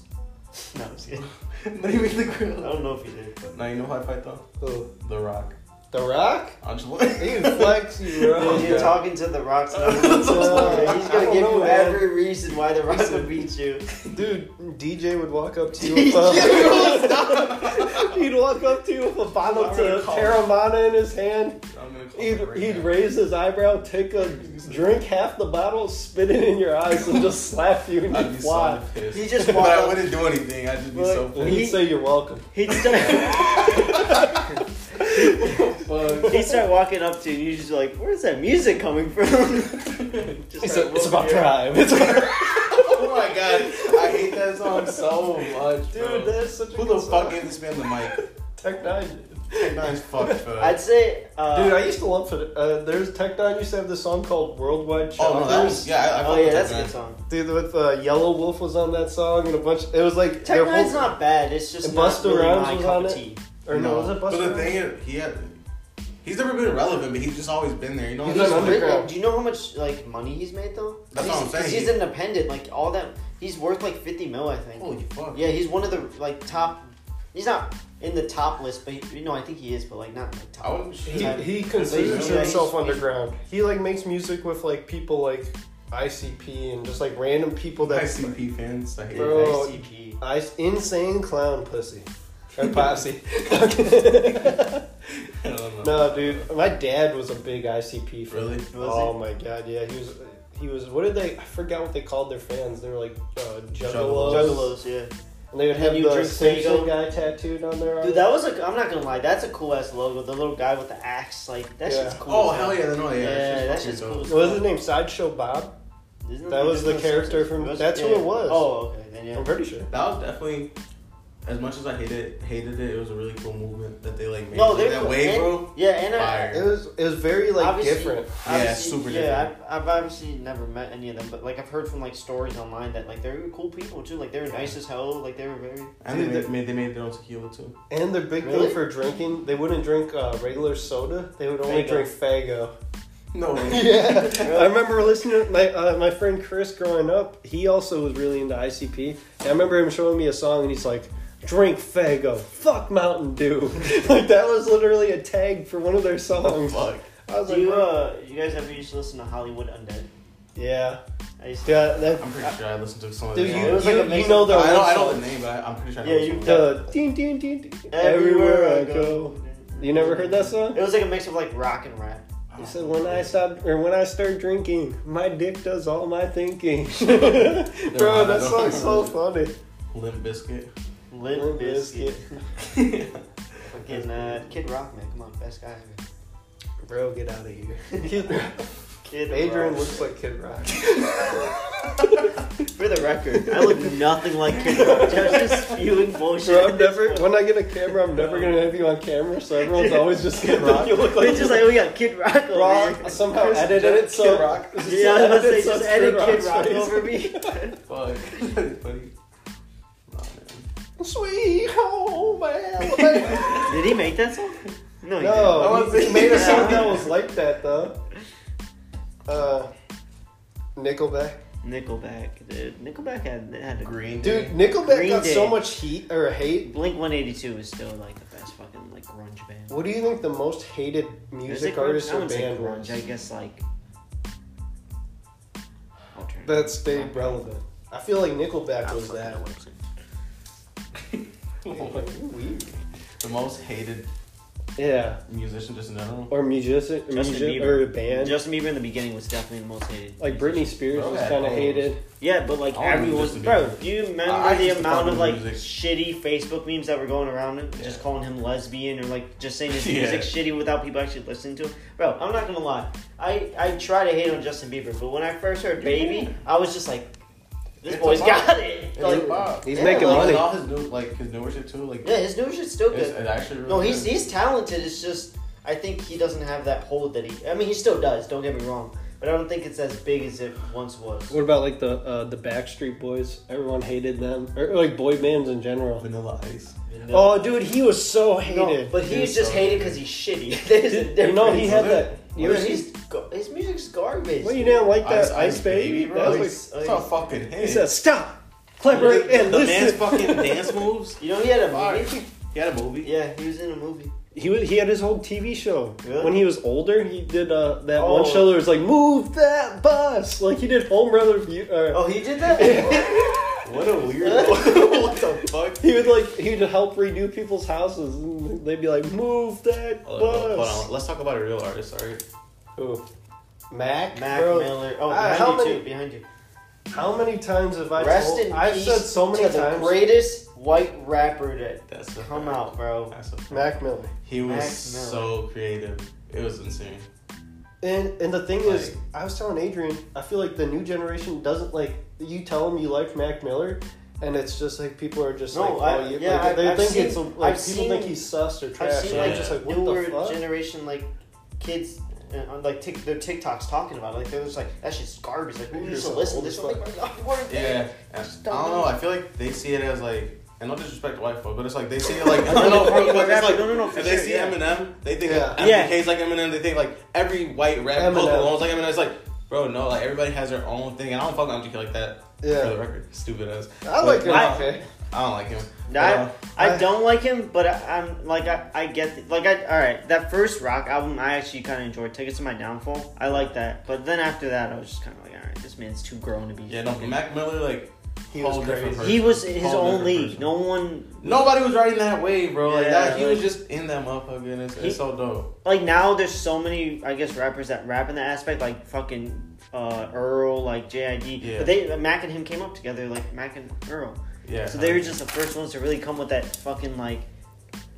S3: No, I'm just kidding.
S1: then he made the
S3: I
S1: grill.
S3: don't know if he did, but
S1: Nah, you know how I fight though?
S2: Who?
S1: The Rock.
S2: The Rock?
S1: I'll just
S2: He flex you, bro.
S1: Yeah.
S3: you're talking to the Rock's.
S2: Uh,
S3: he's
S2: I
S3: gonna
S2: don't
S3: give
S2: know,
S3: you
S2: man.
S3: every reason why the Rock would beat you.
S2: Dude, DJ would walk up to you with a... he'd walk up to you with a bottle
S1: I'm
S2: of
S1: gonna call
S2: Terramana in his hand.
S1: I'm gonna call
S2: He'd,
S1: it right
S2: he'd
S1: now.
S2: raise his eyebrow, take a drink half the bottle, spit it in your eyes, and just slap you and
S1: I'd
S2: you'd
S1: be
S2: fly.
S1: so pissed.
S3: He just
S1: but
S3: walked
S1: I
S3: up-
S1: wouldn't do anything. I'd just be so
S3: Look,
S1: pissed.
S2: And he'd
S3: He-
S2: say, you're welcome.
S3: He'd start,
S1: Fuck.
S3: he'd start walking up to you, and you just be like, "Where's that music coming from?" Just
S2: It's,
S3: start
S2: it's
S3: walking
S2: about crime.
S3: around.
S2: It's about
S1: oh my god, I hate that song Oh, so much, bro.
S2: Dude, that's such a
S1: Who
S2: good
S1: the
S2: song.
S1: fuck gave this man the mic?
S2: Tech Nine.
S1: Tech Nine's fucked for
S3: I'd
S1: that.
S3: say, uh,
S2: Dude, I used to love it. Uh, there's Tech Nine used to have this song called Worldwide
S1: Oh no, that
S2: Choppers.
S1: was yeah. I, I
S3: oh
S1: fuck
S3: yeah,
S1: with
S3: that's a
S1: Tech
S3: good song.
S2: Dude, with uh, Yellow Wolf was on that song and a bunch. It was like
S3: Tech
S2: their
S3: Nine's
S2: whole-
S3: not bad. It's just
S2: And
S3: not
S2: Busta
S3: really
S2: Rhymes
S3: my
S2: was
S3: cup
S2: on
S3: of
S2: it?
S3: tea.
S2: Or no, was it
S1: But
S2: Buster?
S1: the thing is, he had, he's never been irrelevant, but he's just always been there. You know what
S2: He's
S1: I'm
S2: an
S1: saying?
S2: under- Underground.
S3: Do you know how much like money he's made though?
S1: That's
S3: he's,
S1: what I'm saying.
S3: 'cause He's independent. Like all that, he's worth like fifty mil, I think.
S1: Holy fuck.
S3: Yeah, he's one of the like top He's not in the top list, but he, you know, I think he is, but like not in the top.
S1: I wouldn't-
S2: He,
S3: Yeah.
S2: he
S3: Yeah,
S2: considers
S3: he's-
S2: himself
S3: he's-
S2: underground. He like makes music with like people like ICP and just like random people that
S1: ICP fans. I hate
S2: Bro.
S1: that.
S3: ICP.
S2: I insane clown pussy. Or posse.
S1: I don't know.
S2: no, dude. My dad was a big ICP fan.
S1: Really?
S2: Oh my god, yeah. He was he was what did they I forgot what they called their fans. They were like uh juggalos.
S3: Juggalos, yeah.
S2: And they would have
S3: And you
S2: the
S3: drink
S2: Simpson
S3: Fago.
S2: guy tattooed on their arm.
S3: Dude, that was a. I'm not gonna lie, that's a cool ass logo. The little guy with the axe, like that
S2: Yeah.
S3: shit's cool.
S1: Oh
S3: man.
S1: hell yeah, no, yeah.
S3: Yeah,
S1: that
S3: that
S1: shit's
S3: shit's
S1: fucking
S3: cool.
S1: dope.
S2: what was his name? Sideshow Bob?
S3: Isn't it
S2: That was the
S3: Juggalos?
S2: character from-
S3: Was it?
S2: that's who it was.
S3: Oh, okay, then yeah.
S2: I'm pretty sure.
S1: That was definitely. As much as I hated hated it, it was a really cool movement that they like made.
S3: No,
S1: Like,
S3: they're
S1: that
S3: cool.
S1: wave,
S3: And-
S1: bro.
S3: Yeah, and
S1: Fire.
S3: I,
S2: It was it was very like
S3: Obviously-
S2: different.
S1: Yeah,
S3: Obviously,
S1: super
S3: Yeah, I've, I've obviously never met any of them, but like I've heard from like stories online that like they were cool people too. Like they were nice as hell. Like they were very.
S1: And
S2: Dude,
S1: they
S2: the-
S1: made, they made their own tequila too.
S2: And their big
S3: Really?
S2: thing for drinking, they wouldn't drink uh, regular soda. They would only
S3: Faygo.
S2: drink Fago.
S1: No,
S2: yeah, I remember listening. To my uh, my friend Chris growing up, he also was really into ICP. And I remember him showing me a song, and he's like, "Drink Fago, fuck Mountain Dew." like that was literally a tag for one of their songs.
S1: fuck.
S2: I was
S3: Do
S2: like,
S3: you uh, you guys ever used to listen to Hollywood Undead?
S2: "Yeah,
S3: I used to.
S2: yeah." That,
S1: I'm pretty sure I listened to some of
S2: dude, you,
S1: the
S3: It was like
S2: you-
S3: a
S2: you
S3: mix-
S2: know their
S1: I don't, I
S2: whole
S1: know
S2: song.
S1: the name, but I, I'm pretty sure I know
S3: Yeah,
S1: what
S3: you-
S1: song.
S2: The ding, ding, ding, ding. Everywhere I go. You never heard that song?
S3: It was like a mix of like rock and rap.
S2: He said, "When I stopped or when I start drinking, my dick does all my thinking."
S1: I
S2: Bro, that
S1: don't
S2: song's so funny.
S1: Limp Biscuit.
S3: Limp Biscuit. Fucking uh, Kid Rock, man. Come on, best guy ever.
S2: Bro, get out of here.
S3: Kid
S2: Adrian
S3: Rock.
S2: looks like Kid Rock.
S3: For the record, I look nothing like Kid Rock. I was just spewing bullshit.
S2: Bro, I'm never. When I get a camera, I'm never gonna have you on camera, so everyone's always just Kid Rock.
S3: you look like it's just like we got Kid Rock over here.
S2: Rock somehow edited it so
S1: Kid Rock.
S3: Yeah, I was gonna say,
S2: so
S3: just
S2: it's
S3: edit Kid
S2: Rock's
S3: Rock
S2: face.
S3: over me.
S1: Fuck. That's funny. Nah,
S2: Sweet home Alabama.
S3: Did he make that song? No, he
S1: I
S2: no,
S1: wanna
S2: he
S1: see-
S2: made a song
S3: Yeah.
S2: that was like that though. Uh, Nickelback.
S3: didn't. Nickelback, dude. Nickelback had had a
S1: man. Green
S2: Dude,
S1: Day.
S2: Nickelback
S3: Green
S2: got so
S3: Day.
S2: much heat or hate.
S3: Blink One Eighty Two is still like the best fucking like grunge band.
S2: What do you think the most hated music
S3: Is it grunge?
S2: artist
S3: I
S2: or
S3: wouldn't say
S2: band
S3: grunge.
S2: was
S3: I guess like alternative.
S2: that stayed relevant? I feel like Nickelback was that. Weird.
S1: The most hated
S2: Yeah,
S1: musician just in general.
S2: or musician,
S3: Justin
S2: music,
S3: Bieber.
S2: or a band.
S3: Justin Bieber in the beginning was definitely the most hated.
S2: like Britney Spears
S1: Bro,
S2: was
S1: that
S2: kind of
S1: almost-
S2: hated.
S3: Yeah, but like
S1: I wanna be
S3: everyone,
S1: Justin
S3: bro.
S1: Bieber.
S3: Do you remember
S1: I- I
S3: the
S1: used to
S3: amount
S1: fuck
S3: of like
S1: with music.
S3: shitty Facebook memes that were going around, him,
S1: Yeah.
S3: just calling him lesbian or like just saying his
S1: Yeah.
S3: music's shitty without people actually listening to him? Bro, I'm not gonna lie. I I try to hate on Justin Bieber, but when I first heard "Baby," I was just like, "This
S1: It's
S3: boy's
S1: a vibe.
S3: got it."
S1: It's
S3: Like,
S1: a vibe.
S2: He's
S3: Yeah,
S2: making
S1: Like,
S2: money.
S1: All his new, like his newer shit too. Like
S3: yeah, his new shit's still
S1: it's,
S3: good.
S1: it actually really
S3: No, he's
S1: good.
S3: he's talented. It's just I think he doesn't have that hold that he. I mean, he still does. Don't get me wrong, but I don't think it's as big as it once was.
S2: What about like the uh, the Backstreet Boys? Everyone hated them, or like boy bands in general.
S1: Vanilla Ice.
S2: Oh, dude, he was so
S3: No,
S2: hated.
S3: but he's
S1: Dude,
S3: just
S1: so
S3: hated because he's shitty. There's a
S2: you know
S3: difference.
S2: he had
S1: difference.
S2: that. You
S3: Dude,
S2: ever see-
S3: he's gar- his music's garbage.
S2: Well, you didn't like that Ice, Baby,
S1: bro.
S2: That
S1: Like,
S2: was
S1: it's
S3: like-
S1: a fucking
S2: like, he
S1: hit.
S2: said, "Stop, collaborate,
S1: the,
S2: and
S1: the
S2: listen."
S1: man's fucking dance moves.
S3: You know he had a
S1: Fire.
S3: movie.
S1: He had a movie.
S3: Yeah, he was in a movie.
S2: He was, he had his whole TV show
S3: Really?
S2: when he was older. He did uh, that
S3: Oh.
S2: one show that was like "Move that bus," like he did Home Brother. View, uh,
S3: Oh, he did that.
S1: What a weird. what the fuck?
S2: He would like he would help redo people's houses, and they'd be like, "Move that
S1: Hold on, hold
S2: bus."
S1: on. Let's talk about a real artist. Sorry.
S2: Who? Mac.
S3: Mac
S2: Bro,
S3: Miller. Oh,
S2: Ah,
S3: behind
S2: how
S3: you
S2: many-
S3: too. Behind you.
S2: How many times have I?
S3: Rest
S2: told,
S3: in
S2: I've
S3: peace
S2: said so many
S3: to the
S2: times.
S3: greatest white rapper to
S1: That's a
S3: come out, bro.
S1: That's a
S2: Mac Miller.
S1: He was
S3: Mac Miller.
S1: so creative. It was insane.
S2: And and the thing is, I was telling Adrian, I feel like the new generation doesn't like you tell them you like Mac Miller, and it's just like people are just
S3: No,
S2: like,
S3: I-
S2: oh, you,
S3: yeah,
S2: like, they
S3: I've- I've
S2: think
S3: seen-
S2: it's like
S3: I've
S2: people
S3: seen-
S2: think he's sus or
S3: I've
S2: trash.
S3: seen
S2: and I'm
S3: like,
S1: yeah.
S2: just like, what
S3: newer
S2: the fuck?
S3: generation like kids uh, on like tick their TikToks talking about it. Like they're just like that shit's garbage. Like who
S2: You're
S3: used to
S2: so
S3: listen
S2: old
S3: to
S2: as
S3: this?
S2: fuck.
S3: Like, "Oh, what are they?"
S1: Yeah. I don't
S3: don't
S1: know.
S3: know.
S1: I feel like they see it as like, and no disrespect to white folk, but it's like they see it like,
S3: I
S1: no,
S3: know,
S1: no,
S3: fucking
S1: but it's
S3: rapper.
S1: like,
S3: No, no, no, for
S1: If they
S3: sure,
S1: see
S3: yeah.
S1: Eminem, they think
S2: Yeah.
S1: like
S3: Yeah.
S1: MGK's like Eminem. They think like every white rap
S2: Eminem.
S1: Post Malone's like Eminem. It's like, bro, no, like everybody has their own thing, and I don't fuck with MGK like that.
S2: Yeah.
S1: For the record, stupid ass.
S2: I like
S1: But-
S2: him.
S3: I-
S2: Okay.
S1: I don't like him.
S3: I,
S1: Uh,
S3: I
S2: I-
S3: don't like him, but I, I'm like I, I get the, like I all right. That first rock album I actually kind of enjoyed. Tickets to My Downfall, I like that. But then after that, I was just kind of like, all right, this man's too grown to be.
S1: yeah, no,
S3: fucking-
S1: Mac Miller like
S2: He
S1: whole
S2: was crazy.
S1: different person.
S3: he was his
S1: Whole
S3: own
S1: different
S3: league.
S1: person.
S3: No one
S1: Nobody was riding that wave, bro. Like
S3: Yeah,
S1: that, he was
S3: like-
S1: just in that motherfucker, and it's,
S3: He-
S1: it's so dope.
S3: like now. There's so many, I guess, rappers that rap in that aspect, like fucking uh, Earl, like JID.
S1: Yeah.
S3: But they uh, Mac and him came up together, like Mac and Earl.
S1: Yeah.
S3: So they were just the first ones to really come with that fucking like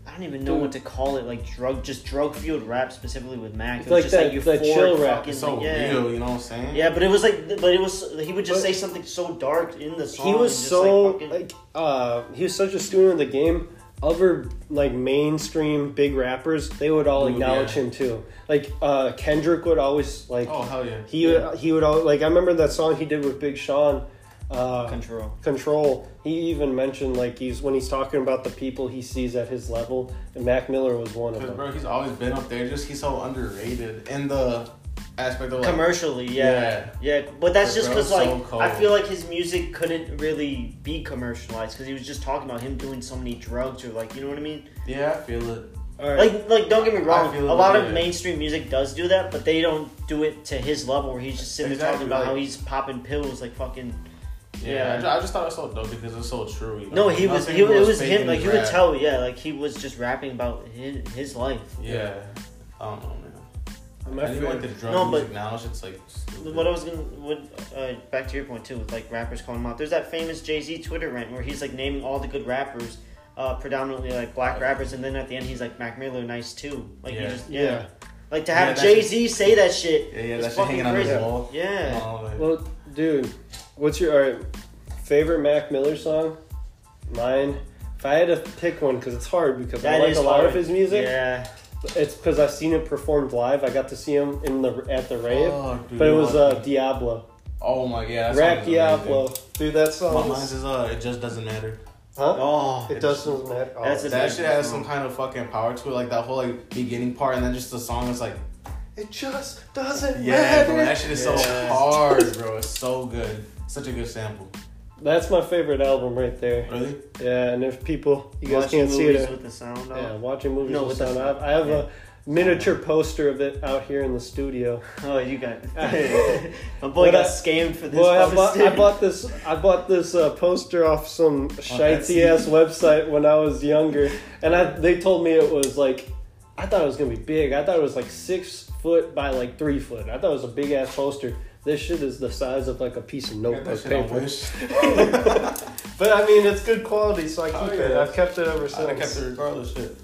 S3: I don't even know
S2: Dude.
S3: what to call it, like drug just drug fueled rap specifically with Mac.
S2: It's
S3: It was
S2: like
S3: just
S2: that- that chill rap.
S1: It's
S3: like,
S1: so
S3: yeah.
S1: real, you know what I'm saying?
S3: Yeah, but it was like but it was he would just
S2: But-
S3: say something so dark in the song.
S2: he was
S3: and just,
S2: so
S3: fucking-
S2: like uh he was such a student of the game other like mainstream big rappers they would all
S1: Dude,
S2: acknowledge
S1: yeah.
S2: him too like uh kendrick would always like
S1: Oh hell yeah.
S2: he uh, he would always like i remember that song he did with big sean uh
S3: control.
S2: control he even mentioned like he's when he's talking about the people he sees at his level and mac miller was one of
S1: Because
S2: them
S1: bro, he's always been up there. Just he's so underrated in the aspect of like
S3: Commercially, yeah. yeah, but that's
S1: But
S3: just
S1: bro,
S3: because
S1: so
S3: like
S1: cold.
S3: I feel like his music couldn't really be commercialized because he was just talking about him doing so many drugs or like you know what I mean.
S1: Yeah, I feel it.
S2: all right
S3: Like, like, don't get me wrong.
S1: I
S3: A
S1: feel
S3: lot
S1: it.
S3: of mainstream music does do that, but they don't do it to his level where he's just sitting there talking
S1: Exactly,
S3: about how
S1: like-
S3: he's popping pills, like fucking.
S1: Yeah,
S3: Yeah.
S1: I, ju- I just thought it was so dope because it's so true. you
S3: No,
S1: know?
S3: he was.
S1: Nothing
S3: He, it was
S1: fake
S3: him.
S1: in
S3: Like
S1: his
S3: you would
S1: rap.
S3: tell. Yeah, like he was just rapping about his, his life.
S1: Yeah, I don't know, man.
S2: my
S1: I didn't like the
S2: favorite,
S1: drug
S3: No,
S1: music
S3: but-
S1: now. It's just like stupid.
S3: What I was gonna, what, uh, back to your point too, with like rappers calling him out. There's that famous Jay Z Twitter rant where he's like naming all the good rappers, uh, predominantly like black rappers, and then at the end he's like Mac Miller, nice too. Like you
S1: Yeah.
S3: just yeah.
S2: yeah
S3: Like to
S1: Yeah,
S3: have
S1: that
S3: Jay Z say that shit.
S1: yeah, yeah,
S3: is
S1: that shit
S3: fucking
S1: hanging on
S3: crazy.
S1: his wall. Uh,
S3: Yeah.
S1: All of it.
S2: well dude what's your all right, favorite mac miller song mine if i had to pick one because it's hard because i
S3: That
S2: like
S3: is
S2: a lot of
S3: hard.
S2: his music
S3: Yeah.
S2: It's because I've seen it performed live. I got to see him in the at the rave,
S3: Oh.
S1: Fuck, dude,
S2: but it was
S1: I-
S2: uh, Diablo,
S1: oh my yeah, that song
S2: rap
S1: is amazing.
S2: Diablo, dude. That
S1: My
S2: song,
S1: mind
S2: is,
S1: is uh, it just doesn't matter.
S2: huh?
S3: Oh.
S2: it doesn't matter. Oh,
S3: That's a-
S1: That shit has some kind of fucking power to it, like that whole like beginning part, and then just the song is like,
S2: Oh.
S1: it just doesn't yeah,
S2: matter.
S1: bro, that shit is so
S3: Yeah.
S1: hard, bro. It's so good, such a good sample.
S2: that's my favorite album right there.
S1: Really?
S2: Yeah, and if people you guys
S3: Watching
S2: can't see
S3: movies
S2: it,
S3: with the sound
S2: yeah,
S3: off.
S2: watching movies
S3: No,
S2: with
S3: with the
S2: sound
S3: sound.
S2: off. I have a miniature poster of it out here in the studio.
S3: Oh, you got my boy
S2: What
S3: got
S2: I-
S3: scammed for this.
S2: Boy, I bought,
S3: poster.
S2: I bought this. I bought this uh, poster off
S3: Oh,
S2: some shitey ass website when I was younger, and I they told me it was like, I thought it was gonna be big. I thought it was like six foot by like three foot. I thought it was a big ass poster. This shit is the size of like a piece of
S1: Got that
S2: notebook
S1: shit on
S2: paper.
S1: Wish.
S2: But I mean, it's good quality, so I keep
S1: Oh,
S2: it.
S1: yeah.
S2: I've kept it ever since.
S1: I kept it regardless. Shit.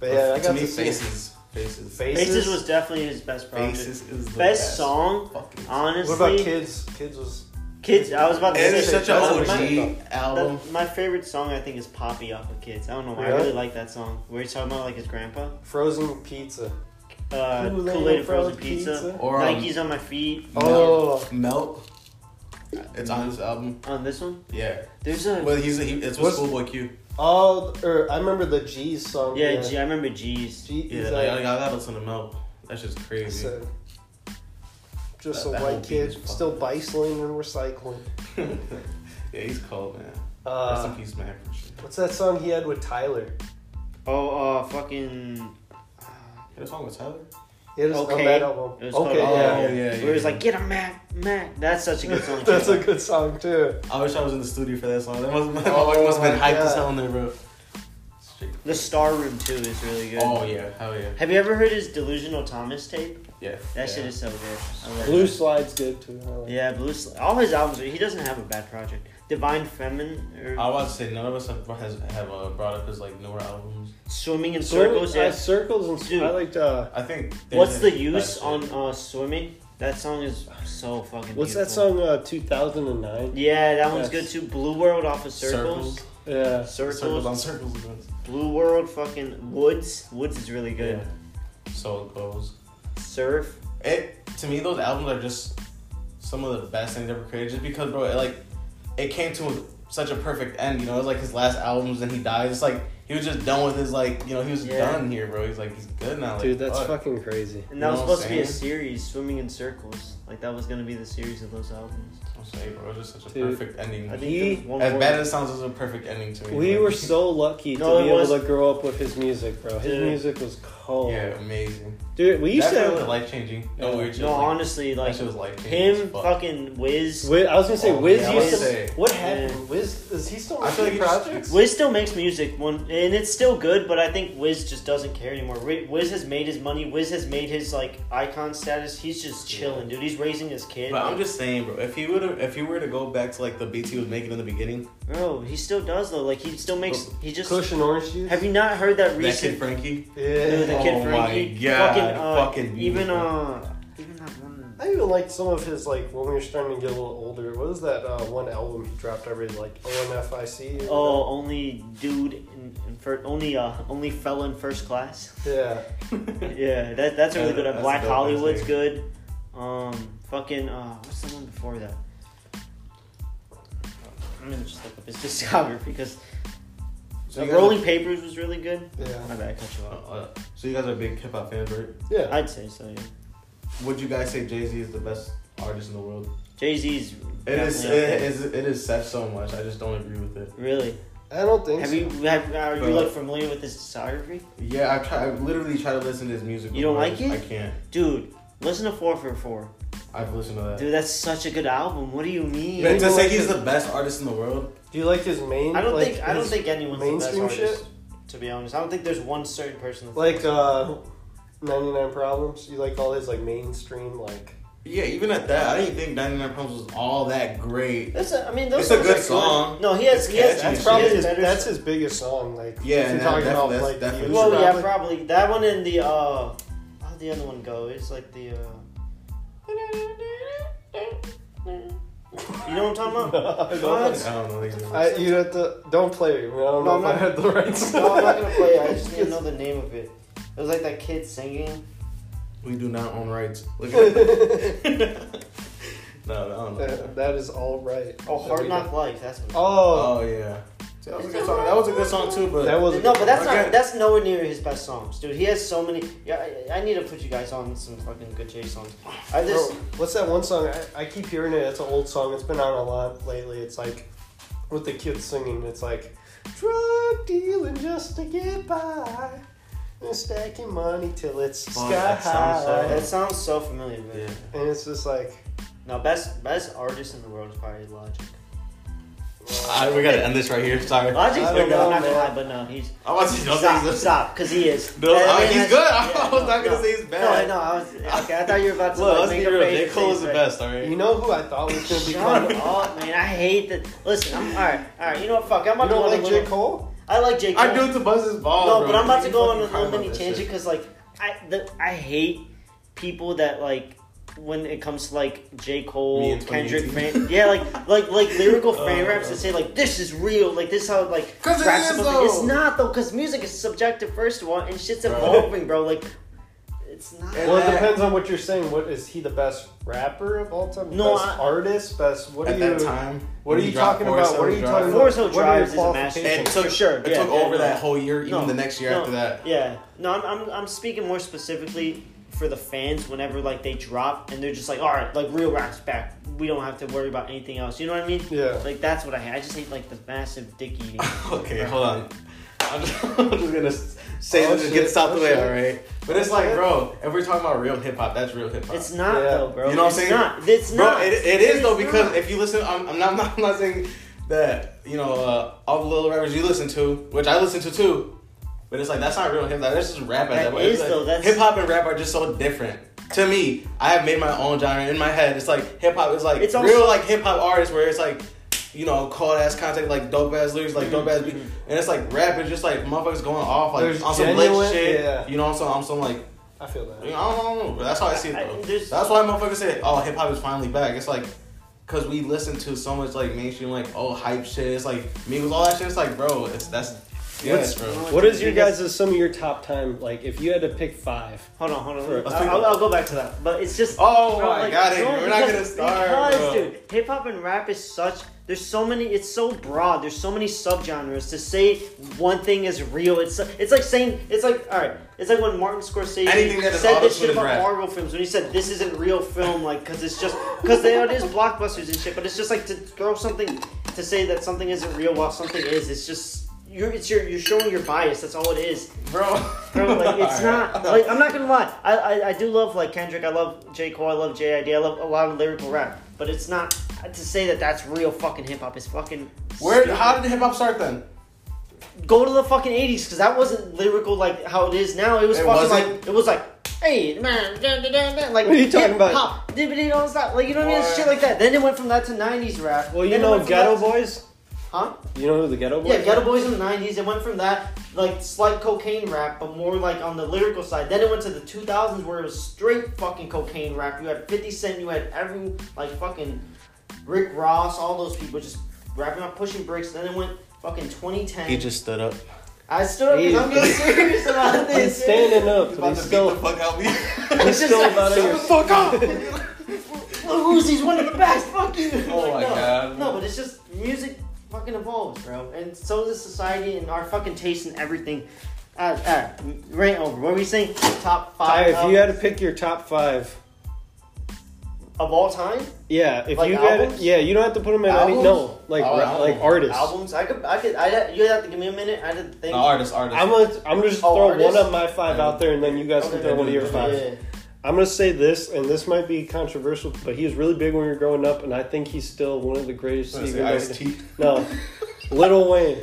S2: But yeah, I got
S1: to me,
S2: see
S1: faces, faces,
S2: faces.
S3: Faces was definitely his best project.
S1: faces is the
S3: best,
S1: best
S3: song,
S1: Fucking.
S3: honestly.
S2: What about kids? Kids was
S3: Kids, I was about to
S1: And
S3: say
S1: it's such
S3: that's
S2: a
S3: my-
S1: an OG album.
S3: that- my favorite song I think is Poppy off of Kids. I don't know why I
S2: Really?
S3: really like that song. Where he's talking about like his grandpa.
S2: frozen pizza.
S3: Uh,
S2: Kool-Aid and
S3: Kool-Aid and
S2: frozen
S3: frozen pizza.
S2: pizza.
S1: Or, um,
S3: Nike's on my feet.
S2: Oh,
S1: Melt. It's on this album.
S3: On this one,
S1: Yeah.
S3: there's a
S1: Well, he's a, he, it's with
S2: What's-
S1: Schoolboy Q.
S2: all or I remember the G's song.
S3: yeah, G, I remember G's.
S2: G,
S1: Yeah,
S2: is
S1: like, I, I
S2: like-
S1: gotta listen to Melt. That shit's crazy.
S2: So, just
S1: That-
S2: a
S1: that whole
S2: white
S1: beat
S2: kid
S1: is fucked
S2: still
S1: up.
S2: bicycling and recycling.
S1: yeah, he's cold, man. Rest
S2: Uh,
S1: in peace, man. For sure.
S2: what's that song he had with Tyler?
S3: Oh, uh, fucking.
S1: Hit a song with Tyler.
S2: It is on
S3: Okay.
S2: that album.
S3: It was
S2: okay,
S3: called- uh,
S2: yeah.
S1: Oh, yeah, yeah,
S3: Where he's
S1: yeah.
S3: like, get him, Mac, Mac. That's such a good song.
S2: That's
S3: too.
S2: a good song too.
S1: I wish I was in the studio for that song. That must, that
S2: Oh
S1: motherfucker must have been
S2: my
S1: hyped as
S2: God.
S1: hell in there, bro. Straight-
S3: The Star Room too is really good.
S1: Oh yeah, hell yeah,
S3: Have you ever heard his Delusional Thomas tape?
S1: yeah.
S3: That
S1: yeah.
S3: shit is so good. I love
S2: Blue
S3: that.
S2: Slide's good too. I like-
S3: Yeah, Blue. Sl- All his albums. Are, he doesn't have a bad project. Divine Feminine. Or
S1: I was about to say none of us have has, have uh, brought up his like newer albums.
S3: swimming in
S2: Circle-
S3: circles.
S2: uh,
S3: Yeah.
S2: circles and
S3: Dude.
S2: I liked. Uh,
S1: I think. there's
S3: What's
S1: a-
S3: the use
S1: that's
S3: on
S1: it.
S3: uh, swimming? That song is so fucking.
S2: what's that song?
S3: beautiful.
S2: Uh, Two thousand and nine.
S3: Yeah, that one's good
S2: Yes.
S3: too. Blue World off of
S1: circles?
S3: Circles.
S2: Yeah.
S3: Circles.
S1: Circles on circles. bro.
S3: Blue World. Fucking Woods. Woods is really good.
S1: Yeah. So it goes.
S3: Surf.
S1: It to me, those albums are just some of the best things ever created. Just because, bro, it, like it came to such a perfect end. You know, it was like his last albums, and he dies. It's like He was just done with his like, you know, he was
S3: Yeah.
S1: done here, bro. He's like, he's good now. Like,
S2: Dude, that's
S1: fuck.
S2: fucking crazy.
S3: And that was
S1: You know what
S3: supposed to be a
S1: I'm
S3: series, swimming in circles. Like that was gonna be the series of those albums.
S1: I'm saying, bro, it was just such a
S2: Dude.
S1: perfect ending.
S3: I
S1: As
S3: think
S2: He-
S3: there was one more.
S1: bad as it sounds, it was a perfect ending to me.
S2: We
S1: Like,
S2: were so lucky
S3: No,
S2: to
S3: it
S2: be able
S3: was-
S2: to grow up with his music, bro. His
S3: Dude.
S2: music was cold.
S1: yeah, amazing.
S2: Dude, we used
S1: that shit
S2: to
S1: was
S2: have
S1: life changing. No
S2: Yeah.
S1: weird shit.
S3: no,
S1: like,
S3: honestly, like
S1: that shit was life changing.
S3: him, fucking Wiz.
S2: Wiz, I was gonna say
S1: Oh,
S2: Wiz
S1: yeah, I
S2: used to.
S1: was gonna say.
S2: What happened? Wiz is he still?
S1: I feel like
S2: making
S1: he just-
S2: projects.
S3: Wiz still makes music, one, and it's still good. But I think Wiz just doesn't care anymore. Wi- Wiz has made his money. Wiz has made his like icon status. He's just chilling, dude. He's raising his kid.
S1: But I'm just saying, bro. If he would, if he were to go back to like the beats he was making in the beginning,
S3: bro, he still does though. Like he still makes. He just.
S2: Kush and orange juice.
S3: Have you not heard that
S1: that kid
S3: recent?
S1: Frankie,
S3: Dude, the
S2: Yeah.
S3: kid
S1: Oh my
S3: Frankie.
S1: God,
S3: Fucking, uh,
S1: fucking
S3: even
S1: beautiful.
S3: uh, even that one.
S2: I even liked some of his like when we were starting to get a little older. What was that uh, one album he dropped? I really liked ONFIC.
S3: Oh, only dude in, in fir- only uh, only fella in first class.
S2: yeah.
S3: yeah, that that's a really good.
S1: That's
S3: one.
S1: a
S3: Black
S1: dope
S3: Hollywood's
S1: essay.
S3: good. Um, fucking uh, what's the one before that? I'm gonna just look up his discography because
S1: So you guys are-
S3: Rolling Papers was really good.
S2: Yeah.
S3: My bad, cut you
S1: Uh,
S3: off.
S1: uh, so you guys are big hip hop fans, right?
S2: Yeah.
S3: I'd say so. Yeah.
S1: Would you guys say Jay Z is the best artist in the world?
S3: Jay Z's.
S1: It is. It is. It is said so much. I just don't agree with it.
S3: Really?
S2: I don't think
S3: Have
S2: so.
S3: you have, uh, are you
S1: Bro.
S3: like familiar with his discography,
S1: Yeah, I try. I literally try to listen to his music.
S3: You don't
S1: before.
S3: like it?
S1: I can't.
S3: dude? Listen to Four for Four,
S1: I've listened to that.
S3: dude. That's such a good album. What do you mean?
S1: Man,
S2: you
S1: to
S2: don't
S1: say
S2: like
S1: he's
S2: it?
S1: the best artist in the world,
S2: Do you like his main?
S3: I don't
S2: like,
S3: think I don't
S2: his-
S3: think anyone's
S2: mainstream
S3: the best artist,
S2: shit?
S3: To be honest, I don't think there's one certain person. That's
S2: like uh, 99 Problems. You like all his like mainstream like.
S1: yeah. Even at that, I didn't think 99 Problems was all that great.
S3: That's a, I mean,
S1: It's
S3: those
S1: a
S3: songs
S1: good
S3: are
S1: song.
S3: No, he has.
S1: It's
S3: He
S1: catchy
S3: has
S2: That's
S1: Yeah,
S2: probably
S1: she
S3: he
S2: his,
S3: has better.
S2: that's his biggest song. Like
S1: Yeah,
S2: if you're
S1: that-
S2: talking
S1: that-
S2: about
S1: that's
S2: like
S1: definitely-
S2: views,
S3: well, yeah,
S2: probably.
S3: probably that one and the uh, how'd the other one go? It's like the. uh You know what I'm talking about?
S2: I don't
S3: What?
S2: know.
S1: I don't know. He's
S2: I, you have to don't play. it. I don't
S3: No,
S2: know
S3: I'm
S2: if
S3: not-
S2: I had the rights.
S3: no, I'm not gonna play. it. I just need to know the name of it. It was like that kid singing.
S1: we do not own rights. Look at that.
S2: that,
S1: no, no, I don't know.
S2: that is all right.
S3: Oh,
S2: That
S3: Hard
S2: we
S3: Knock Life. That's what.
S2: Oh,
S1: Oh yeah. See, that was a good song. That was a good song too. But
S2: that was
S3: No, but that's
S1: Okay.
S3: not. That's nowhere near his best songs, dude. He has so many. Yeah, I, I need to put you guys on some fucking good Jay songs. I
S2: Bro,
S3: just
S2: what's that one song? I, I keep hearing it. It's an old song. It's been on a lot lately. It's like with the kids singing. It's like drug dealing just to get by. And stacking money till it's
S1: Oh,
S2: sky
S1: that sounds so-
S2: high.
S3: that uh, sounds so familiar. But
S1: Yeah.
S2: And it's just like
S3: No, best best artist in the world is probably Logic.
S1: All right, we gotta end this right here. Sorry.
S3: Logic's
S2: I
S3: good,
S2: don't
S3: though,
S2: know,
S3: I'm not gonna
S2: man.
S3: lie, but no, he's
S1: I want to say
S3: stop, stop, because he is.
S1: No,
S3: That
S1: I-
S3: man
S1: he's
S3: has-
S1: good. I was not gonna
S3: no.
S1: say he's bad.
S3: No, I know. I was okay. I thought you were about to
S1: Look,
S3: like,
S1: let's
S3: make
S1: be
S3: a
S1: real.
S3: face.
S1: J. Cole
S3: say
S1: is the
S3: he's
S1: best. All right.
S2: you know who I thought was gonna
S3: Shut
S2: become. you
S3: up, man! I hate that. Listen, I'm all right. All right, you know what? Fuck, I'm about to go
S2: don't
S3: on
S2: like
S3: a
S2: J
S3: little.
S2: Cole?
S3: I like J. Cole.
S1: I do it to buzz his ball.
S3: No,
S1: Oh, bro.
S3: but I'm about
S1: You
S3: to go on a
S1: fucking cry
S3: little
S1: about
S3: mini
S1: that
S3: tangent
S1: shit.
S3: because, like, I the, I hate people that like when it comes to like J.
S1: Me
S3: Cole,
S1: in
S3: Kendrick,
S1: 2018.
S3: fan, yeah, like like like lyrical fan
S1: Uh,
S3: raps that say like this is real, like this is how like
S1: 'Cause it
S3: rap's
S1: is,
S3: supposed to-
S1: though.
S3: It's not though, because music is subjective first of all, and shit's
S1: Bro.
S3: evolving, bro. Like it's not.
S1: And
S2: Well, it
S1: that-
S2: depends on what you're saying. What is he the best rapper of all time?
S3: No,
S2: best
S3: I-
S2: artist, best. What are
S1: At
S2: you?
S1: that time,
S2: What are
S1: when
S2: you
S1: he dropped
S2: talking
S1: Forest
S2: about? What are
S1: Hill
S2: you
S1: Drive,
S2: talking about?
S3: Forest Hill
S2: What are your
S3: Drives is a masterpiece.
S2: qualifications?
S1: It took
S3: For sure,
S1: It
S3: yeah,
S1: took
S3: yeah,
S1: over
S3: no.
S1: that whole year, even
S3: No,
S1: the next year
S3: no,
S1: after that.
S3: Yeah. No, I'm, I'm, I'm speaking more specifically for the fans whenever like they drop and they're just like, all right, like real rap's back. We don't have to worry about anything else. You know what I mean?
S2: Yeah.
S3: Like that's what I hate. I just hate like the massive dick eating.
S1: Okay, hold on. I'm just, I'm just gonna s- say
S2: Oh,
S1: this and
S2: shit.
S1: get this out
S2: Oh,
S1: the way,
S2: shit.
S1: all right? But it's
S2: Oh,
S1: like,
S2: shit.
S1: bro, if we're talking about real hip hop, that's real hip hop.
S3: It's not
S2: Yeah.
S3: though, bro.
S1: You know what I'm
S3: It's
S1: saying?
S3: Not. It's
S1: Bro,
S3: not.
S1: it, it is though
S3: It's
S1: because
S3: not.
S1: if you listen, I'm, I'm, not, I'm not I'm not saying that you know uh, all the little rappers you listen to, which I listen to too. But it's like that's not real hip hop. That's just rap. at
S3: That
S1: point. It's
S3: is,
S1: like,
S3: though, that's-
S1: hip hop and rap are just so different. To me, I have made my own genre in my head. It's like hip hop is like
S3: It's also-
S1: real like hip hop artists where it's like. You know, cold ass content, like dope ass lyrics, like dope
S3: Mm-hmm.
S1: ass beat, and it's like rap is just like motherfuckers going off like
S2: There's
S1: on some
S2: genuine-
S1: lit shit.
S2: yeah.
S1: You know, on some on some like
S2: I feel that.
S1: I mean, I don't, I don't know, but that's how I see it though.
S3: I- there's-
S1: that's why motherfuckers say, "Oh, hip hop is finally back." It's like, cause we listen to so much like mainstream, like oh hype shit. It's like Migos, all that shit. It's like, bro, it's that's yes, bro.
S2: What is your guys' some of your top time? Like, if you had to pick five,
S3: Hold on, hold
S2: Sure.
S3: on. I'll, I'll, I'll go back to that. But it's just.
S1: Oh my God,
S3: like,
S1: Andrew, we're not
S3: because-
S1: gonna start,
S3: Because,
S1: bro.
S3: dude, hip hop and rap is such. There's so many. It's so broad. There's so many subgenres. To say one thing is real, it's it's like saying it's like all right. It's like when Martin Scorsese
S1: Anything that is
S3: said
S1: honest
S3: this
S1: with
S3: shit
S1: his
S3: about
S1: rap.
S3: Marvel films when he said this isn't real film, like because it's just because they it is blockbusters and shit. But it's just like to throw something to say that something isn't real while something is. It's just you're it's your you're showing your bias. That's all it is.
S1: bro.
S3: Bro, like it's
S1: Alright.
S3: not. Like I'm not gonna lie. I, I I do love like Kendrick. I love J Cole. I love JID. I love a lot of lyrical rap. But it's not to say that that's real fucking hip hop. Is fucking
S1: Where?
S3: stupid.
S1: How did hip hop start then?
S3: go to the fucking 80s because that wasn't lyrical like how it is now. It was
S1: It
S3: fucking
S1: wasn't?
S3: like it was like. Hey man, dun, dun, dun, dun," like
S2: What are you talking about?
S3: hip-hop, dibbity, all that, like you know what I mean, It's shit like that. Then it went from that to '90s rap.
S2: Well, you
S3: Then it
S2: know
S3: went from
S2: Ghetto
S3: that-
S2: Boys.
S3: huh?
S2: You know who the Ghetto Boys?
S3: Yeah, Ghetto
S2: are?
S3: Boys in the '90s. It went from that like slight cocaine rap, but more like on the lyrical side. Then it went to the 2000s where it was straight fucking cocaine rap. You had 50 Cent, you had every like fucking Rick Ross, all those people just rapping up, pushing bricks. Then it went fucking 2010.
S1: just stood up.
S3: I stood up because I'm getting serious about this.
S2: He's standing up,
S1: He's
S2: but
S1: about
S2: he's
S1: to beat
S2: still
S1: the fuck out of me.
S2: he's still about
S1: Shut the
S2: here.
S1: fuck up.
S3: Lil Uzi's one of the best. Fuck you.
S1: Oh my
S3: no.
S1: God.
S3: No, but it's just music fucking evolves, bro. And so does society and our fucking taste in everything. Uh, uh, rant over. What were we saying? Top
S2: Ty, if
S3: five
S2: you had to
S3: albums
S2: pick your top five,
S3: of all time
S2: yeah, if
S3: Like
S2: you had,
S3: albums?
S2: yeah, you don't have to put them in any. No,
S1: Albums?
S2: like
S1: Oh,
S2: ra-
S1: album.
S2: like artists.
S3: albums, I could, I could, I would you'd have to give me a minute. I didn't think.
S1: No, artist, artist.
S2: I'm gonna I'm gonna just
S3: Oh,
S2: throw
S3: artists?
S2: one of my five out there, and then you guys can
S3: Okay.
S2: throw one of your
S1: Yeah.
S2: five. I'm gonna say this, and this might be controversial, but he was really big when we were growing up, and I think he's still one of the greatest.
S1: Let's say
S2: even
S1: Ice
S2: though-
S1: T.
S2: No, Little Wayne.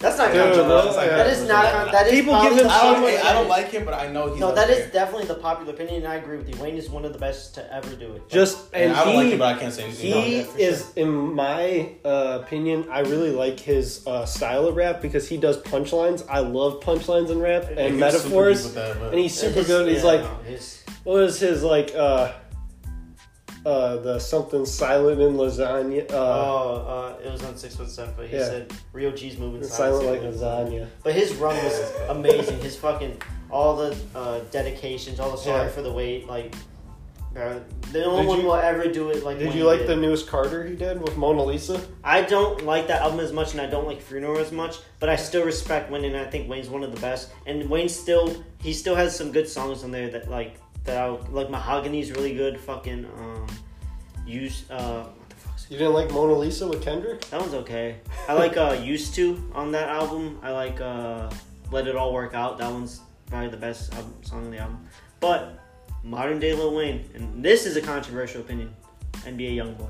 S3: That's not
S2: Dude,
S3: controversial.
S2: that's not
S3: That is not. That is
S2: People
S3: probably
S2: give him
S1: I
S3: the-
S1: don't,
S2: so much
S1: I don't like him, but I know he's.
S3: No,
S1: up
S3: that
S1: there.
S3: is definitely the popular opinion, and I agree with you. Wayne is one of the best to ever do it.
S2: Just and
S1: And I don't
S2: he,
S1: like him, but I can't say anything. about
S2: he
S1: it.
S3: yeah, for
S2: is, in my uh, opinion, I really like his uh, style of rap because he does punchlines. I love punchlines in rap
S1: Like,
S2: and
S1: he was super good
S2: metaphors,
S1: with that, but-
S2: and he's super
S3: His-
S2: good. He's
S3: yeah,
S2: like,
S3: no, his-
S2: what was his like? uh uh, the something silent in lasagna. Uh,
S3: Oh, uh, it was on six one seven, but he
S2: Yeah.
S3: said real G's moving
S2: silent like
S3: silence."
S2: lasagna.
S3: But his run was amazing. His fucking all the uh, dedications, all the sorry
S2: Yeah.
S3: for the wait, like bro, the only
S2: Did
S3: one
S2: you-
S3: will ever do it. Like
S2: Did
S3: Wayne
S2: you like
S3: did.
S2: the newest Carter he did with Mona Lisa?
S3: I don't like that album as much, and I don't like Funeral as much. But I still respect Wayne, and I think Wayne's one of the best. And Wayne still he still has some good songs on there that like that I like. Mahogany's really good. Fucking um, use uh, what the fuck's
S2: You didn't like Mona Lisa with Kendrick?
S3: That one's okay. I like uh Used to on that album. I like uh Let It All Work Out. That one's probably the best album, song on the album. But modern day Lil Wayne, and this is a controversial opinion, NBA YoungBoy.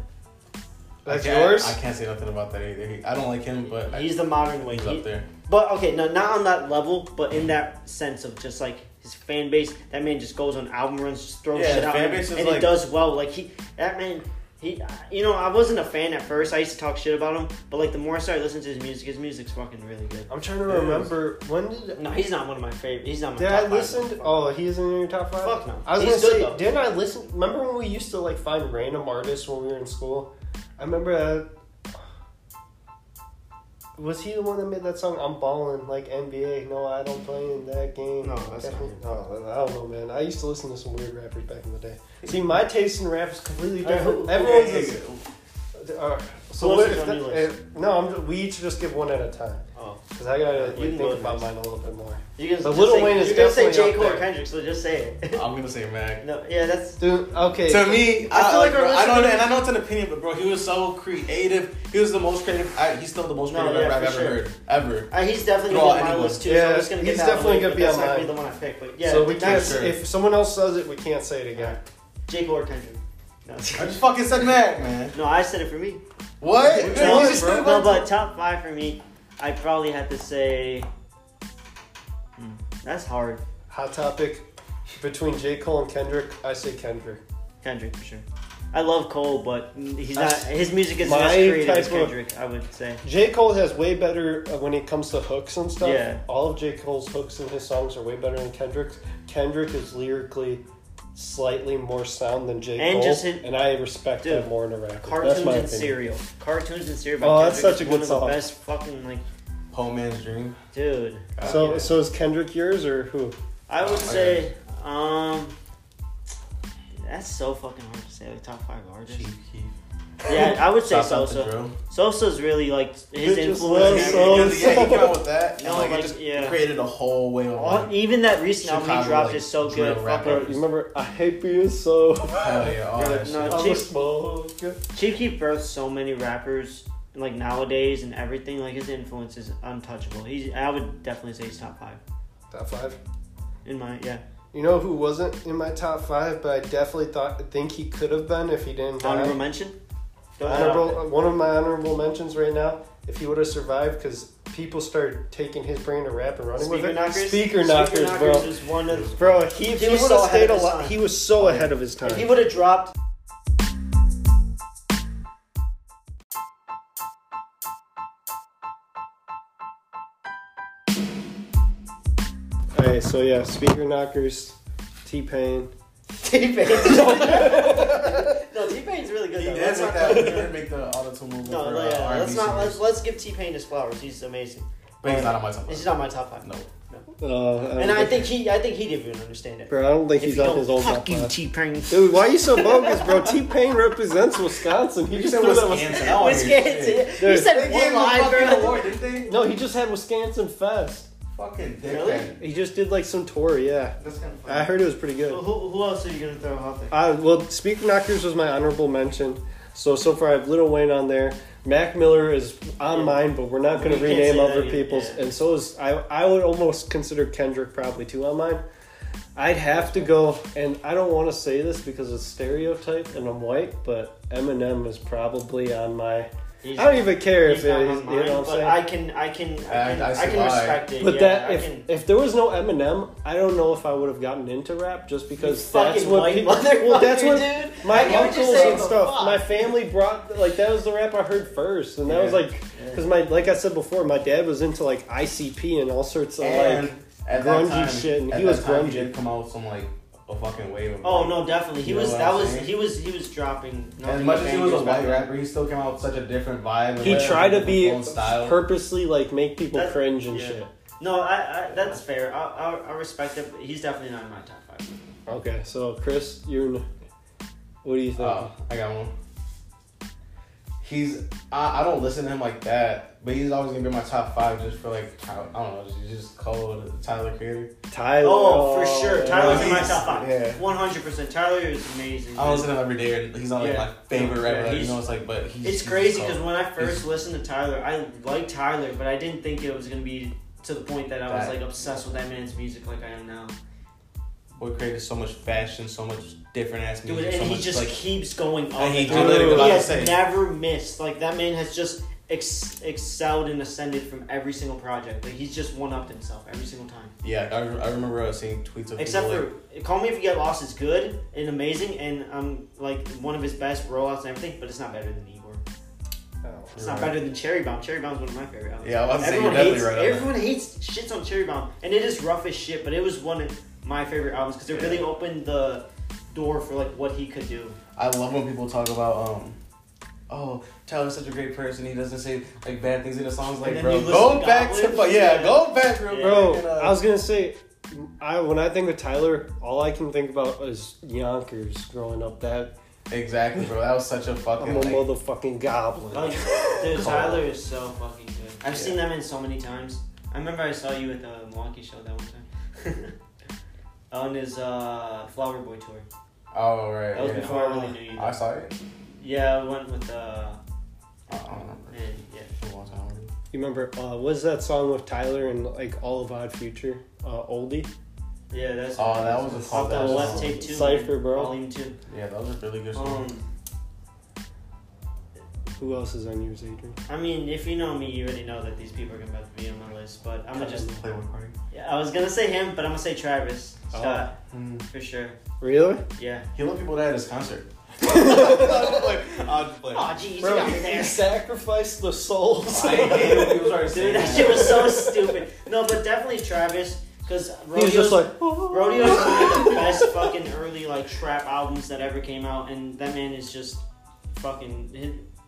S2: That's
S1: I can't-
S2: yours.
S1: I can't say nothing about that either. He- I don't like him, but I-
S3: He's the modern Wayne.
S1: he's
S3: He-
S1: up there.
S3: But okay, no, not on that level, but in that sense of just like his fan base. That man just goes on album runs, just throws
S1: Yeah,
S3: shit
S1: the
S3: out,
S1: fan
S3: and-
S1: base is
S3: and it
S1: like-
S3: does well. Like he, that man, he, you know, I wasn't a fan at first. I used to talk shit about him, but like the more I started listening to his music, his music's fucking really good.
S2: I'm trying to remember when did
S3: No, he's not one of my favorite. He's not my.
S2: did
S3: top
S2: I
S3: five.
S2: listen? Oh, he isn't in your top five.
S3: Fuck no.
S2: I was
S3: He's
S2: gonna
S3: good,
S2: say,
S3: though.
S2: didn't I listen? Remember when we used to like find random artists when we were in school? I remember that. Was he the one that made that song? I'm balling like NBA. No, I don't play in that game.
S3: No, that's not him.
S2: Oh, I don't know, man. I used to listen to some weird rappers back in the day. See, my taste in rap is completely
S3: Alright,
S2: different.
S3: who-
S2: Everyone's
S1: Okay,
S2: is, Alright, so
S3: Who
S2: what
S3: else is
S2: if
S3: on
S2: that-
S3: your list?
S2: if- eh, no, I'm. ju- We each just give one at a time
S3: Oh,
S2: because I gotta like,
S3: You can
S2: think
S3: go
S2: about
S3: next.
S2: mine a little bit more.
S3: you can.
S2: But
S3: just
S2: Lil
S3: say-
S2: Wayne is
S3: you can say
S2: definitely
S3: J
S2: up
S3: Cole or
S2: there.
S3: Kendrick, so just say it.
S1: I'm gonna say Mac.
S3: no, yeah, that's.
S2: Dude, okay.
S1: To me,
S3: I
S1: I,
S3: feel like
S1: bro,
S3: we're
S1: I know,
S3: listening-
S1: and I know it's an opinion, but bro, he was so creative. He was the most creative. I, he's still the most
S3: No,
S1: creative
S3: yeah,
S1: rapper I've
S3: for
S1: ever
S3: sure.
S1: heard, ever.
S3: Uh, he's definitely
S1: Well,
S3: gonna be on my
S1: anyone.
S3: list too. so
S2: Yeah,
S3: I'm just gonna get
S2: he's
S3: that
S2: definitely
S3: one,
S2: gonna
S3: but
S2: be
S3: that's
S2: on
S3: not gonna
S2: mine.
S3: be the one I pick. But yeah,
S2: so we
S3: not
S2: can't.
S1: sure.
S2: If someone else says it, we can't say it again.
S3: J Cole or Kendrick. No,
S1: I just fucking said Mac, man.
S3: no, I said it for me.
S1: What?
S2: Which
S1: Man,
S2: one,
S1: you just
S2: bro?
S1: said
S3: No,
S1: Mac.
S3: but top five for me, I probably had to say. Hmm, That's hard,
S2: Hot topic between J Cole and Kendrick. I say Kendrick.
S3: Kendrick for sure. I love Cole, but he's not.
S2: That's
S3: His music isn't
S2: my
S3: as creative as
S2: type of-
S3: Kendrick. I would say.
S2: J Cole has way better uh, when it comes to hooks and stuff.
S3: Yeah.
S2: All of J Cole's hooks in his songs are way better than Kendrick's. Kendrick is lyrically slightly more sound than J
S3: And
S2: Cole,
S3: just hit-
S2: and I respect
S3: Dude,
S2: him more in a rapper.
S3: Cartoons
S2: That's my
S3: and
S2: opinion.
S3: cereal. Cartoons and cereal.
S2: Oh,
S3: by
S2: that's
S3: Kendrick
S2: such a
S3: is
S2: good
S3: one of the
S2: song.
S3: best fucking like,
S1: Poor man's dream.
S3: dude.
S1: God,
S2: So,
S1: yeah.
S2: so is Kendrick yours or who?
S3: I would
S1: Oh,
S3: say, um, that's so fucking hard to say. Like top five artists.
S1: Chief Keef.
S3: Yeah, I would say
S1: Stop out the
S3: Sosa.
S1: drill.
S3: Sosa's really like his
S2: Bitches
S3: influence.
S2: love
S3: and everything.
S1: Because, yeah, he came out with that, and
S3: No,
S1: like,
S3: like,
S1: it just
S3: yeah.
S1: created a whole way of
S3: All-
S1: like,
S3: even that recent album
S1: Chicago,
S3: he dropped
S1: like,
S3: is so
S1: drill
S3: good.
S1: rap.
S2: Bro,
S3: Fucking
S2: you remember I hate being so.
S1: hell yeah, all that
S3: No,
S1: shit.
S2: I'm a
S3: Chief-
S2: smoker.
S3: Chief Keef birthed so many rappers, and like nowadays and everything. Like his influence is untouchable. He's I would definitely say he's top five
S2: Top five.
S3: in my yeah.
S2: You know who wasn't in my top five, but I definitely thought think he could have been if he didn't die.
S3: Honorable mention. Go ahead.
S2: Honorable, one of my honorable mentions right now. If he would have survived, because people started taking his brain to rap and running with
S3: Speaker
S2: it.
S3: knockers.
S2: Speaker knockers, bro.
S3: is one of
S2: Bro, he, if
S3: He
S2: he,
S3: was
S2: would
S3: so
S2: have
S3: ahead
S2: stayed
S3: of his
S2: alive.
S3: time.
S2: He was so ahead of his
S3: If he
S2: time.
S3: would have dropped.
S2: Alright, so yeah, speaker knockers, T Pain.
S3: T Pain. no, T Pain's really good.
S1: He
S3: though.
S1: did
S3: Let's
S1: make
S3: not-
S1: that. He did make the auto-tune movement
S3: No,
S1: for
S3: yeah,
S1: uh, R&B
S3: let's not.
S1: singers.
S3: Let's, let's give T Pain his flowers. He's amazing.
S1: But he's not on my top
S3: He's
S1: five.
S3: not my top five.
S1: No.
S2: Uh,
S3: And I think he, I think he didn't even understand it.
S2: bro, I don't think
S3: If
S2: he's
S3: you
S2: on
S3: don't-
S2: his old top
S3: fuck you,
S2: five.
S3: T Pain.
S2: Dude, why you so bogus, bro? T Pain represents Wisconsin. He
S1: You
S2: just
S1: said
S2: threw that
S1: Wisconsin.
S2: Wis-
S1: Oh,
S3: Wisconsin. He
S2: Dude.
S1: They
S3: said
S1: gave
S3: one
S1: him a
S3: line,
S1: fucking
S3: bro.
S1: award, didn't they?
S2: No, he just had Wisconsin Fest.
S1: Fucking
S3: Really?
S1: dickhead.
S2: He just did like some tour, yeah.
S1: That's kind of funny.
S2: I heard it was pretty good.
S3: Who, who else are you gonna throw out there?
S2: Uh, well, Speaker Knockers was my honorable mention. So so far, I have Little Wayne on there. Mac Miller is on
S3: Yeah.
S2: mine, but we're not going
S3: We
S2: to
S3: can't
S2: rename
S3: say that
S2: other
S3: yet,
S2: people's.
S3: yeah.
S2: And so is I. I would almost consider Kendrick probably too on mine. I'd have to go, and I don't want to say this because it's stereotype and I'm white, but Eminem is probably on my.
S3: He's-
S2: I don't even care
S3: he's
S2: if
S3: not
S2: it
S3: on
S2: is.
S3: mine,
S2: You know what I'm
S3: but
S2: saying?
S3: I can, I can, I
S1: I-
S3: can,
S1: I
S3: I,
S1: see
S3: can
S1: why.
S3: respect it.
S2: but
S3: yeah,
S2: that
S3: I
S2: if,
S3: can,
S2: if there was no Eminem, I don't know if I would have gotten into rap just because that's
S3: fucking
S2: what
S3: white
S2: people. Well, that's
S3: motherfucker,
S2: what
S3: dude.
S2: my
S3: I get what you're
S2: uncles
S3: saying,
S2: and
S3: but
S2: stuff.
S3: fuck.
S2: My family brought like that was the rap I heard first, and that was
S1: Yeah.
S2: like because my like I said before, my dad was into like ICP and all sorts of
S1: and
S2: like.
S1: at
S2: grungy
S1: that time,
S2: shit, and
S1: at
S2: he
S1: that
S2: was grungy.
S1: time, He did come out with some like a fucking wave. Of,
S3: oh
S1: like,
S3: no, definitely he
S1: You know
S3: was.
S1: what
S3: That
S1: I'm
S3: was
S1: saying?
S3: he was he was dropping.
S1: As
S3: nothing
S1: much
S3: but
S1: as he was a
S3: bangers back
S1: white
S3: then.
S1: rapper, he still came out with such a different vibe. and
S2: He
S1: like,
S2: tried to
S1: different
S2: be
S1: own style.
S2: purposely like make people
S3: That-
S2: cringe and
S3: yeah.
S2: shit.
S3: No, I, I that's fair. I, I, I respect it. But he's definitely not in my top five.
S2: Okay, so Chris, you, what do you think?
S1: Oh, I got one. He's I, I don't listen to him like that, but he's always gonna be in my top five just for like I don't know, just, just cold Tyler Creator.
S2: Tyler.
S3: Oh, for sure,
S2: yeah.
S3: Tyler's in my
S1: he's-
S3: top five.
S1: yeah.
S3: One hundred percent. Tyler is amazing.
S1: I don't listen to him every day, and he's not like
S3: Yeah.
S1: my favorite
S3: Yeah,
S1: rapper. you
S3: he's-
S1: know, it's like, but he's,
S3: It's
S1: he's
S3: crazy
S1: cold.
S3: because when I
S1: He's-
S3: first listened to Tyler, I liked Tyler, but I didn't think it was gonna be to the point that I was
S1: That-
S3: like obsessed with that man's music like I am now.
S1: boy created so much fashion, so much different ass
S3: Dude,
S1: music,
S3: and
S1: so
S3: he
S1: much
S3: just
S1: like
S3: keeps going up.
S1: And he-
S3: up.
S2: I'm literally about
S3: He
S1: to
S3: has
S1: say.
S3: never missed. Like that man has just ex- excelled and ascended from every single project. Like he's just one upped himself every single time.
S1: yeah. I, re- I remember uh, seeing tweets of
S3: Except
S1: people,
S3: for "Call Me If You Get Lost" is good and amazing, and um, like one of his best rollouts and everything. But it's not better than Igor.
S2: Oh.
S3: It's not
S1: Right.
S3: better than Cherry Bomb. Cherry Bomb's one of my favorite albums.
S1: Yeah, I was about to say, you're definitely
S3: everyone hates
S1: right on that.
S3: everyone hates shits on Cherry Bomb, and it is rough as shit. But it was one of my favorite albums because it really opened the door for like what he could do.
S1: I love when people talk about um. Oh, Tyler's such a great person. He doesn't say like bad things in his songs. Like,
S3: then
S1: bro,
S3: you listen
S1: go
S3: to
S1: back to
S3: Goblin.
S1: fu- yeah, go back, real
S3: Yeah.
S2: Bro,
S1: quick, and, uh,
S2: I was gonna say, I when I think of Tyler, all I can think about is Yonkers growing up. That
S1: Exactly, bro. That was such a
S2: I'm
S1: fucking.
S2: a
S1: Like,
S2: motherfucking goblin.
S3: Like, dude, Tyler is so fucking good.
S1: Yeah.
S3: I've seen that man so many times. I remember I saw you at the Milwaukee show that one time. On his uh, Flower Boy tour.
S1: oh right.
S3: That was
S1: yeah.
S3: before I really knew you.
S1: I saw it.
S3: Yeah, I went with uh,
S1: I don't remember.
S3: man, yeah.
S1: It's a long time already.
S2: You remember uh, what is that song with Tyler and like all of Odd Future, uh, oldie?
S3: Yeah, that's.
S1: Oh, that was a
S3: Off
S1: fun-
S3: the
S1: that was
S3: left
S1: a-
S3: tape too.
S2: Cypher,
S3: man.
S2: bro.
S3: Volume two.
S1: Yeah, that was a really good song.
S3: Um,
S2: Who else is on yours, Adrian?
S3: I mean, if you know me, you already know that these people are gonna about to be on my list. But I'm gonna just.
S1: Play one party.
S3: Yeah, I was gonna say him, but I'm gonna say Travis Scott
S1: Hmm.
S3: for sure.
S2: Really?
S3: Yeah.
S1: He let people die at his concert. I'll just play. I'll just play.
S3: Oh, jeez, you got me there.
S2: sacrificed the souls.
S1: I hate when people start
S3: Dude,
S1: saying
S3: that shit was so stupid. No, but definitely Travis, because
S2: He was
S3: rodeo's
S2: just like,
S3: rodeo's one of the best fucking early like trap albums that ever came out, and that man is just fucking.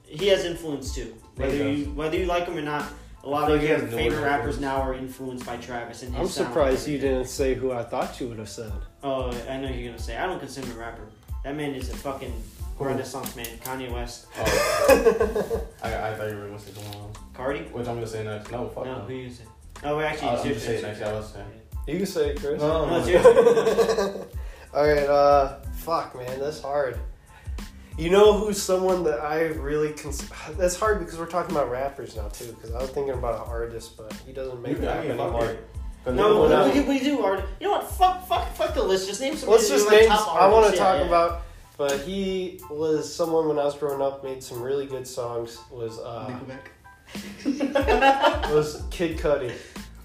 S3: He, he has influence too,
S1: Yeah, he
S3: whether
S1: does.
S3: you whether you like him or not. A lot
S1: I
S3: of
S1: think he
S3: your
S1: has no
S3: favorite rappers
S1: influence.
S3: now are influenced by Travis and his
S2: I'm
S3: sound and
S2: surprised you
S3: everything.
S2: didn't say who I thought you would have said.
S3: Oh, I know you're gonna say I don't consider him a rapper. That man is a fucking Renaissance man, Kanye West.
S1: Oh, I, I thought you were gonna say come on.
S3: Cardi?
S1: Which I'm gonna say next. No, fuck
S3: No,
S1: no.
S3: who is it? Oh, we're actually.
S1: I'll-
S3: it's
S1: I'll
S3: your
S1: just
S3: turn,
S1: say it next,
S3: it's your
S1: yeah,
S3: turn.
S1: let's say.
S2: You can say it, Chris.
S1: No,
S3: No, it's your turn.
S2: All right, uh, fuck, man, that's hard. You know who's someone that I really cons- that's hard because we're talking about rappers now too. Because I was thinking about an artist, but he doesn't
S1: You
S2: make
S1: got
S2: rap
S1: me
S2: anymore.
S1: fucking.
S2: we're
S3: No, we,
S2: not.
S3: we, we do. Art. You know what? Fuck, fuck, fuck the list. Just name some.
S2: Let's just name. I want to talk
S3: yeah.
S2: about, but he was someone when I was growing up made some really good songs. Was uh, was Kid Cudi.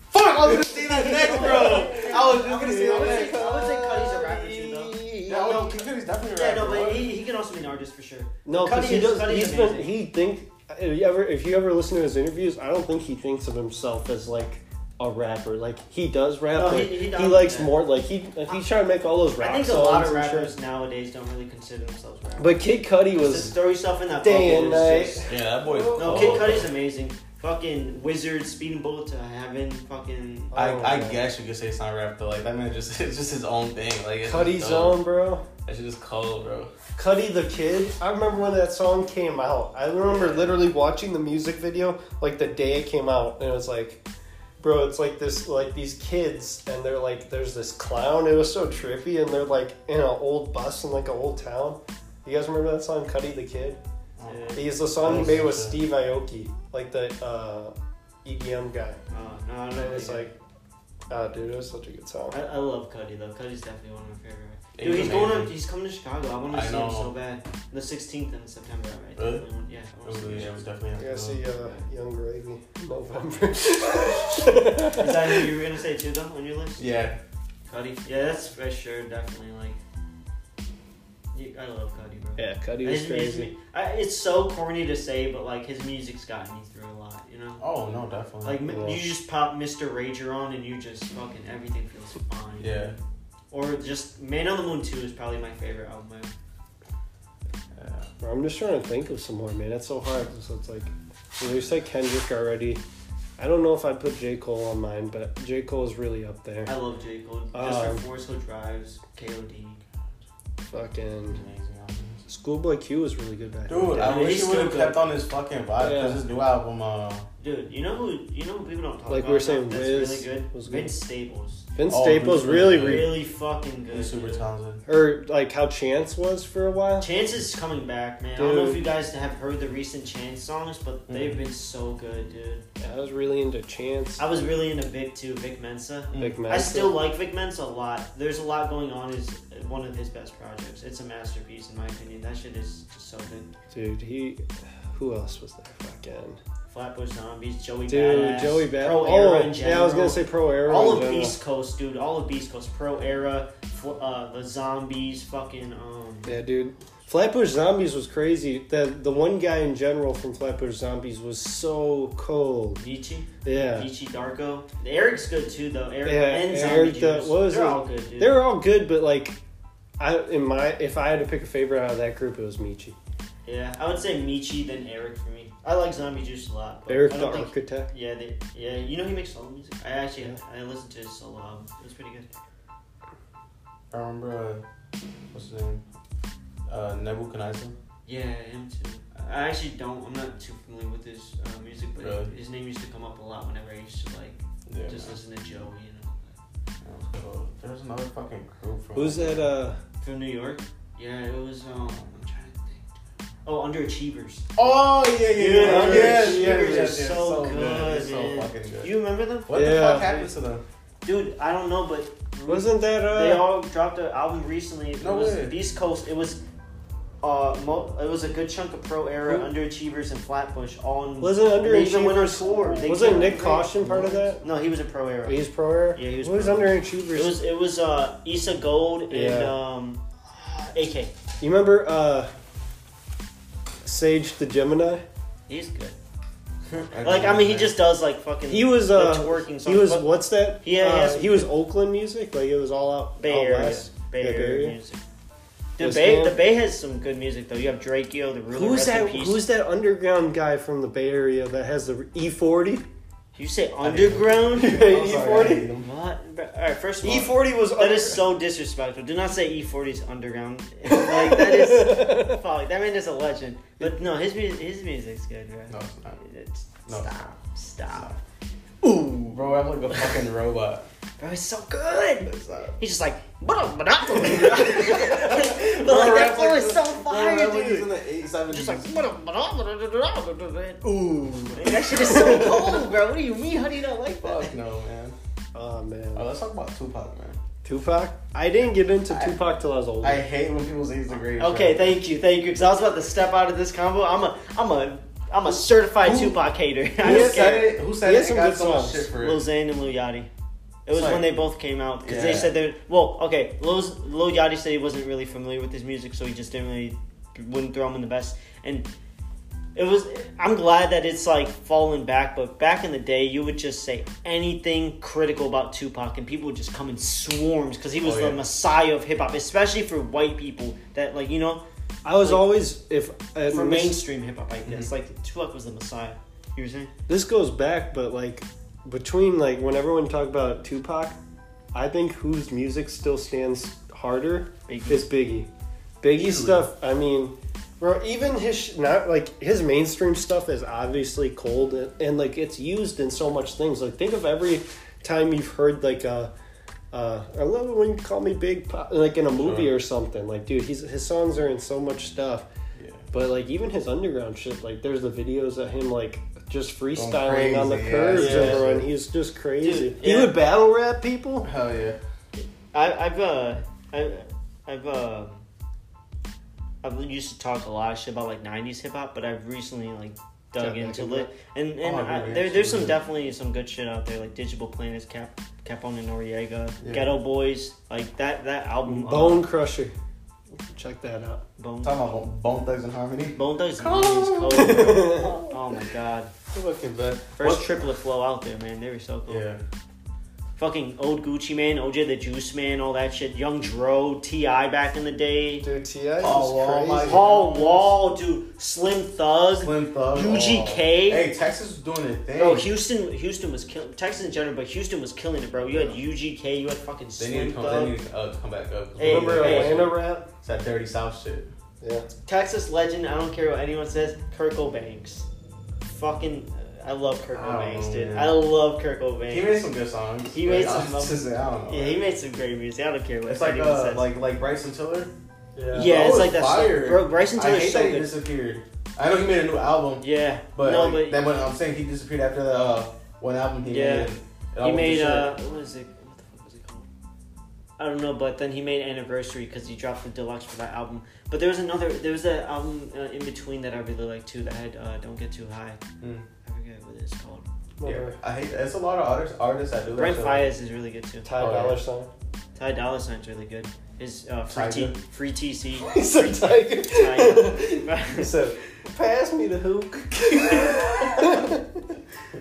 S1: Fuck! I was gonna say that next, bro. I was just gonna say
S3: I
S1: that
S3: would say-
S1: next.
S3: I would say Cudi's a rapper too, though.
S1: Yeah, oh, no, Kid Cudi's definitely a
S3: Yeah, no,
S1: rapper,
S3: but
S1: bro.
S3: he, he can also be an artist for sure.
S2: No, because
S3: Cudi
S2: he
S3: is-
S2: does.
S3: Cudi is
S2: He's been.
S3: amazing.
S2: He think. If you ever, if you ever listen to his interviews, I don't think he thinks of himself as like a rapper. Like he does rap.
S3: No,
S2: but
S3: he-
S2: he,
S3: he does,
S2: likes
S3: yeah.
S2: more. Like he he's trying to make all those rap
S3: I think a
S2: songs
S3: lot of
S2: and shit.
S3: rappers nowadays don't really consider themselves rappers.
S2: But Kid Cudi
S3: just
S2: was
S3: throw yourself in that
S2: day
S3: bubble.
S2: and
S3: It's
S2: night.
S1: Yeah, that boy's.
S3: just- No, Kid Cudi's amazing. Fucking wizard, speeding bullet to heaven. Fucking. uh,
S1: I,
S2: Oh,
S1: I
S2: man.
S1: guess you could say it's not rap, though. Like, that man just, it's just his own thing. Like, it's
S2: Cudi's
S1: dope.
S2: own, bro.
S1: That shit is cold, bro.
S2: Cudi the Kid. I remember when that song came out. I remember literally watching the music video like the day it came out, and it was like, bro, it's like this, like these kids, and they're like, there's this clown. It was so trippy, and they're like in an old bus in like an old town. You guys remember that song, Cudi the Kid?
S3: Yeah.
S2: He's the song he
S1: Yes.
S2: made with Steve Aoki, like the uh, EDM guy.
S3: Oh, no, I don't
S2: And
S3: know.
S2: it's like, ah, dude, it was such a good song.
S3: I, I love Cudi though. Cudi's definitely one of my favorite.
S1: He's
S3: Dude, he's going on.
S1: amazing.
S3: He's coming to Chicago. I want
S1: I
S3: to see
S1: know.
S3: him so bad. The 16th in September, right?
S1: Really?
S3: Definitely want- Yeah. I
S1: It
S3: wanna
S1: was,
S3: see
S1: yeah, it
S3: him.
S1: was definitely.
S2: I gotta see uh, Young Gravy in November.
S3: Is that who you were gonna say too though on your list?
S1: Yeah.
S3: Cudi. Yeah, that's for sure. Definitely like. You, I love Cudi, bro.
S2: Yeah, Cudi
S3: His- his mu- I, it's so corny to say, but like his music's gotten me through a lot, you know.
S1: Oh, no, definitely.
S3: Like m
S2: Yeah.
S3: you just pop Mr. Rager on and you just fucking everything feels fine.
S1: yeah.
S3: Or just Man on the Moon Two is probably my favorite album. ever.
S1: yeah.
S2: Bro, I'm just trying to think of some more, man. That's so hard. So it's like, you know, you said Kendrick already. I don't know if I'd put J. Cole on mine, but J. Cole is really up there.
S3: I love J Cole. Just
S2: Um,
S3: for Force Hill Drives, KOD.
S2: Fucking
S1: Amazing albums.
S2: Schoolboy Q was really good back in the
S1: Dude,
S2: day.
S1: I
S3: Yeah,
S1: wish
S3: he's
S1: he would have
S3: still
S1: kept on his fucking vibe because
S2: Yeah.
S1: his new album, uh,
S3: Dude, you know who? You know who people don't talk
S2: Like
S3: about.
S2: we were saying,
S3: enough
S2: Wiz
S3: that's really good.
S2: was good.
S3: Vince Staples,
S2: Vince
S1: Oh,
S2: Staples
S1: Vince
S2: really,
S1: was
S2: re-
S3: really fucking good.
S1: he's super
S3: dude.
S1: talented.
S2: or like how Chance was for a while.
S3: Chance is coming back, man. I don't know
S2: Dude.
S3: if
S2: Mm-hmm.
S3: you guys have heard the recent Chance songs, but they've
S1: Mhm.
S3: been so good, dude.
S2: Yeah, I was really into Chance.
S3: I was really into Vic too, Vic Mensa.
S1: Mm.
S2: Vic
S3: I
S2: Mensa.
S3: still like Vic Mensa a lot. There's a lot going on. Is one of his best projects. It's a masterpiece in my opinion. That shit is just so good.
S2: dude. He, who else was there? Fucking
S3: Flatbush Zombies, Joey
S2: dude,
S3: Badass,
S2: Joey Bad.
S3: Pro
S2: oh,
S3: Era in general.
S2: yeah, I was gonna say Pro Era.
S3: all
S2: in
S3: of
S2: general.
S3: East Coast, dude. All of East Coast, Pro Era, fl- uh, the Zombies, fucking um.
S2: Yeah, dude. Flatbush Zombies was crazy. The the one guy in general from Flatbush Zombies was so cold.
S3: Vici,
S2: Yeah.
S3: Vici Darko. Eric's good too, though. Eric
S2: Yeah,
S3: and Zombie
S2: Eric, the-
S3: Juice.
S2: what was
S3: They're
S2: it?
S3: all good, dude.
S2: They were all good, but like I in my if I had to pick a favorite out of that group, it was Michi.
S3: yeah, I would say Michi then Eric for me. I like Zombie Juice a lot. But
S2: Eric
S3: I
S2: the
S3: don't think,
S2: Architect.
S3: Yeah, they, yeah. You know he makes solo music. I actually I listened to his solo album. It was pretty good.
S1: I remember, uh, what's his name? Uh, Nebuchadnezzar.
S3: Yeah, him too. I actually don't. I'm not too familiar with his uh, music, but
S1: Really?
S3: his name used to come up a lot whenever I used to like
S1: Yeah.
S3: just listen to Joey and all that.
S1: So, There's another fucking group from.
S2: Who's that uh
S3: From New York? Yeah, it was. Um, I'm trying to think. Oh, Underachievers.
S1: Oh yeah, yeah,
S3: Dude,
S1: yeah,
S3: Underachievers
S1: yeah, yeah,
S3: is
S1: yeah,
S3: so
S1: yeah,
S3: good,
S1: It's so
S3: man.
S1: fucking
S3: Do
S1: good.
S3: you remember them?
S1: What the
S2: Yeah.
S1: fuck happened to them?
S3: Dude, I don't know, but
S2: wasn't that uh
S3: they all dropped an album recently. It
S1: No
S3: was
S1: way.
S3: Beast Coast. It was. Uh, mo- it was a good chunk of pro era
S2: Who-
S3: underachievers and Flatbush on.
S2: wasn't
S3: They even went on
S2: underachievers?
S3: tour. They
S2: Wasn't
S3: came-
S2: Nick Caution part of that?
S3: No, he was a pro era.
S2: He's pro era.
S3: Yeah, he was
S2: Who was
S3: pro era.
S2: underachievers?
S3: It was it was uh Issa Gold and
S2: Yeah.
S3: um, AK.
S2: you remember uh Sage the Gemini?
S3: He's good. Like I mean, he just does like fucking.
S2: He was
S3: the
S2: uh
S3: twerking. Songs,
S2: he was
S3: but
S2: what's that?
S3: Yeah,
S2: Uh,
S3: yes.
S2: he was Oakland music. Like it was all out,
S3: Bay
S2: out
S3: Area.
S2: west.
S3: Bay
S2: Oh, Yeah, Bay
S3: Area
S2: Area.
S3: music. The
S2: Yes,
S3: Bay,
S2: ma'am.
S3: the Bay has some good music though. You have Drake, Yo, the ruler.
S2: Who's
S3: Rest in
S2: that?
S3: Peace.
S2: Who's that underground guy from the Bay Area that has the E forty?
S3: You say
S1: didn't-
S3: underground?
S2: You hate
S1: I'm sorry, E I hate
S2: E40?
S1: them.
S3: What? Bro, All right, first of all,
S2: E40 was
S3: that is so disrespectful. Do not say E40 is underground. like that is fuck. That man is a legend. But no, his music, his music's good, bro.
S1: No, it's not.
S3: It's-
S1: No, it's
S3: stop, stop,
S1: Ooh, bro, I'm like a fucking robot.
S3: bro. It's so good.
S1: It's not.
S3: He's just like, "Ba-dum, ba-dum." but like that flow is so fire, dude. Just like, "Ba-dum, ba-dum, ba-dum, ba-dum, ba-dum."
S1: ooh.
S3: that shit is so cold, bro. What do you mean? How do you not like that?
S1: Fuck no, man.
S2: Oh
S1: Oh,
S2: man,
S1: let's talk about Tupac, man.
S2: Tupac. I didn't get into
S1: I-
S2: Tupac till I was older.
S1: I hate when people say he's the greatest.
S3: Okay,
S1: bro.
S3: thank you, thank you. Because I was about to step out of this combo. I'm a, I'm a, I'm a certified
S1: Who-
S3: Tupac hater. I
S1: Who
S3: don't
S1: said
S3: care.
S1: it? Who said
S2: He
S1: it?
S2: has some
S1: I got
S2: good
S1: so much
S2: songs.
S1: shit for
S3: Lil
S1: it.
S3: Zayn and Lil Yachty. It
S1: It's
S3: was
S1: like-
S3: when they both came out because they
S1: Yeah.
S3: said they well, okay. Lil, Lil Yachty said he wasn't really familiar with his music, so he just didn't really wouldn't throw him in the best. And it was. I'm glad that it's like fallen back, but back in the day, you would just say anything critical about Tupac, and people would just come in swarms because he was
S1: Oh, yeah.
S3: the messiah of hip hop, especially for white people that like you know
S2: I was
S3: Like-
S2: always if, uh, if
S3: for
S2: this-
S3: mainstream hip hop, I guess. Like Tupac was the messiah. You were saying?
S2: This goes back, but like between like when everyone talk about Tupac, I think whose music still stands harder
S3: Biggie.
S2: is Biggie. Biggie stuff. I mean, bro, even his sh- not like his mainstream stuff is obviously cold and, and like it's used in so much things. Like think of every time you've heard like a. Uh, I love it when you call me Big Pop, like in a movie
S1: Sure.
S2: or something. Like, dude, he's, his songs are in so much stuff.
S1: Yeah.
S2: But like even his underground shit, like there's the videos of him like just freestyling
S1: Going
S2: on the
S1: crazy,
S2: curbs,
S3: yeah.
S2: everyone. He's just crazy.
S3: Dude,
S2: He
S3: yeah.
S2: would battle rap people.
S1: Hell yeah.
S3: I, I've uh, I, I've uh, I've used to talk a lot of shit about like '90s hip hop, but I've recently like dug
S1: Dug
S3: into
S1: into
S3: it, and and
S1: Oh, I
S3: I,
S1: agree,
S3: there, there's some
S1: absolutely.
S3: definitely some good shit out there, like Digital Planets, Cap, Capone Noriega,
S1: Yeah.
S3: Ghetto Boys, like that that album, uh,
S2: Bone Crusher. Check that out.
S3: Bone,
S1: Talking about Bone Thugs and Harmony.
S3: Bone Thugs and
S1: Come.
S3: Harmony's cold, bro. oh my god,
S1: Fucking bad.
S3: first
S1: What-
S3: triplet flow out there, man, they were so cool.
S1: Yeah.
S3: Fucking old Gucci man, OJ the Juice man, all that shit. Young Dro, Ti back in the day.
S2: Dude, T.I. is
S1: Oh, wow, my-
S2: crazy.
S3: Paul Wall, dude, Slim Thug.
S1: Slim Thug. Oh.
S3: UGK?
S1: Hey, Texas is doing their thing.
S3: Bro, Houston, Houston was killing Texas in general, but Houston was killing it, bro. You had UGK, you had fucking
S1: they need to
S3: Slim
S1: come. They
S3: Thug.
S1: need to uh, come back up.
S3: Hey,
S2: Remember uh,
S3: hey.
S2: Atlanta rap?
S1: It's that dirty South shit.
S2: Yeah.
S3: Texas legend. I don't care what anyone says. Kirk Banks, fucking, I love Kirk
S1: I don't
S3: Banks,
S1: know,
S3: dude.
S1: Oh, man.
S3: I love Kirk Banks.
S1: He made some good songs.
S3: He made
S1: Like, I,
S3: some-
S1: was just saying, I don't know.
S3: yeah, he made some great music. I don't care what
S1: It's like
S3: anyone
S1: uh,
S3: says.
S1: like like Bryson Tiller.
S2: Yeah.
S3: yeah,
S1: Bro
S3: it's
S1: is
S3: like that.
S1: fire.
S3: Stuff. Bro, Bryson
S1: I
S3: Tiller's
S1: hate
S3: so
S1: that he
S3: good.
S1: disappeared. I know he made a new album,
S3: Yeah,
S1: but
S3: no,
S1: like,
S3: but
S1: that one I'm saying he disappeared after the uh, one album he
S3: Yeah.
S1: made. And I
S3: he
S1: went to
S3: made
S1: shit.
S3: uh, what is it? What the fuck was it called? I don't know, but then he made anniversary because he dropped the deluxe for that album. But there was another, there was that album uh, in between that I really liked too. That had uh, don't get too high.
S2: Hmm.
S1: Mm.
S3: I forget what it's called.
S1: Yeah, I hate that. It's a lot of artists, artists that do that.
S3: Brent
S1: shit.
S3: Fias is really good too.
S2: Ty
S1: Oh, yeah.
S2: Dollar Sign.
S3: Ty Dolla Sign's really good. His uh, free T,
S1: Tiger.
S3: free TC.
S2: He said Tiger. He
S3: Tiger.
S2: said, pass me the hook.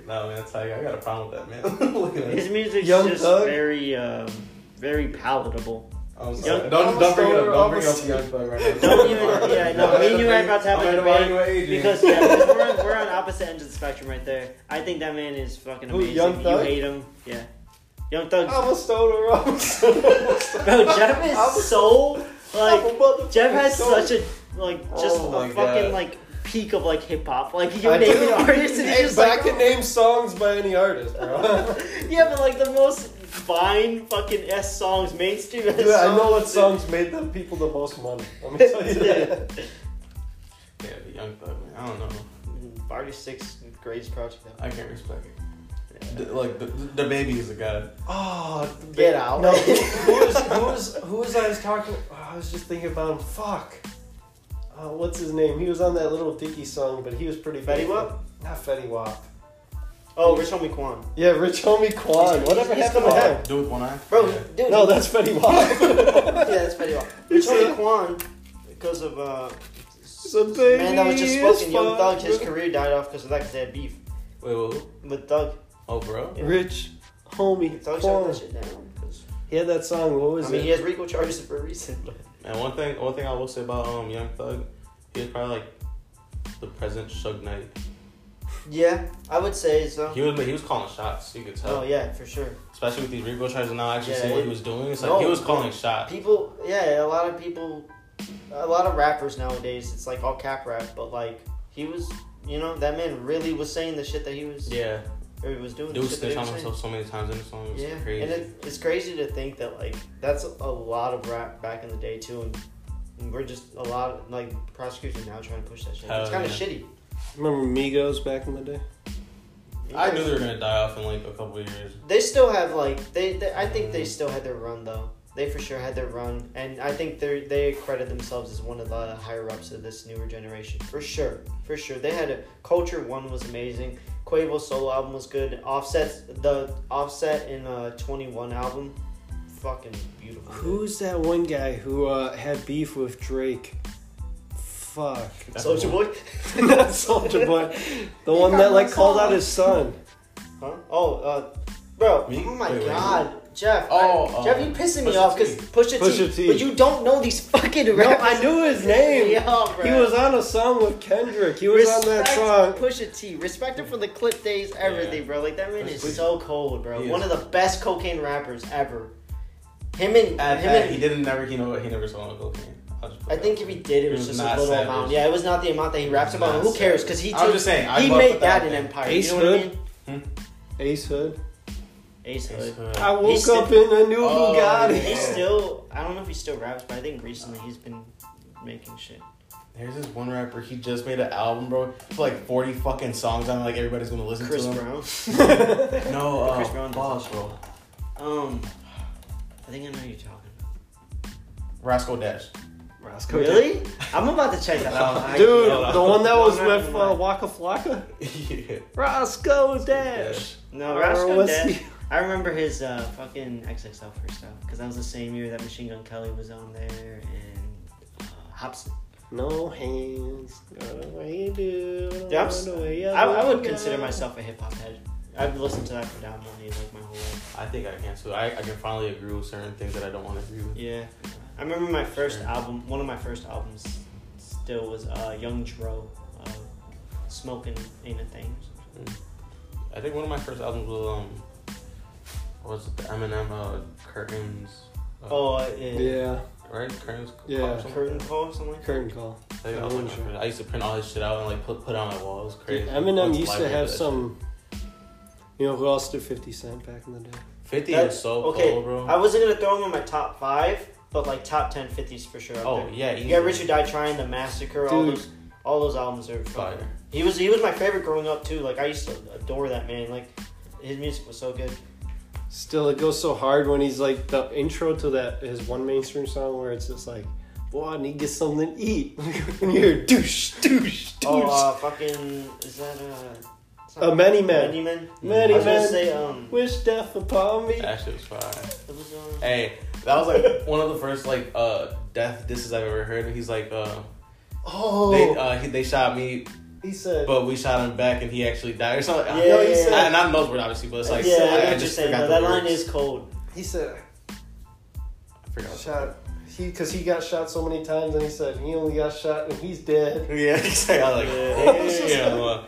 S1: No man, it's like I got a problem with that man. Look at
S3: His
S1: this.
S3: music's
S2: Young
S3: just
S2: Thug.
S3: very, um, very palatable.
S1: I'm sorry.
S3: Young-
S1: don't don't bring it up.
S2: Stoner,
S1: Don't
S2: I'm
S1: bring
S2: a
S1: up the young thug right now.
S3: Don't even, yeah, no, me and you are about to have
S1: I'm
S3: a
S1: at the
S3: debate.
S1: right age,
S3: Because yeah, because we're on, we're on opposite ends of the spectrum right there. I think that man is fucking
S2: Who,
S3: amazing.
S2: Young
S3: you
S2: Thug?
S3: hate him, yeah. Young Thug,
S2: I'm a stoner. I'm a stoner.
S3: bro. Jeff is so like Jeff has such a like just
S1: Oh
S3: a
S1: my
S3: fucking
S1: God.
S3: like peak of like hip hop. Like you
S2: I
S3: name an
S2: do.
S3: artist and he's
S2: Hey,
S3: just
S2: but
S3: like
S2: I can name songs by any artist, bro.
S3: yeah, but like the most fine fucking S songs, mainstream S
S2: Dude,
S3: songs.
S2: I know what
S3: dude.
S2: songs made the people the most money. Let me tell you that.
S1: Yeah, the young thug man. I don't know.
S3: Mm, Barty Six greatest project ever.
S1: I can't respect it. D- like the, the baby is a god.
S2: Oh,
S3: Ah, Get out.
S2: No, who who was who was who was I was talking? oh, I was just thinking about him. Fuck. Uh, what's his name? He was on that little Dicky song, but he was pretty.
S3: Fetty
S2: big.
S3: Wap?
S2: Not Fetty Wap.
S3: Oh, Rich Homie Quan.
S2: Yeah, Rich Homie Quan. Whatever
S3: he's
S2: happened to him?
S1: Do it with one eye,
S3: Bro,
S1: Yeah.
S3: dude.
S2: No, that's Fetty Wap.
S3: yeah, that's pretty well.
S2: It's
S3: Tony
S2: a-
S3: Kwan, because of uh,
S2: So baby,
S3: man that was just
S2: it's
S3: spoken, Young Thug, his
S2: fine.
S3: career died off because of that, because they had beef
S1: Wait, wait, wait.
S3: with Thug.
S1: Oh, bro.
S3: Yeah.
S2: Rich Homie
S3: Thug shut
S2: Quan.
S3: that shit down. 'cause-
S2: He had that song. What was
S3: I mean,
S2: it?
S3: he has Rico charges for a reason. But
S1: And one thing, one thing I will say about um Young Thug, he's probably like the present Shug Knight.
S3: Yeah, I would say so.
S1: He was he was calling shots. You could tell,
S3: Oh yeah, for sure.
S1: especially with these Rico charges. Now I actually
S3: Yeah,
S1: see what
S3: it-
S1: he was doing. It's like
S3: No,
S1: he was
S3: yeah.
S1: calling shots.
S3: People, yeah, a lot of people, a lot of rappers nowadays. It's like all cap rap, but like he was, you know, that man really was saying the shit that he was,
S1: Yeah,
S3: or he was doing. the
S1: dude
S3: shit that he
S1: snitched on
S3: was saying.
S1: himself so many times in the song. It was
S3: Yeah,
S1: crazy.
S3: and it, it's crazy to think that like that's a lot of rap back in the day too, and, and we're just a lot of, like prosecutors now trying to push that shit.
S1: Hell
S3: it's kind of
S1: yeah.
S3: shitty.
S2: Remember Migos back in the day?
S1: I knew they were gonna die off in like a couple of years.
S3: They still have like they, they. I think they still had their run though. They for sure had their run, and I think they they credit themselves as one of the higher ups of this newer generation for sure. For sure, they had a culture. One was amazing. Quavo's solo album was good. Offset's the Offset in uh, Twenty One album, fucking beautiful.
S2: Who's that one guy who uh, had beef with Drake? Fuck.
S1: That's
S3: Soldier
S1: the one.
S3: Boy.
S2: Not Soldier Boy. The
S3: He
S2: one
S3: got
S2: that like
S3: my
S2: called out
S3: song.
S2: his son.
S3: Huh? Oh, uh, bro.
S1: Me?
S3: Oh my
S1: Wait, wait.
S3: god. Jeff,
S1: Oh,
S3: I,
S1: um,
S3: Jeff, you pissing me
S1: Pusha
S3: off
S1: T.
S3: because Pusha,
S2: Pusha
S3: T,
S2: T.
S3: but you don't know these fucking
S2: No,
S3: rappers.
S2: I knew his name.
S3: Yo, bro.
S2: He was on a song with Kendrick. He was on that song.
S3: Pusha T. Respect him from the clip days, everything,
S1: Yeah.
S3: bro. Like that man
S1: Pusha
S3: is
S1: T.
S3: so cold, bro.
S1: He is.
S3: One of the best cocaine rappers ever. Him and
S1: At
S3: him
S1: that,
S3: and
S1: he didn't never he know he never sold cocaine. I'll just put
S3: I
S1: that
S3: think
S1: out
S3: if he
S1: there.
S3: did, it
S1: He
S3: was, just a
S1: not
S3: little
S1: savage.
S3: amount. Yeah, it was not the amount that he raps
S1: He was not
S3: about. Who cares?
S1: savage.
S3: Because he
S1: I'm
S3: took-
S1: just saying, I
S3: he
S1: bought
S3: made
S1: that out
S3: that an
S1: there.
S3: empire.
S2: Ace
S3: you know
S2: Hood?
S3: what
S2: Ace Hood.
S3: I mean? Ace Hood.
S1: uh,
S2: I woke
S3: still-
S2: up in a new
S1: Oh,
S2: Bugatti.
S3: He's
S1: Yeah.
S3: still. I don't know if he still raps, but I think recently he's been making shit.
S1: There's this one rapper. He just made an album, bro. It's like 40 fucking songs. I'm like everybody's gonna listen
S3: Chris
S1: to him.
S3: Brown.
S1: No, uh,
S3: Chris Brown does
S1: Boss, bro.
S3: Um, I think I know who you're talking about.
S1: Rascal Dash.
S2: Roscoe
S3: Really? I'm about to check that
S1: No.
S3: out.
S2: Dude,
S1: Yeah.
S2: the one that was
S3: No, no,
S2: with
S3: no.
S2: uh, Waka Flocka?
S1: yeah.
S2: Roscoe Dash.
S3: no,
S2: Or
S3: Rascal
S2: was
S3: Death.
S2: he-
S3: I remember his uh, fucking XXL first out because that was the same year that Machine Gun Kelly was on there and uh, Hobson.
S2: No hands. Got away, dude.
S3: Yeah, I'm s-
S2: Got away,
S3: I, I would
S2: got-
S3: consider myself a hip hop head. I've listened to that predominantly like my whole life.
S1: I think I can too. I, I can finally agree with certain things that I don't want to agree with.
S3: Yeah, I remember my first
S1: Sure.
S3: album. One of my first albums still was uh, Young Dro. Uh, Smoking ain't a thing.
S1: I think one of my first albums was um, what was it the Eminem uh, curtains? Uh,
S3: Oh, uh, yeah.
S2: Yeah,
S1: right, curtains. Call
S2: Yeah.
S1: or something?
S3: Curtain call or something like that.
S2: curtain call.
S1: I, think that was like my first- I used to print all his shit out and like put put it on my walls. Crazy.
S2: Dude, Eminem
S1: Once
S2: used to
S1: library
S2: have
S1: did that
S2: some. You know who else did 50 Cent back in the day?
S1: shit. Fifty
S3: That-
S1: is so
S3: okay,
S1: cold, bro.
S3: I wasn't gonna throw him in my top five, but like top 10 50s for sure. up
S1: oh
S3: there.
S1: yeah,
S3: you
S1: easy.
S3: got Rich or Die Trying, The Massacre, all
S2: Dude.
S3: those, all those albums are
S1: Fire.
S3: fire. He was he was my favorite growing up too. Like I used to adore that man. Like his music was so good.
S2: Still, it goes so hard when he's like the intro to that his one mainstream song where it's just like, "Boy, I need to get something to eat." and you hear douche, douche, douche.
S3: Oh, uh, fucking is that uh? it's not-
S2: Uh, Many Men.
S3: Many men.
S2: Many
S3: I was gonna
S2: men.
S3: say Uh, um.
S2: Wish death upon me.
S1: That shit was fire.
S3: It was, um
S1: Hey, that was like one of the first like uh death disses I've ever heard. He's like uh
S2: Oh,
S1: they uh he, they shot me,
S2: he said.
S1: but we shot him back and he actually died or something.
S3: Yeah,
S2: no, he
S3: yeah,
S2: said-
S1: I, not Melbourne obviously, but it's like
S3: yeah, I,
S1: I,
S3: get
S1: I
S3: what
S1: just
S3: you're saying.
S1: forgot
S3: though.
S1: the
S3: That
S1: words.
S3: line is cold.
S2: he said
S1: I forgot.
S2: shot. He because he got shot so many times, and he said he only got shot and he's dead.
S1: Yeah, exactly. I was like,
S2: Yeah.
S1: damn. uh,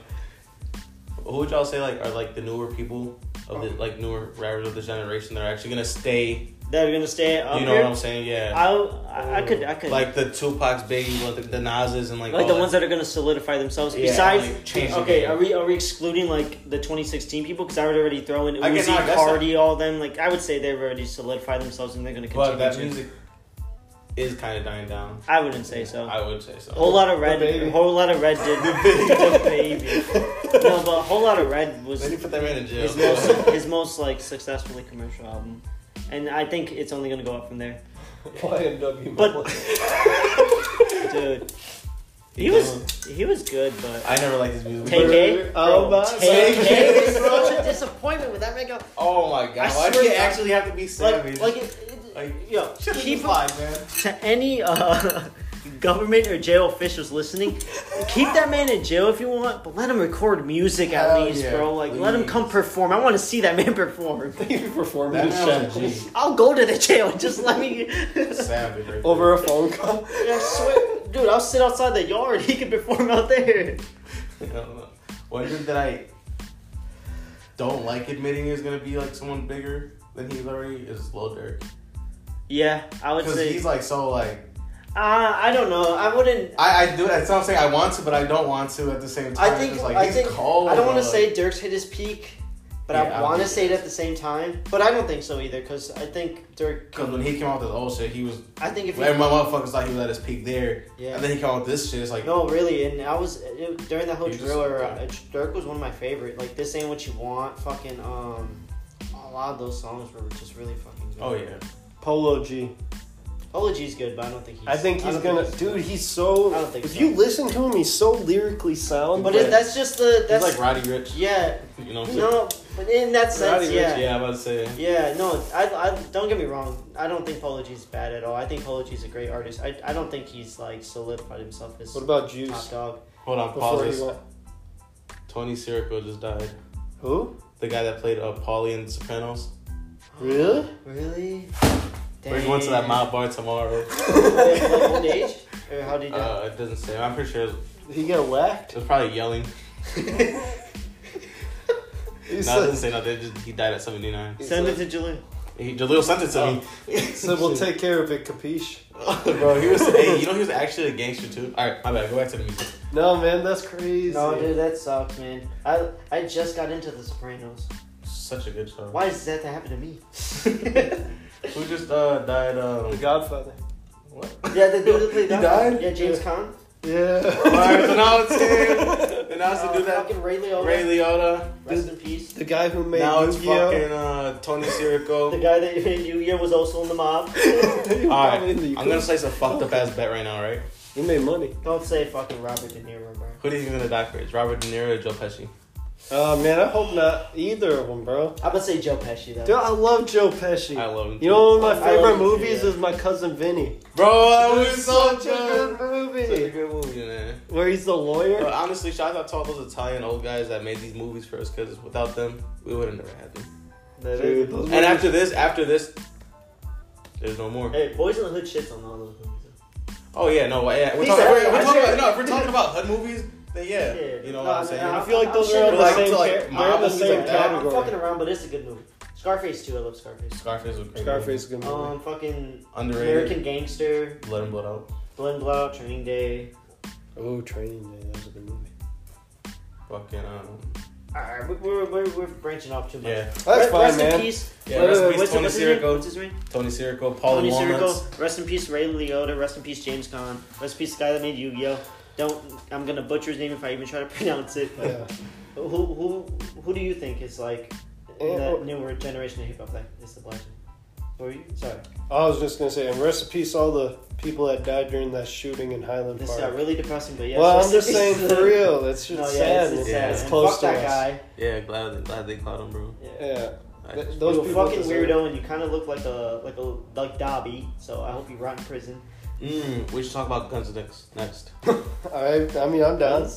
S1: who would y'all say like are like the newer people of the like newer rappers of the generation that are actually gonna stay?
S3: That we're gonna stay up
S1: you know
S3: here.
S1: what I'm saying? Yeah.
S3: I'll- I, I could I could
S1: like the Tupac's, Biggie, like the, the Nas's, and like
S3: like the
S1: all
S3: ones that are going to solidify themselves.
S1: Yeah,
S3: Besides,
S1: like, change the
S3: okay,
S1: game.
S3: are we are we excluding like the 2016 people? Because I would already throw in
S1: I
S3: Uzi,
S1: guess not, that's
S3: Cardi, all them. Like I would say they've already solidified themselves and they're going to
S1: But
S3: continue.
S1: that
S3: to.
S1: music is kind of dying down.
S3: I wouldn't say so.
S1: I would say so.
S3: whole lot of red,
S2: Baby.
S3: whole lot of red did the baby. No, but whole lot of red was
S1: Then you put that man in jail.
S3: his most his most like successfully commercial album, and I think it's only going to go up from there,
S2: YNW.
S3: But- dude. He was he was good, but
S1: I never liked his music.
S3: Take
S2: Murder
S3: it,
S2: of
S3: bro.
S2: a
S3: Take it was
S1: Savage.
S3: such a disappointment with that man. go-
S1: Oh my god!
S3: I
S1: Why
S3: swear
S1: did
S3: to
S1: it
S3: God.
S1: actually have to be
S3: Like,
S1: savage?
S3: like, it, it,
S1: Like,
S3: yo,
S1: Should've
S3: keep
S1: just lied, man.
S3: to any uh, government or jail officials listening, keep that man in jail if you want, but let him record music at
S1: Hell
S3: least,
S1: yeah,
S3: bro. Like, let him
S1: please.
S3: come perform. I want to see that man perform.
S2: he performed
S1: That
S2: his
S1: man was a
S2: shit
S1: G.
S3: I'll go to the jail. Just let me.
S1: Savage. Right there.
S2: over a phone call.
S3: I swear, dude, I'll sit outside the yard. He can perform out there.
S1: I don't know. One dude that I don't like admitting is gonna be like someone bigger than he's already is Lil Durk.
S3: Yeah, I would
S1: Because
S3: say.
S1: he's like so like
S3: uh, I don't know. I wouldn't.
S1: I, I do that's what I'm saying I want to but I don't want to at the same time.
S3: I think.
S1: It's like,
S3: I
S1: he's
S3: think.
S1: cold,
S3: I don't want
S1: bro.
S3: to say Dirk's hit his peak, but
S1: Oh, uh, Yeah, I
S3: I
S1: don't
S3: want to
S1: think
S3: say it at the same time. But I don't think so either, because I think Dirk.
S1: Cause when he came out with his old shit, he was
S3: I think if he,
S1: and my motherfuckers thought he was at his peak there,
S3: yeah.
S1: and then he came out with this shit. It's like
S3: No, really, and I was it, during that whole
S1: He was
S3: drill
S1: just-
S3: era. uh, Dirk was one of my favorite. Like this ain't what you want. Fucking um, a lot of those songs were just really fucking good.
S1: oh yeah,
S2: Polo G.
S3: Polo G's good, but I don't think he's.
S2: I think he's
S3: don't
S2: gonna,
S3: think
S2: dude. He's so.
S3: I don't think
S2: if
S3: so.
S2: you listen to him, he's so lyrically sound.
S3: But
S2: that-
S3: it, that's just the
S1: he's
S3: that's
S1: like Roddy Rich.
S3: yeah
S1: You know, what I'm saying?
S3: no, but in that sense
S1: Roddy
S3: yeah.
S1: Rich.
S3: yeah.
S1: Yeah, I'm about to say.
S3: no, I, I don't get me wrong. I don't think Polo G's bad at all. I think Polo G's a great artist. I, I don't think he's like solidified himself as
S2: what about
S3: top
S2: Juice?
S3: dog.
S1: Hold on, pause
S2: Before he
S1: this.
S2: went,
S1: Tony Sirico just died.
S2: who?
S1: The guy that played uh, Paulie in The Sopranos.
S2: Really?
S3: Really?
S1: We're going to that
S3: Damn.
S1: mob bar tomorrow.
S3: Wait, like, old age? Or how do you die?
S1: Uh, it doesn't say. I'm pretty sure it was,
S2: He got
S1: it
S2: whacked.
S1: was probably yelling.
S2: He
S1: No, it doesn't
S2: said,
S1: say nothing. It just, he died at 79.
S3: Send it to Julian.
S1: He, Jaleel sent it to me.
S2: said, "We'll take care of it, capiche."
S1: Bro, he was. Hey, you know he was actually a gangster too. All right, my bad. Go back to the music.
S2: No, man, that's crazy.
S3: No, dude, that sucks, man. I I just got into The Sopranos.
S1: Such a good show.
S3: Why does that happen to me?
S1: Who just uh, died?
S2: The
S1: Um,
S2: Godfather.
S1: what?
S3: Yeah, the dude that played
S1: He
S3: Don-
S1: died?
S3: Yeah, James Caan.
S1: Alright,
S2: Yeah.
S1: so now it's him. And now it's
S3: Uh,
S1: the dude that.
S3: Fucking Ray Liotta.
S1: Ray Liotta.
S3: Rest in peace.
S2: the guy who made
S1: Now it's
S2: Yu-Gi-Oh.
S1: fucking uh, Tony
S3: The
S1: Sirico.
S3: guy that you knew year was also in the mob.
S1: Alright, I'm gonna place a fucked up ass bet right now, right?
S2: He made money.
S3: Don't say fucking Robert De Niro, bro.
S1: Who do you think is gonna die first? Robert De Niro or Joe Pesci?
S2: Oh man, I hope not either of them, bro.
S3: I'm gonna say Joe Pesci though.
S2: Dude, I love Joe Pesci.
S1: I love him.
S2: you know one of
S3: I
S2: my
S3: love
S2: favorite
S3: him too,
S2: movies
S3: yeah.
S2: is My Cousin Vinny.
S1: Bro, that
S2: Dude,
S1: was Oh, so
S2: such
S1: good.
S2: a good
S1: Such a
S2: movie.
S1: good movie, man.
S2: Where he's the lawyer.
S1: But honestly, shout out to all those Italian old guys that made these movies for us, because without them, we would have never had them.
S3: That
S2: Dude,
S3: is-
S2: those
S1: And after this, after this, there's no more.
S3: Hey, Boys in the Hood shits on all those movies.
S1: Oh yeah, no, yeah. We're
S3: He
S1: talking,
S3: said-
S1: we're, we're
S3: I
S1: talking
S3: said-
S1: about, no, if we're talking about hood movies, then yeah,
S3: Yeah.
S1: you know
S3: No,
S1: what I'm
S3: no,
S1: saying.
S3: no.
S2: I feel like those
S3: I'm
S2: are on
S3: sure
S2: the
S1: like-
S2: same.
S1: like
S2: Like, they're
S1: mob
S2: in the
S1: movies
S2: same
S1: like that.
S3: I'm
S2: category.
S3: fucking around, but it's a good movie. Scarface too. I love Scarface.
S1: Scarface was crazy.
S2: Scarface is a good movie.
S3: Um, fucking
S1: underrated.
S3: American Gangster,
S1: Blood and Blood Out.
S3: Blend Blowout, Training Day. Um,
S2: oh, Training Day. That was a good movie.
S1: Fucking um,
S3: Alright, we- we're, we're, we're branching off too much.
S1: yeah,
S2: That's
S3: Re-
S2: fine,
S3: rest
S2: man.
S3: in peace. Uh,
S1: yeah.
S2: Wait,
S1: Rest in
S2: wait,
S1: peace,
S3: What's,
S1: Tony
S3: what's his name?
S1: Sirico.
S3: What's his name?
S1: Tony Sirico.
S3: Tony
S1: Paulie Walnuts.
S3: Sirico. Rest in peace, Ray Liotta. Rest in peace, James Caan. Rest in peace, the guy that made Yu-Gi-Oh. Don't. I'm gonna butcher his name if I even try to pronounce it. But
S2: Yeah.
S3: who who who do you think is like
S2: Eh,
S3: in that
S2: oh.
S3: newer generation of hip hop? Like is the black? Who are you? Sorry,
S2: I was just gonna say, and rest in peace, all the people that died during that shooting in Highland
S3: this
S2: Park.
S3: got really depressing. But yeah.
S2: well,
S3: rest
S2: I'm
S3: in
S2: just
S3: peace.
S2: saying for real. That's just
S3: No, yeah,
S2: sad.
S3: It's,
S2: and
S3: it's
S2: It's,
S3: sad.
S1: Yeah.
S2: it's
S3: And
S2: close
S3: fuck
S2: to
S3: that
S2: us.
S3: guy.
S1: Yeah, glad glad they caught him, bro.
S3: Yeah.
S2: Yeah,
S1: I-
S2: Th- those
S3: You're a
S2: people
S3: fucking
S2: deserve-
S3: weirdo, and you kind of look like a like a like Dobby. So I hope you rot in prison.
S1: Mm, we should talk about guns next. Next
S2: All right, I mean, I'm down.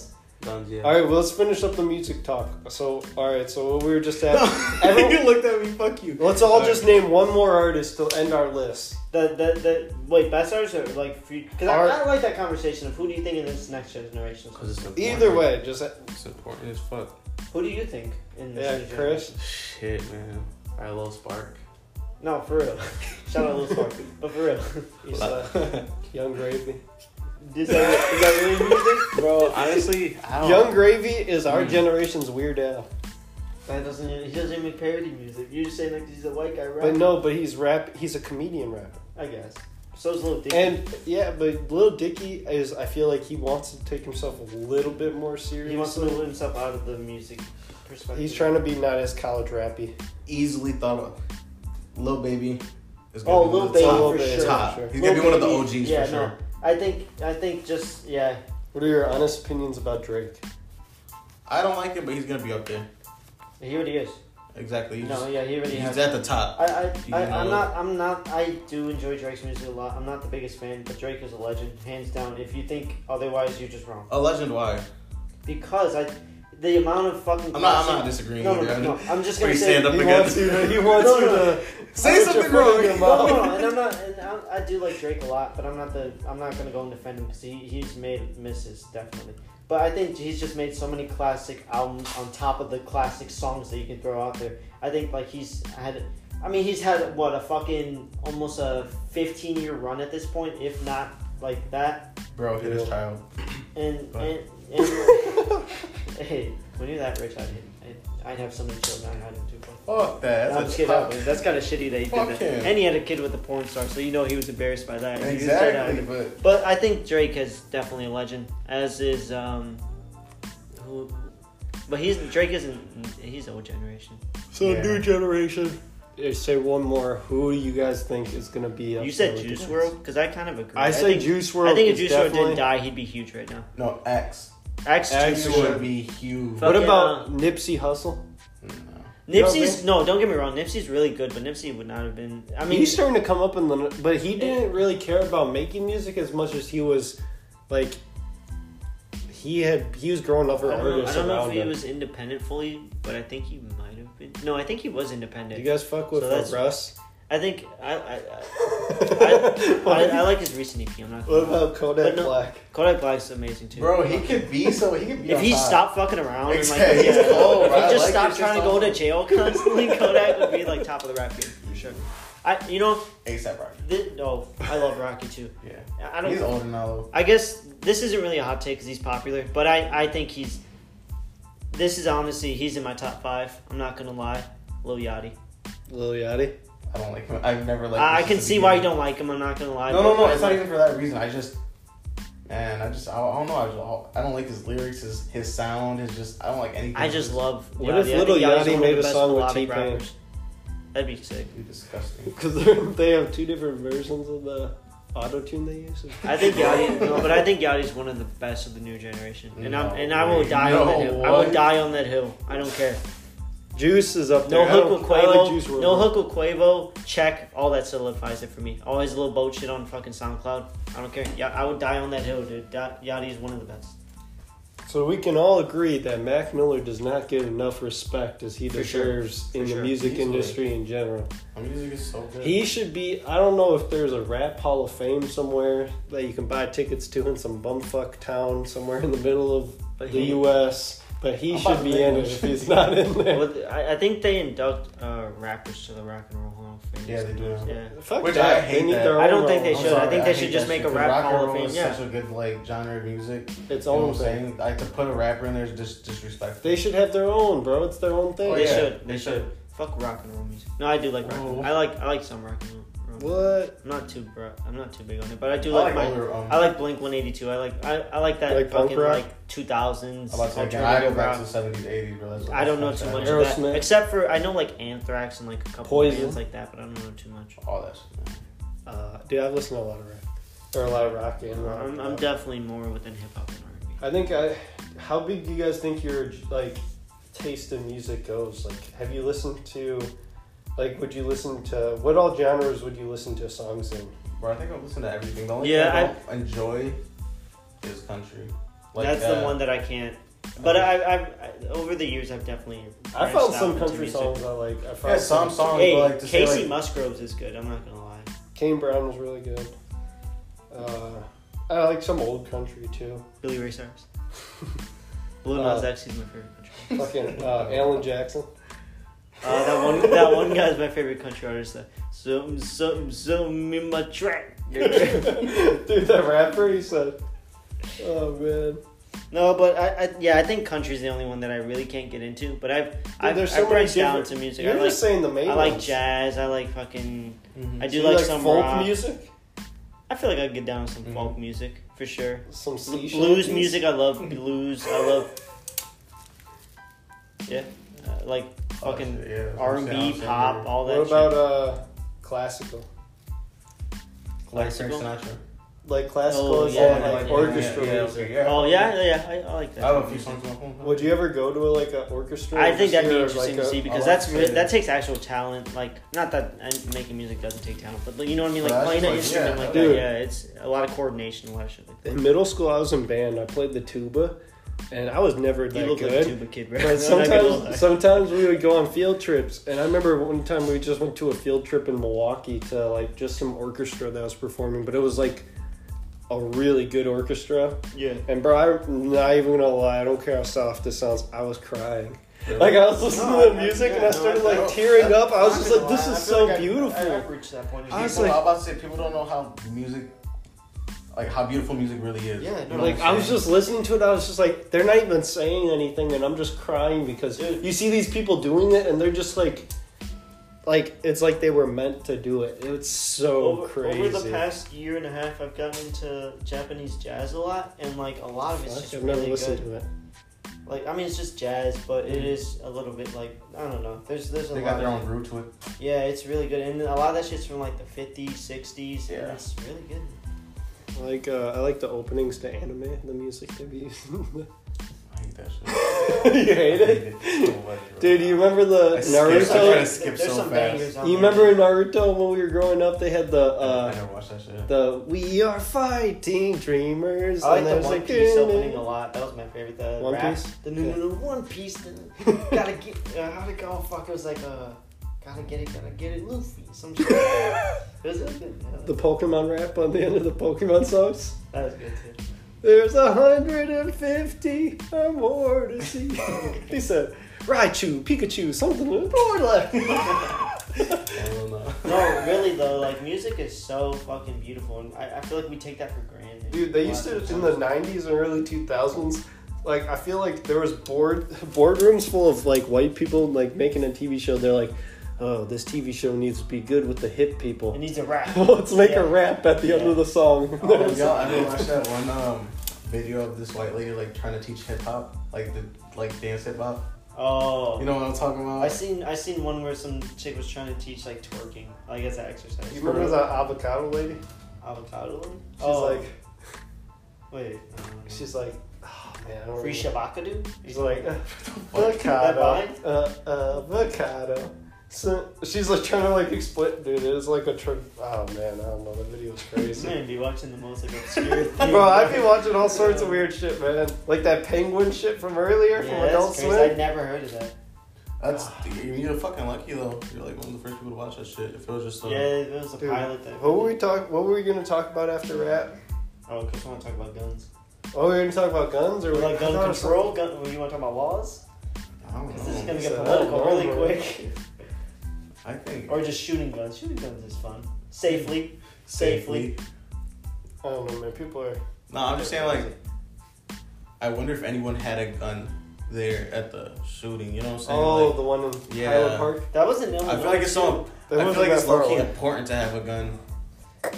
S1: guns, yeah.
S2: All right, well, let's finish up the music talk. So, all right, so what we were just at, everyone-
S1: looked at me. Fuck you.
S2: let's all
S1: Alright.
S2: just name one more artist to end our list.
S3: The the the wait, best artists are like because
S2: Art-
S3: I, I like that conversation of who do you think in this next generation?
S1: Cause it's important.
S2: Either way, just
S1: it's important as fuck.
S3: Who do you think in this?
S2: yeah,
S3: new generation?
S2: Chris.
S1: Shit, man. I love Spark.
S3: No, for real. Shout out Lil Spark, but for real,
S2: He's uh, Young Gravy.
S3: is that, is that really who you think?
S1: Bro, honestly, I don't.
S3: Oh.
S2: Young Gravy is our
S3: Hmm.
S1: Mm.
S2: generation's Weird Al,
S3: That doesn't even, he doesn't even make parody music. You're just saying like he's a white guy, right?
S2: but no, but he's rap. He's a comedian rapper,
S3: I guess. So's Lil Dicky.
S2: and yeah, but Lil Dicky is. I feel like he wants to take himself a little bit more seriously.
S3: he wants to move himself out of the music perspective.
S2: He's trying to be not as college rappy.
S1: easily thought of. Lil Baby. Is
S3: Oh, Lil Baby
S2: top.
S3: for
S2: Lil
S3: sure.
S2: Baby.
S1: Top.
S2: Sure.
S1: He's gonna be
S3: Lil
S1: one of the
S3: Baby,
S1: OGs
S3: yeah,
S1: for sure.
S3: No, I think I think just yeah.
S2: What are your honest opinions about Drake?
S1: I don't like him, but he's gonna be up there.
S3: He already is.
S1: Exactly. He's,
S3: No, yeah, he already has.
S1: he's at the top.
S3: I, I, I,
S1: You
S3: I'm
S1: know.
S3: not, I'm not, I do enjoy Drake's music a lot. I'm not the biggest fan, but Drake is a legend, hands down. If you think otherwise, you're just wrong.
S1: A legend. Why?
S3: because I, the amount of fucking.
S1: I'm not. I'm
S3: classic-
S1: not disagreeing
S3: No, no,
S1: either. I'm
S3: no,
S1: just-
S3: I'm just
S1: Are
S3: gonna
S1: you
S3: say.
S1: stand up
S2: He
S1: again?
S2: wants you to. He wants
S3: No,
S2: you
S3: no.
S2: to
S1: Say
S2: put your
S1: something
S2: foot in
S1: wrong.
S2: your
S3: No,
S2: mouth.
S3: no, and I'm not. And I'm, I do like Drake a lot, but I'm not the. I'm not gonna go and defend him because he, he's made misses definitely. But I think he's just made so many classic albums on top of the classic songs that you can throw out there. I think like he's had, I mean, he's had what a fucking almost a fifteen year run at this point, if not like that.
S1: Bro, hit his child.
S3: And
S1: But-
S3: and, and hey, when you're that rich, I'd I'd, I'd have so many children. I had too. But
S1: Fuck that.
S3: I'm
S1: That's
S3: just
S1: a
S3: kidding.
S1: top.
S3: That's kind of shitty that he did
S1: Fuck
S3: that.
S1: him.
S3: And he had a kid with a porn star, so you know he was embarrassed by that. He was straight out of
S1: Exactly,
S3: it.
S1: but
S3: But I think Drake is definitely a legend, as is um, who, but he's Drake isn't. He's old generation.
S2: So
S1: Yeah.
S2: new generation. Yeah, say one more. Who do you guys think is gonna be? Up
S3: you said
S2: there with
S3: Juice
S2: the
S3: World because I kind of agree.
S2: I, say
S3: think,
S2: Juice World.
S3: I think if
S2: is
S3: Juice World
S2: definitely...
S3: didn't die, he'd be huge right now.
S1: no X.
S3: X,
S2: X
S3: Juice
S1: X
S2: World.
S1: would be huge.
S3: Fuck
S2: What
S3: yeah.
S2: about Nipsey Hussle?
S3: Nipsey's no, don't get me wrong. Nipsey's really good, but Nipsey would not have been. I
S2: I
S3: mean,
S2: mean, he's starting to come up in the, but he didn't really care about making music as much as he was, like, he had he was growing up
S3: I
S2: with
S3: don't know, I
S2: artists
S3: don't know if
S2: around
S3: he
S2: him.
S3: was independent fully, but I think he might have been. No, I think he was
S2: Do you
S3: independent.
S2: guys fuck with
S3: So
S2: uh,
S3: that's-
S2: Russ?
S3: I think I I, I, I,
S2: What
S3: I like his recent EP. I'm not.
S2: what
S3: Gonna lie.
S2: about Kodak
S3: But no-
S2: Black?
S3: Kodak Black's amazing too.
S1: Bro, he could be so he could be.
S3: If
S1: on
S3: he
S1: top.
S3: stopped fucking around and like
S1: Exactly. He's
S3: yeah,
S1: cold,
S3: if
S1: bro.
S3: he
S1: I
S3: just
S1: like
S3: stopped
S1: it.
S3: trying to go to jail constantly, Kodak would be like top of the rap game for sure. I, you know,
S1: ASAP Rocky.
S3: thi- no, I love Rocky too.
S1: Yeah.
S3: I I
S1: He's
S3: don't.
S1: older now. though.
S3: I guess this isn't really a hot take because he's popular, but I, I think he's. This is honestly, he's in my top five. I'm not gonna lie, Lil Yachty.
S2: Lil Yachty.
S1: I don't like him. I've never liked.
S3: I, I
S1: him
S3: can
S1: since
S3: see
S1: the
S3: why you
S1: beginning.
S3: don't like him. I'm not gonna lie.
S1: No, no,
S3: but
S1: no.
S3: I
S1: It's not
S3: like-
S1: even for that reason. I just, man, I just, I, I don't know. I just, I don't like his lyrics, his his sound, his just. I don't like anything.
S3: I just love.
S2: What
S3: Yachty.
S2: if
S3: I think
S2: Lil
S3: Yachty's
S2: Yachty
S3: one of
S2: made
S3: the
S2: a
S3: best
S2: song with
S3: melodic
S2: T-Pain?
S3: rappers. That'd be sick.
S1: You're disgusting.
S2: Because they have two different versions of the auto tune they use.
S3: I think Yachty, no, but I think Yachty's one of the best of the new generation, and
S1: No
S3: I'm and I will
S1: way.
S3: die on that
S1: No
S3: hill. I will
S1: way.
S3: die on that hill. I don't care.
S2: Juice is up
S3: No
S2: there. I
S3: hook
S2: don't-
S3: with
S2: I like
S3: Quavo.
S2: Juice WRLD.
S3: no hook with Quavo. Check. All that solidifies it for me. All his little boat shit on fucking SoundCloud. I don't care. Yeah, I would die on that hill, dude. Da- Yachty's one of the best.
S2: So we can all agree that Mac Miller does not get enough respect as he
S1: For sure.
S2: deserves
S1: For
S2: in the
S1: sure.
S2: music
S1: Easily.
S2: industry in general.
S1: My music is so good.
S2: He should be. I don't know if there's a rap hall of fame somewhere that you can buy tickets to in some bumfuck town somewhere in the middle of
S3: But
S2: the
S3: he-
S2: U.S. But he
S1: I'm about
S2: should
S1: to
S2: be
S1: make
S2: in
S1: one.
S2: it if he's not in there.
S3: Well, I, I think they induct uh, rappers to the Rock and Roll Hall of Fame.
S1: Yeah, they do.
S3: Yeah.
S2: Fuck
S1: Which
S2: that.
S1: I
S2: they
S1: hate
S2: need
S1: that.
S2: their
S3: I
S2: own
S3: don't think they
S2: Hall.
S1: I'm
S3: should. I
S1: sorry,
S3: think they
S1: hate
S3: should
S1: that
S3: just make
S1: shit,
S3: a
S1: 'cause
S3: rap
S1: rock and
S3: hall of
S1: roll
S3: fame,
S1: is
S3: yeah.
S1: Such a good like genre of music.
S2: It's
S1: You know
S2: own
S1: what I'm
S2: thing.
S1: saying? Like to put a rapper in there is just disrespectful.
S2: They should have their own, bro. It's their own thing.
S1: Oh,
S3: they
S1: yeah.
S3: should. They
S1: They
S3: should.
S1: should.
S3: Fuck rock and roll music. No, I do like rock. and
S2: Oh.
S3: roll.
S1: Whoa.
S3: I like I like some rock and roll.
S2: What?
S3: I'm not too bro. I'm not too big on it, but I
S1: I
S3: do
S1: like,
S3: like, my.
S1: older. Um,
S3: I like Blink 182. I like I, I like that
S2: You like punk
S3: fucking
S2: rock?
S3: like 2000s.
S1: I'm about to say,
S3: alternative
S1: again, I go back
S3: rock.
S1: to the 70s, 80s, bro. That's
S3: I don't know too
S1: that's
S3: much
S1: that.
S3: of
S2: Aerosmith.
S3: that, except for I know like Anthrax and like a couple
S2: Poison.
S3: bands like that, but I don't know too much.
S1: All that shit. man.
S2: Uh, dude, I've listened to a lot of rap. Or a lot of rock and rock.
S3: I'm, I'm definitely more within hip hop and R&B.
S2: I think I. How big do you guys think your like taste in music goes? Like, have you listened to? Like, would you listen to what all genres would you listen to songs in?
S1: Bro, I think I listen to everything. The only
S3: Yeah,
S1: thing I don't enjoy is country.
S3: That's
S1: uh,
S3: the one that I can't. But I, I, I over the years I've definitely.
S2: I
S3: branched
S2: found
S3: out
S2: some
S3: into
S2: country
S3: music.
S2: songs I like. I found
S1: Yeah, some songs,
S3: Hey,
S1: but like to
S3: Casey
S1: say, like,
S3: Musgroves is good. I'm not gonna lie.
S2: Kane Brown was really good. Uh, I like some old country too.
S3: Billy Ray Cyrus. Blue
S2: Uh,
S3: Nas X is my favorite country.
S2: Fucking uh, Alan Jackson.
S3: Uh, that one, that one guy's my favorite country artist. That some, some, some in my track.
S2: Dude, that rapper he said. Oh man.
S3: No, but I, I, yeah, I think country's the only one that I really can't get into. But I've, I've,
S2: there's
S3: there's
S2: so
S3: I've
S2: many
S3: branched down
S2: different-
S3: to music. I
S2: You're
S3: like,
S2: just saying the main.
S3: I like
S2: ones.
S3: jazz. I like fucking. I
S2: So
S3: do
S2: you
S3: like, some
S2: folk
S3: rock.
S2: music? Mm-hmm.
S3: I feel like I could get down to some
S1: Mhm.
S3: folk music for sure.
S2: Some
S3: Bl-
S2: seashell
S3: blues
S2: beats?
S3: music, I love blues. I love. Yeah, uh, like
S4: oh,
S3: fucking
S1: shit, yeah, that's what
S3: R
S1: I'm
S3: and
S1: saying. I'm
S3: B,
S1: saying
S3: pop,
S1: you're-
S3: all that.
S2: What about uh classical?
S1: like Frank
S3: classical?
S1: Sinatra.
S2: Like classical
S3: Oh,
S2: is
S3: Yeah,
S2: all, like
S3: yeah,
S2: orchestra
S1: yeah,
S2: music.
S1: okay,
S3: shit. Oh yeah, yeah, I, I like that.
S1: I have a few songs on my phone.
S2: Would you ever go to like an orchestra?
S3: I think that'd be
S2: or, like,
S3: interesting to
S2: a-
S3: see because
S1: like
S3: that's
S1: to
S3: re-
S1: see
S3: that
S1: that.
S3: takes actual talent. Like, not that and making music doesn't take talent, but like, you know what I mean. Like
S1: But that's
S3: playing an
S1: just like-
S3: instrument
S1: yeah,
S3: like
S2: dude.
S3: that. Yeah, it's a lot of coordination, a lot of shit like that.
S2: In middle school, I was in band. I played the tuba, and I was never
S3: You
S2: that
S3: look like a
S2: good.
S3: tuba kid, bro.
S2: But
S3: I'm not gonna lie.
S2: sometimes, sometimes we would go on field trips, and I remember one time we just went to a field trip in Milwaukee to like just some orchestra that was performing, but it was like a really good orchestra.
S3: Yeah.
S2: And bro, I'm not even gonna lie. I don't care how soft this sounds. I was crying. Like I was listening
S3: No,
S2: to the
S3: I-
S2: music
S3: yeah,
S2: and I
S3: no,
S2: started
S3: I-
S2: like tearing up. I was
S4: I'm
S2: just
S4: not
S2: like,
S4: gonna
S2: this
S4: lie, I
S2: is
S4: feel
S2: so
S4: like I-
S2: beautiful.
S4: I-
S3: I've reached that point.
S4: I was
S2: like-
S4: like, about to say people don't know how music, like how beautiful music really is.
S3: Yeah, no,
S4: You know
S2: Like
S4: what I'm
S2: I was
S4: saying?
S2: just listening to it, I was just like, they're not even saying anything, and I'm just crying because
S3: Dude.
S2: you see these people doing it, and they're just like, like it's like they were meant to do it. It's so
S3: over,
S2: crazy.
S3: over the past year and a half, I've gotten into Japanese jazz a lot, and like a lot of it's
S2: Fuck,
S3: just
S2: I've never
S3: really
S2: listened Mm.
S3: good.
S2: to it.
S3: Like I mean, it's just jazz, but it is a little bit like I don't know. There's there's a
S4: they
S3: lot.
S4: got their
S3: of
S4: own groove to it.
S3: Yeah, it's really good, and a lot of that shit's from like the '50s, '60s, and
S4: Yeah.
S3: it's really good.
S2: I Like uh, I like the openings to anime, the music they be using.
S4: I hate that shit.
S2: you hate
S4: I hate
S2: it,
S4: it so much, bro.
S2: dude. You remember the
S4: I skipped-
S3: There's
S4: I
S3: some-
S4: tried to
S2: Naruto?
S4: skip
S3: there's
S4: so
S3: some
S4: fast.
S3: bangers on
S2: You
S3: there.
S2: remember in Naruto when we were growing up, they had the.
S4: I
S2: uh
S4: never watched that shit.
S2: the we are fighting dreamers.
S3: I like eh,
S2: there
S3: the
S2: was,
S3: One Piece
S2: "Dun-dun."
S3: opening a lot. That was my favorite. The
S2: One
S3: rap-
S2: Piece?
S3: The new,
S2: Yeah.
S3: new, new One Piece. The, gotta get. Uh, how to go? Fuck. It was like uh, gotta get it. Gotta get it. Luffy. Some shit. like that. it was, it was good. yeah.
S2: the Pokemon rap on the end of the Pokemon songs.
S3: that was good too.
S2: There's a hundred and fifty or more to see. he said, Raichu, Pikachu, something more left.
S4: I don't know.
S3: No, really though. Like music is so fucking beautiful, and I, I feel like we take that for granted.
S2: Dude, they used to in the '90s and early 2000s. Like, I feel like there was board boardrooms full of like white people like making a TV show. They're like, oh, this TV show needs to be good with the hip
S3: It
S2: people.
S3: needs a rap.
S2: Let's make
S3: Yeah.
S2: a rap at the end of the song.
S4: Oh, y'all ever watched that one um, video of this white lady like trying to teach hip hop, like the like dance hip hop?
S3: Oh.
S4: You know what I'm talking about?
S3: I seen I seen one where some chick was trying to teach like twerking, like as an exercise.
S2: you remember that avocado lady? She's
S3: avocado? She's
S2: like,
S3: wait, um,
S2: she's like, oh man, I don't
S3: free
S2: remember."
S3: shabakadu.
S2: She's like,
S4: What
S2: avocado,
S3: That
S2: uh, avocado. So she's like trying to like explain, dude. It is like a trip. Oh man, I don't know. The video's
S3: I'm
S2: crazy.
S3: gonna be watching the most like obscure. thing.
S2: Bro, I've been watching all sorts of weird shit, man. Like that penguin shit from earlier from
S3: Yeah,
S2: Adult
S3: that's crazy. I
S2: Swim.
S3: never heard of that.
S4: That's you're fucking lucky though. You're like one of the first people to watch that shit. If it was just uh, a,
S3: Yeah, it was a
S2: Dude,
S3: pilot that.
S2: What were we talk? What were we gonna talk about after rap?
S3: Oh, because we want to talk about guns.
S2: Oh, we were gonna talk about guns or
S3: We're like
S2: I
S3: gun
S2: thought it was
S3: control. Gun. well, You want to talk about laws?
S4: I don't
S3: 'Cause this is
S4: know.
S3: gonna get
S2: So,
S3: political
S2: I
S3: really
S2: don't know.
S3: quick.
S4: I think
S3: Or just shooting guns. Shooting guns is fun. Safely. Safely.
S2: something- I don't know, man. People are.
S4: No, I'm just saying like I wonder if anyone had a gun there at the shooting. You know what I'm saying?
S2: Oh,
S4: Like,
S2: the one in
S4: Yeah.
S2: Highland Park.
S3: That was an Illinois.
S4: I feel like it's
S3: too.
S4: so.
S2: That
S4: I feel
S2: wasn't
S4: like it's
S2: that far
S4: low key
S2: away.
S4: important to have a gun.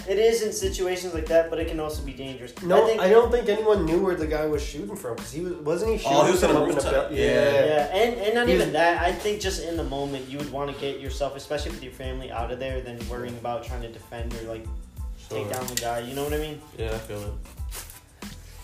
S3: It is in situations like that, but it can also be dangerous.
S2: No,
S3: I
S2: I,
S3: think
S2: don't think anyone knew where the guy was shooting from because he was wasn't he shooting
S4: Oh, he was
S2: from
S4: on a
S2: up in the
S4: rooftop.
S2: bel-
S4: Yeah.
S3: Yeah, and, and not
S2: You-
S3: even that. I think just in the moment, you would want to get yourself, especially with your family, out of there than worrying about trying to defend or like take down the guy. You know what I mean?
S4: Yeah, I feel it.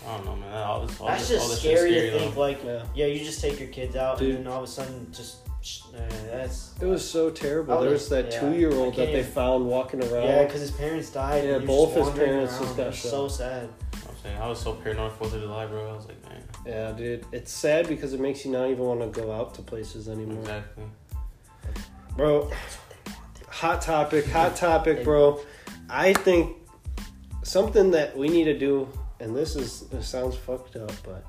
S4: I don't know, man. All this, all
S3: That's
S4: this,
S3: just
S4: all this shit's
S3: scary, to
S4: though.
S3: think. Like,
S2: Yeah.
S3: yeah, you just take your kids out,
S2: Dude.
S3: and then all of a sudden, just sh- uh, that's
S2: It was so terrible.
S3: Oh,
S2: There was that
S3: yeah.
S2: two-year-old
S3: I
S2: that
S3: can't
S2: they
S3: even-
S2: found walking around.
S3: yeah, because his parents died.
S2: Yeah,
S3: and you're
S2: both
S3: just
S2: his
S3: wandering
S2: parents
S3: around.
S2: just got
S3: It's
S2: shot.
S3: So sad.
S4: I'm saying I was so paranoid Fourth of July, bro. I was like, man,
S2: Yeah, dude, it's sad because it makes you not even want to go out to places anymore,
S4: exactly.
S2: bro. Hot topic, hot
S3: They-
S2: topic, bro. I think something that we need to do, and this is this sounds fucked up, but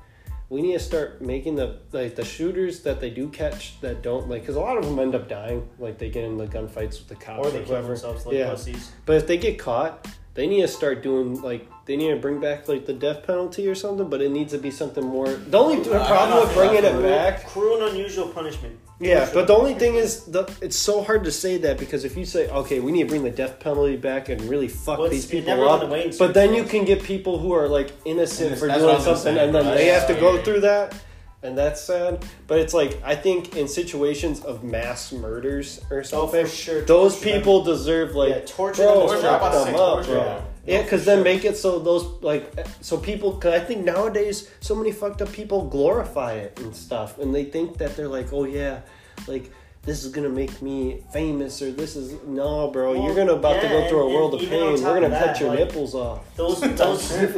S2: we need to start making the like the shooters that they do catch that don't like because a lot of them end up dying, like they get in the gunfights with the cops
S3: Or
S2: or,
S3: they kill
S2: whoever.
S3: themselves like
S2: Yeah.
S3: pussies.
S2: But if they get caught, they need to start doing like they need to bring back like the death penalty or something. But it needs to be something more. The only th-
S4: I- I
S2: problem
S4: don't
S2: with
S4: think
S2: bringing
S4: that's
S2: it back,
S3: Cruel and unusual punishment.
S2: yeah.
S3: Crucial.
S2: But the only thing is, the it's so hard to say that because if you say, okay, we need to bring the death penalty back and really fuck
S3: Well, it's-
S2: these
S3: it
S2: people
S3: never went
S2: up,
S3: away in certain
S2: but then you
S3: states.
S2: can get people who are like innocent
S4: Innocent.
S2: for
S4: That's what I
S2: doing
S4: was gonna
S2: something,
S4: say.
S2: and then
S4: Right.
S2: they have to
S4: Yeah,
S2: go
S4: yeah,
S2: through that. And that's sad, but it's like I think in situations of mass murders or
S3: Oh, for
S2: something,
S3: sure.
S2: those
S3: torture them.
S2: people deserve like
S3: yeah, torture
S2: Bro,
S3: them.
S2: Torture,
S3: is
S2: I'm
S3: fucked
S2: about to
S3: up.
S2: say up, torture.
S4: Yeah.
S3: Oh,
S2: Yeah, because then make it so those like so people. Cause I think nowadays so many fucked up people glorify it and stuff, and they think that they're like, oh yeah, like this is gonna make me famous or this is no, bro.
S3: Well,
S2: you're gonna about to
S3: yeah,
S2: go through
S3: and-
S2: a world
S3: and
S2: of
S3: even on
S2: pain.
S3: top
S2: We're gonna
S3: of
S2: cut
S3: that,
S2: your
S3: like-
S2: nippers off.
S3: Those those
S2: You know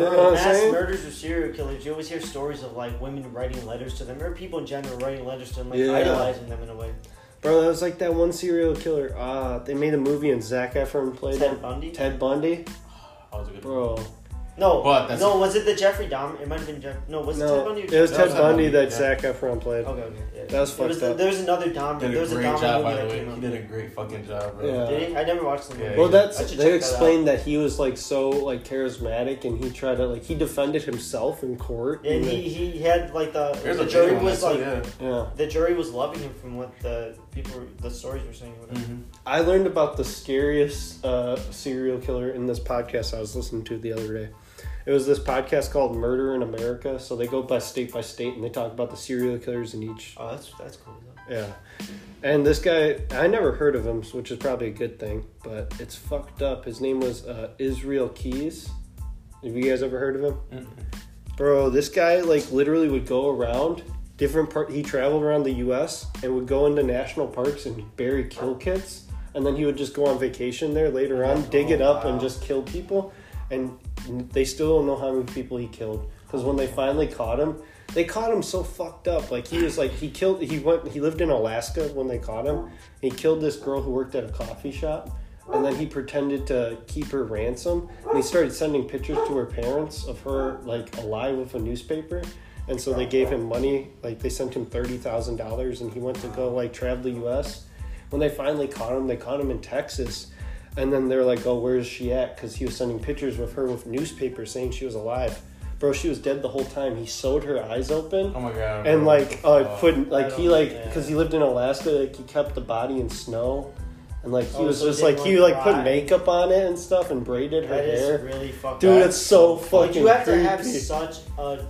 S2: what I'm
S3: mass
S2: saying?
S3: murders or serial killers, you always hear stories of like women writing letters to them, or people in general writing letters to them, like
S2: Yeah.
S3: idolizing them in a way.
S2: Bro, that was like that one serial killer. Ah, they made a movie and Zach Efron played
S3: Ted
S2: him.
S3: Bundy.
S2: Ted Bundy,
S4: I was a good.
S2: bro.
S3: No,
S4: But that's-
S3: no, was it the Jeffrey Dahmer? It might have been Jeff. No, was it Ted
S2: No,
S3: Bundy? Or
S2: it was
S4: That
S2: Ted
S4: was Ted
S2: Bundy
S4: Bundy,
S2: that
S4: yeah.
S2: Zac Efron played.
S3: Okay, okay. Yeah.
S2: That was
S3: It was-
S2: fucked up.
S3: There was another Dahmer.
S4: Did
S3: there
S4: a
S3: was a
S4: great
S3: Dahmer
S4: job,
S3: movie
S4: by the
S3: that
S4: way.
S3: came
S4: He
S3: out.
S4: did a great fucking job, bro.
S2: Yeah.
S3: Did he? I never watched the movie.
S4: Yeah,
S2: Well,
S4: yeah.
S2: that's
S3: I should check
S2: they
S3: that
S2: explained that, he was like so like charismatic, and he tried to like he defended himself in court.
S3: And
S2: and,
S3: he,
S2: like,
S3: he had like the
S4: There's
S3: the
S4: a
S3: jury
S4: jury
S3: was like
S4: yeah.
S2: yeah,
S3: the jury was loving him from what the people were- the stories were saying. Whatever.
S4: Mhm.
S2: I learned about the scariest uh, serial killer in this podcast I was listening to the other day. It was this podcast called Murder in America. So they go by state by state, and they talk about the serial killers in each
S3: Oh, that's that's cool. Though.
S2: Yeah. And this guy, I never heard of him, which is probably a good thing, but it's fucked up. His name was uh, Israel Keys. Have you guys ever heard of him? Bro, this guy, like, literally would go around different part. He traveled around the U.S. and would go into national parks and bury kill kits. And then he would just go on vacation there later on, dig it up, and just kill people. And they still don't know how many people he killed. Because when they finally caught him, they caught him so fucked up. Like he was like he killed he went he lived in Alaska when they caught him. He killed this girl who worked at a coffee shop and then he pretended to keep her ransom and he started sending pictures to her parents of her like alive with a newspaper. And so they gave him money, like they sent him thirty thousand dollars and he went to go like travel the US. When they finally caught him, they caught him in Texas. And then they're like, oh, where's she at? Because he was sending pictures with her with newspapers saying she was alive. Bro, she was dead the whole time. He sewed her eyes open
S4: Oh my god.
S2: and
S4: bro.
S2: like uh,
S4: Oh.
S2: put
S3: I
S2: like
S3: don't
S2: he like
S3: think that-
S2: because he lived in Alaska, like he kept the body in snow, and like he
S3: Oh,
S2: was
S3: so it
S2: just like
S3: didn't,
S2: he
S3: like,
S2: like put
S3: dry.
S2: makeup on it and stuff and braided her
S3: That is
S2: hair.
S3: really fucked
S2: Dude,
S3: up.
S2: it's so
S3: Like,
S2: fucking
S3: you have
S2: creepy.
S3: to have such a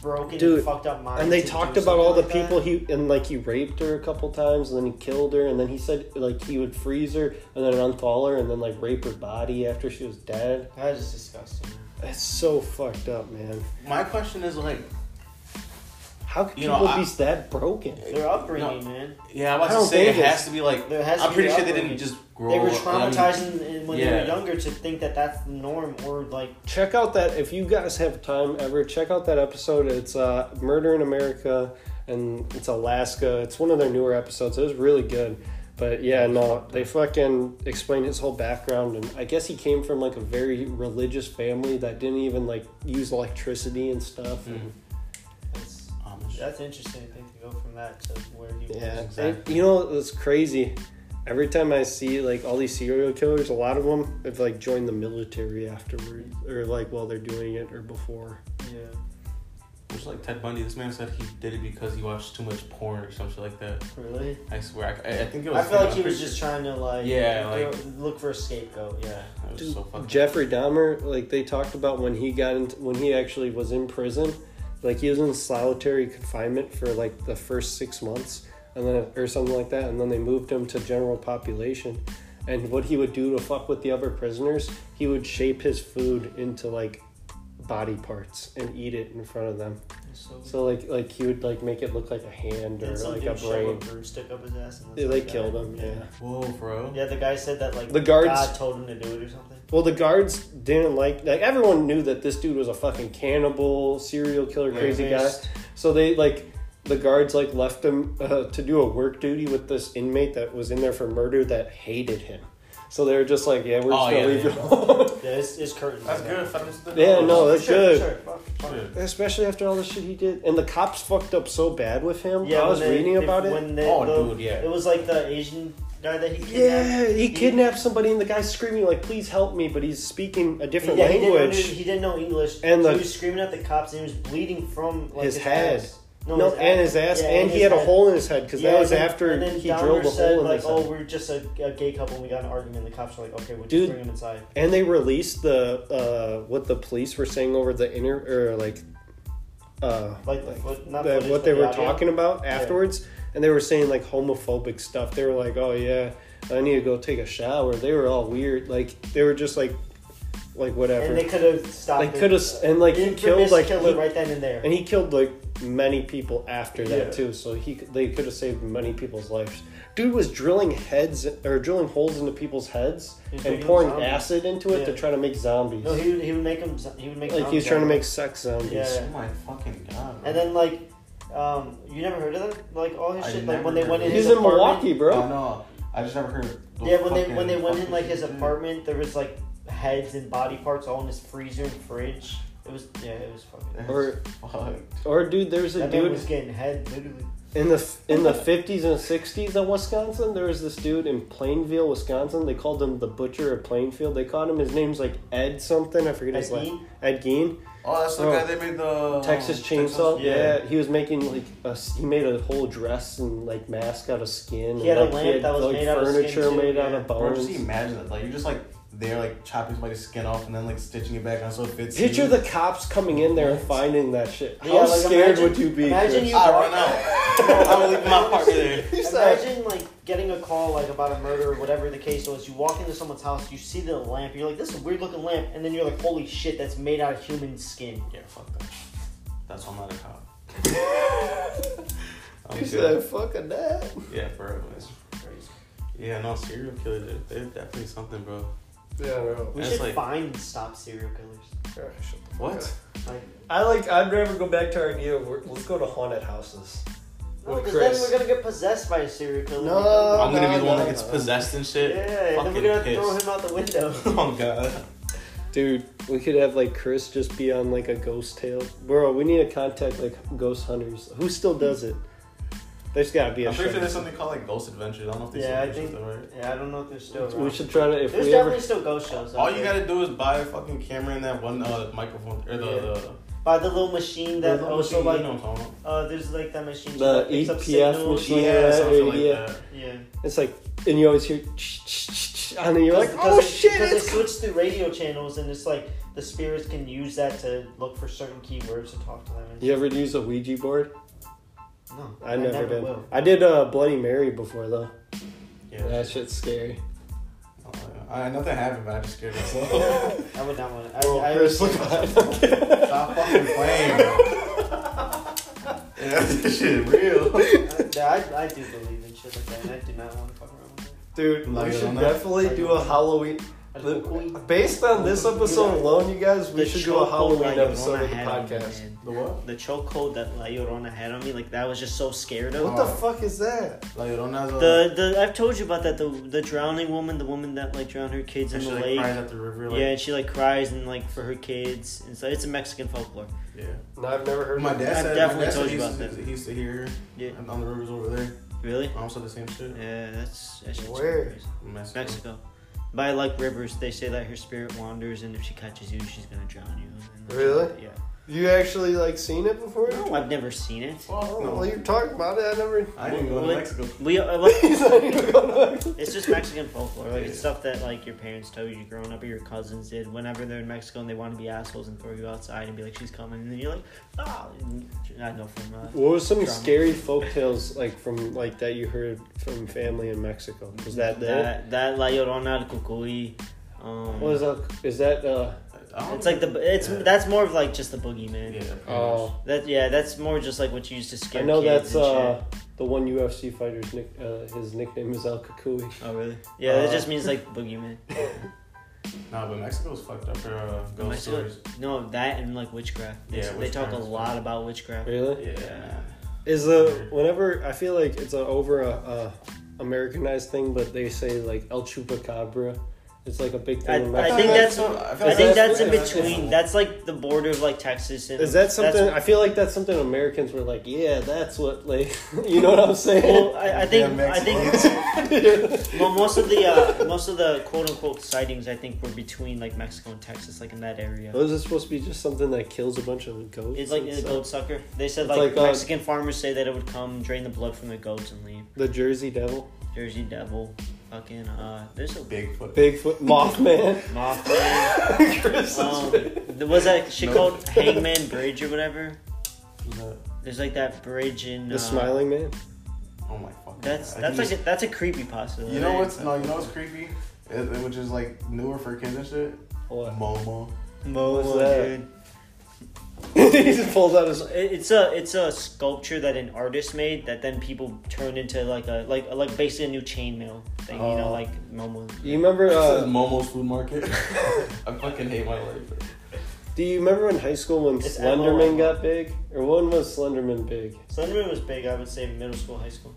S3: broken,
S2: Dude,
S3: fucked up mind.
S2: and they
S3: to
S2: talked
S3: do
S2: about all the
S3: something like
S2: people he and like he raped her a couple times and then he killed her and then he said like he would freeze her and then unthaw her and then like rape her body after she was dead.
S3: That. that is disgusting.
S2: It's so fucked up, man.
S4: my question is like,
S2: How could
S4: You know,
S2: people
S4: I-
S2: be that broken?
S3: Their upbringing, man.
S4: yeah, I
S2: I
S4: was
S2: don't
S4: to say it
S2: think it's-
S4: has to be like.
S3: There has to
S4: I'm
S3: be
S4: pretty
S3: the
S4: sure they
S3: upbringing.
S4: didn't just grow.
S3: They were
S4: up- I mean,
S3: traumatized in- when they
S4: yeah.
S3: were younger to think that that's the norm or like
S2: check out that if you guys have time ever check out that episode it's uh, murder in america and it's alaska it's one of their newer episodes it was really good but yeah no they fucking explained his whole background and i guess he came from like a very religious family that didn't even like use electricity and stuff and,
S3: that's,
S4: Amish.
S3: that's interesting. I think to go from that to where he was.
S2: yeah
S4: Exactly.
S2: And, you know it's crazy every time i see like all these serial killers a lot of them have like joined the military afterwards or like while they're doing it or before
S3: Yeah.
S4: Which like Ted Bundy, this man said he did it because he watched too much porn or something like that.
S3: Really?
S4: I swear, I, I think it was.
S3: I feel
S4: him.
S3: like he
S4: I'm
S3: was
S4: pretty
S3: just trying to like
S4: Yeah,
S3: you know,
S4: like-
S3: look for a scapegoat. Yeah.
S4: sure. That was so fucking.
S2: Jeffrey Dahmer, like they talked about when he got into when he actually was in prison, like he was in solitary confinement for like the first six months, and then or something like that, and then they moved him to general population. And what he would do to fuck with the other prisoners, he would shape his food into like body parts and eat it in front of them.
S3: So,
S2: So like like he would like make it look like a hand or
S3: and some
S2: like a
S3: dude shoved
S2: brain.
S3: a broomstick up his ass. And
S2: They,
S3: that's
S2: they
S3: how he
S2: killed
S3: died.
S2: him. Yeah.
S4: Whoa, bro.
S3: Yeah, the guy said that like
S2: The guards-
S3: God told him to do it or something.
S2: Well, the guards didn't like like everyone knew that this dude was a fucking cannibal, serial killer, crazy guy.
S3: Rapist.
S2: So they like the guards like left him uh, to do a work duty with this inmate that was in there for murder that hated him. So they were just like, yeah, we're just
S4: Oh,
S2: gonna
S4: yeah,
S2: leave
S4: yeah.
S2: you alone.
S3: Yeah, it's, it's curtains.
S4: That's
S3: yeah.
S4: good. Oh, if I was the-
S2: Yeah, no, that's
S3: sure,
S2: good.
S3: Sure, fuck, fuck.
S4: Shit.
S2: Especially after all the shit he did, and the cops fucked up so bad with him.
S3: Yeah,
S2: I was
S3: when they-
S2: reading
S3: they-
S2: about it.
S3: When they,
S4: Oh,
S3: the-
S4: dude, yeah.
S3: It was like the Asian guy that he
S2: Yeah,
S3: kidnapped.
S2: he kidnapped somebody, and the guy's screaming like, "Please help me!" But he's speaking a different
S3: yeah, He didn't,
S2: language.
S3: under- he didn't know English.
S2: And
S3: And
S2: the-
S3: he was screaming at the cops, and he was bleeding from like,
S2: His head.
S3: ass.
S2: no, and his ass,
S3: Yeah,
S2: and he had a
S3: head.
S2: hole in his head because
S3: Yeah,
S2: that was
S3: and then-
S2: after
S3: and then
S2: he
S3: Dahmer
S2: drilled a
S3: said,
S2: hole in
S3: like,
S2: his
S3: "Oh,
S2: head.
S3: we're just a, a gay couple. and We got in an argument. and The cops were like, "Okay, we'll
S2: Dude.
S3: just bring him inside."
S2: And they released the uh, what the police were saying over the inner or like uh,
S3: Like, the foot, not
S2: the,
S3: footage,
S2: what
S3: but
S2: they
S3: the
S2: were
S3: audio.
S2: talking about afterwards, and they were saying like homophobic stuff. They were like, "Oh yeah, I need to go take a shower." They were all weird. Like they were just like like whatever.
S3: And they could have stopped.
S2: They
S3: it.
S2: could've s- and, like, he
S3: Infamous
S2: killed, like,
S3: killer
S2: he-
S3: right then and there.
S2: and he killed like many people after
S3: Yeah.
S2: that too. So he they could have saved many people's lives. Dude was drilling heads or drilling holes into people's heads
S3: He was
S2: and
S3: making
S2: pouring
S3: zombies.
S2: acid into it to
S3: Yeah.
S2: try to make zombies.
S3: No, he would, he would make him. He would make.
S2: like he was
S3: zombies
S2: trying to
S3: out of
S2: make sex zombies.
S3: Yeah.
S4: Oh my fucking god.
S3: And then like, um, you never heard of them? Like all his
S4: I
S3: shit. Like
S4: never
S3: when they
S4: heard
S3: went
S4: of
S3: in
S4: it.
S2: He's
S3: his
S2: in
S3: apartment.
S2: Milwaukee,
S4: bro.
S2: bro.
S4: No, I just never heard.
S3: Yeah, when they when they went in like his apartment, there was like heads and body parts all in his freezer and fridge. It was yeah, it was fucking.
S2: Or
S1: Fuck.
S2: or dude, there's a
S3: That man
S2: dude
S3: was getting head literally.
S2: in the in the 50s and 60s in Wisconsin. There was this dude in Plainville, Wisconsin. They called him the butcher of Plainfield. They called him his name's like Ed something. I forget his
S3: Ed
S2: last.
S3: Gein?
S2: Ed Gein.
S1: Oh, that's the
S2: Oh.
S1: guy they made the um,
S2: Texas Chainsaw.
S1: Yeah.
S2: yeah. he was making like a s he made a whole dress and like mask out of skin.
S3: He had a
S2: and, like,
S3: lamp that was
S2: like,
S3: made out of skin,
S2: furniture
S3: too,
S2: made out
S3: yeah.
S2: of
S1: Bro,
S2: bones.
S1: just imagine that. Like you're just like there, like chopping somebody's skin off and then like stitching it back on so it fits.
S2: Picture
S1: you.
S2: the cops coming in there and finding that shit. How
S3: Yeah, like,
S2: scared
S3: imagine-
S2: would you be?
S3: imagine
S2: Chris?
S3: you-
S1: I run out. I'm gonna leave my apartment there.
S2: He said-
S3: Imagine like getting a call like about a murder or whatever the case was. You walk into someone's house, you see the lamp, you're like, "This is a weird looking lamp," and then you're like, "Holy shit, that's made out of human skin."
S1: Yeah, fuck that. That's why I'm not a cop. I'm
S2: He
S1: good.
S2: said, "Fucking that."
S1: Yeah, for real. That's crazy. Yeah, no serial killer. They're, they're definitely something, bro.
S2: Yeah, bro.
S3: We
S1: That's
S3: should
S1: like-
S3: find and stop serial killers.
S1: What?
S3: Like,
S2: I like. I'd rather go back to our idea. Of, we're- let's go to haunted houses.
S3: no,
S2: With
S3: because then
S2: Chris.
S3: we're gonna get possessed by a serial killer.
S2: No.
S1: I'm
S3: Oh,
S1: gonna be the one
S2: no,
S1: that gets
S2: no.
S1: possessed and
S3: Yeah,
S1: shit.
S3: and then we're
S1: Fucking
S3: gonna have to
S1: pissed.
S3: throw him out the window.
S1: oh god.
S2: Dude, we could have like Chris just be on like a ghost tale. Bro, we need to contact like ghost hunters. Who still does it? There's gotta be a
S1: I'm pretty
S2: show.
S1: sure there's something called like Ghost Adventures. I don't know if they
S3: Yeah, I
S1: still do
S3: think.
S1: something, right?
S3: Yeah, I don't know if they're still.
S2: We
S3: Around.
S2: should try to if
S3: There's
S2: we
S3: definitely
S2: ever
S3: still ghost shows. out
S1: All you
S3: there.
S1: gotta do is buy a fucking camera and that one uh, microphone or the,
S3: Yeah.
S1: the
S3: by the little machine that
S1: the
S3: also
S1: machine,
S3: like
S1: you know what I'm talking about.
S3: uh, there's like that machine
S2: the
S3: that picks up
S2: EPF
S3: signals.
S2: machine.
S1: yeah, something
S2: or
S1: like
S2: yeah.
S1: that.
S3: Yeah.
S2: It's like and you always hear ch ch ch ch and then you're like,
S3: Because-
S2: Oh
S3: because
S2: shit,
S3: Because they
S2: it's
S3: switch through radio channels, and it's like the spirits can use that to look for certain keywords to talk to them. And
S2: You ever use a Ouija board?
S3: No,
S2: I, never, did.
S3: Will.
S2: I did uh, Bloody Mary before though.
S1: Yeah.
S2: That shit's scary.
S1: Oh, yeah. I, nothing happened, but I just scared myself.
S3: I would not want to.
S2: Bro,
S3: I, I,
S2: Chris, look behind.
S1: Stop fucking playing, bro. yeah, this shit real.
S3: I, I, I do believe in shit like that, and I do not want to fuck around with that.
S2: Dude,
S1: Like
S2: we
S1: it
S2: should
S1: on that.
S2: definitely do a Halloween.
S3: I just
S2: Look,
S3: go, "Oi."
S2: Based on this episode alone, you guys, we
S3: The
S2: should do a
S3: chokehold
S2: Halloween
S3: that
S2: episode
S3: Yorona
S2: of the
S3: had on me,
S2: podcast.
S3: man.
S1: The what?
S3: The chokehold that La Llorona had on me, like that was just so scared of.
S2: What the fuck is that?
S1: Like, you don't know.
S3: The the I've told you about that the the drowning woman, the woman that like drowned her kids in
S1: and she
S3: the
S1: like
S3: lake.
S1: cries at the river. Like,
S3: yeah, and she like cries and like for her kids. And so it's a Mexican folklore.
S1: yeah.
S2: No, I've never heard.
S1: My
S2: of it.
S1: dad
S3: I've
S1: said.
S3: definitely
S1: my dad said
S3: told
S1: he
S3: you
S1: used
S3: about
S1: to, he used to hear her
S3: Yeah,
S1: on- on the rivers over there.
S3: really?
S1: My mom said the same shit.
S3: Yeah, that's that's just
S2: Where?
S3: crazy.
S1: Mexico.
S3: Mexico. By like rivers, they say that her spirit wanders, and if she catches you, she's gonna drown you. And then-
S2: Really?
S3: Yeah.
S2: You actually like seen it before?
S3: No, I've never seen it.
S1: Fuck
S2: Oh,
S1: no.
S2: Well, you talked about it. I never.
S1: I didn't go to
S3: Like-
S1: Mexico.
S3: We uh, like,
S2: He's not even gonna-
S3: it's just Mexican folklore. Like it's
S1: Yeah.
S3: stuff that like your parents told you growing up, or your cousins did. Whenever they're in Mexico and they want to be assholes and throw you outside and be like, "She's coming," and then you're like, "Ah." and I know from uh,
S2: What was some
S3: Drama.
S2: scary folk tales like from like that you heard from family in Mexico? Was that that?
S3: that that La Llorona el Cucuy. Um,
S2: What is that? Is that uh?
S1: I don't
S3: It's like the it's
S1: Yeah.
S3: that's more of like just the boogeyman.
S1: Yeah. pretty much.
S2: Oh,
S3: That yeah, that's more just like what you used to scare.
S2: I know
S3: kids
S2: that's
S3: and
S2: uh the one UFC fighter's nick. Uh, his nickname is Al Kakui.
S3: shit. Oh really? Yeah,
S2: uh,
S3: that just means like boogeyman.
S1: Nah, but Mexico's fucked up for uh, ghost
S3: Mexico-
S1: stories.
S3: No, that and like witchcraft. They,
S1: Yeah,
S3: they talk a
S1: witchcraft.
S3: lot about witchcraft.
S2: Really?
S1: Yeah, man.
S2: Is the whenever I feel like it's a over a, a Americanized thing, but they say like El Chupacabra. It's like a big thing.
S3: I-
S2: in
S3: I
S2: Mexico.
S3: think that's-
S1: I,
S3: I
S2: Is
S3: think
S2: that-
S3: that's in
S2: yeah,
S3: between. That's like the border of like Texas and.
S2: Is that something?
S3: That's,
S2: I feel like that's something Americans were like, yeah, that's what like, you know what I'm
S3: well,
S2: saying?
S3: I, I think
S1: Yeah,
S3: I think well most of the uh, most of the quote unquote sightings I think were between like Mexico and Texas like in that area.
S2: Was it supposed to be just something that kills a bunch of goats?
S3: It's like
S2: and
S3: a
S2: stuff?
S3: goat sucker. They said
S2: It's
S3: like,
S2: like, uh,
S3: Mexican farmers say that it would come drain the blood from the goats and leave.
S2: the Jersey Devil,
S3: Jersey Devil, fucking uh, there's a
S1: Bigfoot.
S2: Bigfoot, Mothman.
S3: Mothman.
S2: Chris
S3: um,
S2: is
S3: there was that shit
S1: No.
S3: called Hangman Bridge or whatever.
S1: No.
S3: There's like that bridge in
S2: the
S3: uh,
S2: Smiling Man.
S1: Oh my fucking.
S3: That's
S1: God. I
S3: that's
S1: can
S3: like a, that's a creepy possibility.
S1: You know what's no? You know what's creepy? It, it- which is like newer for kids and shit.
S2: What?
S3: Uh,
S1: Momo.
S2: What's
S3: Momo,
S2: that?
S3: dude.
S2: he just pulls out his.
S3: It- It's a it's a sculpture that an artist made that then people turned into like a like like basically a new chainmail thing. You know,
S1: Oh.
S3: like Momo.
S2: You remember?
S1: this is
S2: Uh,
S1: Momo's food market. I fucking hate my life.
S2: do you remember in high school when
S3: It's
S2: Slenderman
S3: MLM.
S2: got big, or when was Slenderman big?
S3: Slenderman was big. I would say middle school, high school.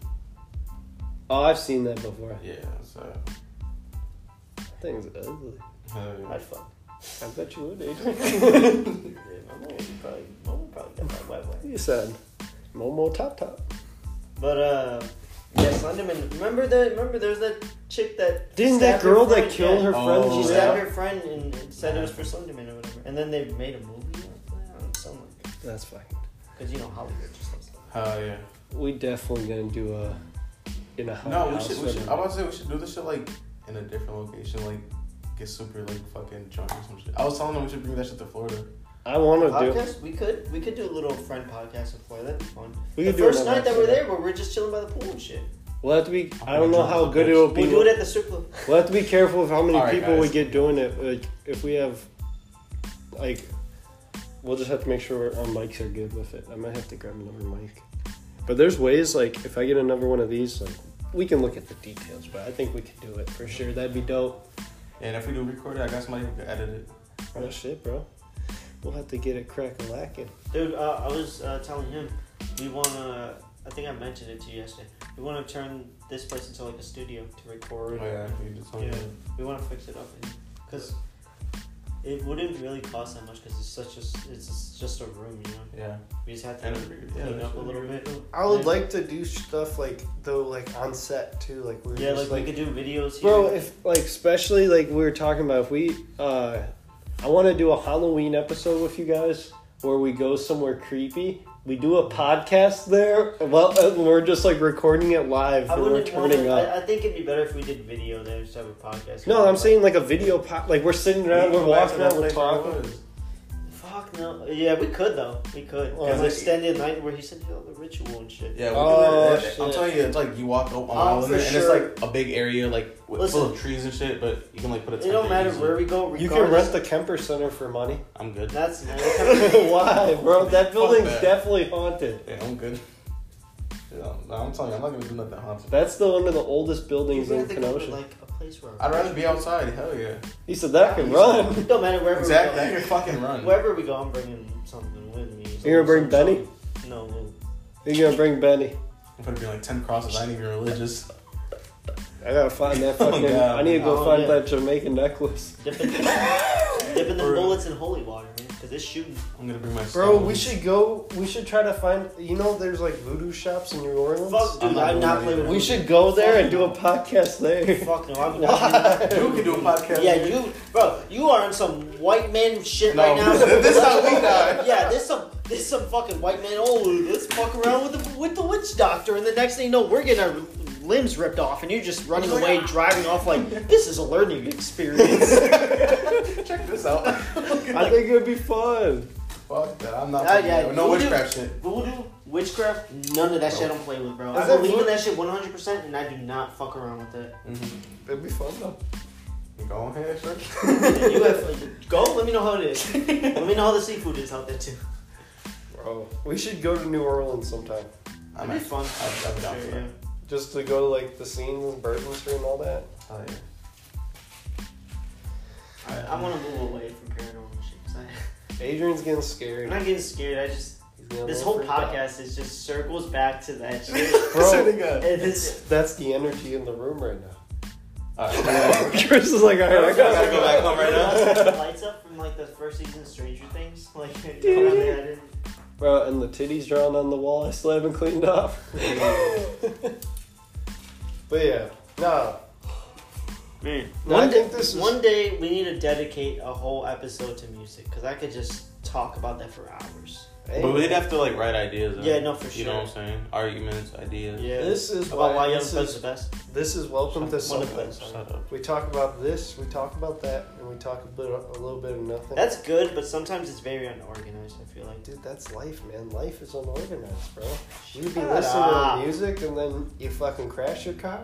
S2: Oh, I've seen that before.
S1: Yeah. So
S2: That thing's ugly.
S1: Uh,
S5: I'd fuck.
S2: I bet you would,
S5: yeah,
S2: Adrian.
S5: my mom would probably, mom would probably get my wet wet.
S2: you said, Momo Top Top.
S3: But uh, yeah, Slenderman. Remember that? Remember there's that chick that
S2: Didn't that
S3: stabbed her
S2: girl that
S3: friend?
S2: killed
S3: Yeah.
S2: her
S1: Oh,
S2: friend?
S3: She
S1: yeah.
S3: stabbed her friend and said it was for Slenderman or whatever. And then they made a movie.
S2: That's fine.
S3: Because you know Hollywood just loves that.
S1: hell yeah.
S2: We definitely gonna do a in a house.
S1: No, we should, we should. I want to say we should do this shit like in a different location, like get super like fucking drunk or some shit. I was telling them we should bring that shit to Florida.
S2: I want to do.
S3: Podcast? We could we could do a little friend podcast before that'd be fun.
S2: We
S3: the
S2: could do
S3: first
S2: another
S3: night that we're
S2: episode.
S3: there, where we're just chilling by the pool and shit.
S2: We'll have to be.
S1: I'm
S2: I don't know
S1: gonna
S2: how
S1: drop
S2: good
S1: the
S2: it will be.
S3: We'll do it at the strip club.
S2: We'll have to be careful of how many
S1: All right,
S2: people we
S1: guys.
S2: get doing it. Like, if we have, like, we'll just have to make sure our mics are good with it. I might have to grab another mic. But there's ways, like, if I get another one of these, like, we can look at the details. But I think we could do it for sure. That'd be dope.
S1: And if we do record it, I got somebody who can edit it.
S2: Oh shit, bro. We'll have to get it crack a lacking.
S3: Dude, uh, I was uh, telling him we want to. I think I mentioned it to you yesterday. We want to turn this place into like a studio to record.
S1: Oh, yeah, you did something.
S3: Yeah. We want to fix it up because it wouldn't really cost that much because it's such a it's just a room, you know.
S1: Yeah.
S3: We just have to
S1: And it'd be- yeah,
S3: clean
S1: that
S3: up a
S1: should
S3: little
S1: be
S3: bit.
S5: I would like to do stuff like though, like on set too. Like we were
S3: Yeah, like,
S5: just like,
S3: we could do videos here.
S2: Bro, if like especially like we were talking about, if we, uh, I want to do a Halloween episode with you guys where we go somewhere creepy. We do a podcast there. Well, uh, we're just like recording it live
S3: I
S2: and we're
S3: wouldn't want
S2: turning
S3: to,
S2: up.
S3: I, I think it'd be better if we did video than just have a podcast.
S2: no, I'm saying like a video pod. Like we're sitting around, we're
S1: Go back
S2: walking
S1: to that
S2: around, we're
S1: place where it
S2: talking.
S1: was.
S3: Fuck no. Yeah, we could though. We could.
S2: Well,
S3: Because
S1: like-
S3: extended night where he said all the ritual and shit.
S1: Yeah, we
S2: Oh,
S1: do that. I'm
S2: shit.
S1: telling you, it's like you walk up on
S3: Oh,
S1: all of
S3: for
S1: it, and it's
S3: sure.
S1: like a big area, like with, full
S3: Listen.
S1: of trees and shit. But you can like put a.
S3: It
S1: tent
S3: don't
S1: there
S3: matter
S1: easily.
S3: where we go.
S2: You can rent
S3: Regardless,
S2: the Kemper Center for money.
S1: I'm good.
S3: That's nice.
S2: Why, bro? That building's
S1: that.
S2: definitely haunted.
S1: Yeah, I'm good. Yeah, I'm- I'm telling you, I'm not gonna do nothing haunted.
S2: That's still one of the oldest
S3: You
S2: buildings in
S3: have to go to
S2: Kenosha.
S3: like a place where.
S1: I'd rather be outside. Hell yeah.
S2: He said that can run.
S3: It don't matter wherever
S1: Exactly. I
S3: we
S1: can fucking run.
S3: go. Wherever we go, I'm bringing something with me.
S2: You gonna bring
S3: Some-
S2: Benny?
S3: No, we'll-
S2: You gonna bring Benny?
S1: I'm gonna be like ten crosses. I ain't even religious.
S2: I gotta find that
S1: Oh,
S2: fucking.
S1: God.
S2: I need to go
S3: Oh,
S2: find
S3: yeah.
S2: that Jamaican necklace.
S3: dip in, dip in the
S1: For real.
S3: bullets in holy water, man. Because it's shooting.
S1: I'm gonna bring my.
S5: bro,
S1: stones.
S5: we should go. We should try to find. You know, there's like voodoo shops in New Orleans.
S3: Fuck,
S1: I'm
S3: dude.
S1: not
S3: I'm not
S1: doing
S3: playing with.
S2: We should go there and do a podcast there.
S3: Fuck no. I'm
S2: Why?
S1: You can do a podcast.
S3: Yeah, you, bro, you are on some white man shit
S1: No,
S3: right now.
S1: this is how we die.
S3: Yeah, this some this some fucking white man. Oh, let's fuck around with the with the witch doctor, and the next thing you know, we're getting our limbs ripped off, and you're just running away, driving off like this is a learning experience.
S1: Check this out.
S2: I think it would be fun.
S1: Fuck that. I'm not.
S3: Ah,
S1: fucking-
S3: yeah,
S1: no
S3: voodoo-
S1: witchcraft shit.
S3: Voodoo, witchcraft, none of that shit I don't play with, bro.
S5: Is
S3: I
S5: that
S3: believe in
S5: voodoo?
S3: that shit 100, percent and I do not fuck around with it.
S5: It'd be fun though.
S1: Mm-hmm. Go ahead, sure.
S3: You have, go, let me know how it is. Let me know how the seafood is out there too.
S5: Bro, we should go to New Orleans sometime.
S1: I'm
S3: It'd be
S1: actually-
S3: fun.
S1: I'm, I'm down for
S3: Sure,
S1: that.
S3: yeah.
S5: Just to go to like the scenes in Bourbonster and all that.
S1: Hell yeah.
S3: I, I want to move away from paranormal shit. 'cause I-
S5: Adrian's getting scared.
S3: I'm not getting scared. I just
S5: He's getting a
S3: this
S5: little
S3: whole
S5: freaked out.
S3: podcast is just circles back to that shit.
S5: Bro,
S1: Bro.
S3: And it's-
S5: that's the energy in the room right now.
S1: Alright.
S2: Chris is like, all right, I
S1: gotta
S2: got.
S1: go back home right now.
S3: The lights up from like the first season of Stranger Things. Like you know, I mean, I didn't-
S2: Bro, and the titties drawn on the wall. I still haven't cleaned up.
S5: But yeah, no. No, I
S3: one day,
S5: think this is-
S3: one day we need to dedicate a whole episode to music because I could just talk about that for hours.
S5: hey,
S1: But we'd have to like write ideas.
S3: Yeah,
S1: out.
S3: no, for
S1: You know
S3: sure.
S1: what I'm saying? Arguments, ideas.
S3: Yeah,
S5: This is
S3: about why
S5: why
S3: Young
S5: this
S3: Thug's the
S5: is,
S3: best.
S5: this is welcome to
S3: One of
S5: something.
S3: the best.
S1: Shut up.
S5: We talk about this, we talk about that, and we talk a bit, a little bit of nothing.
S3: That's good, but sometimes it's very unorganized. I feel like.
S5: dude, that's life, man. Life is unorganized, bro. You'd be
S3: Shut
S5: listening
S3: up.
S5: to music and then you fucking crash your car.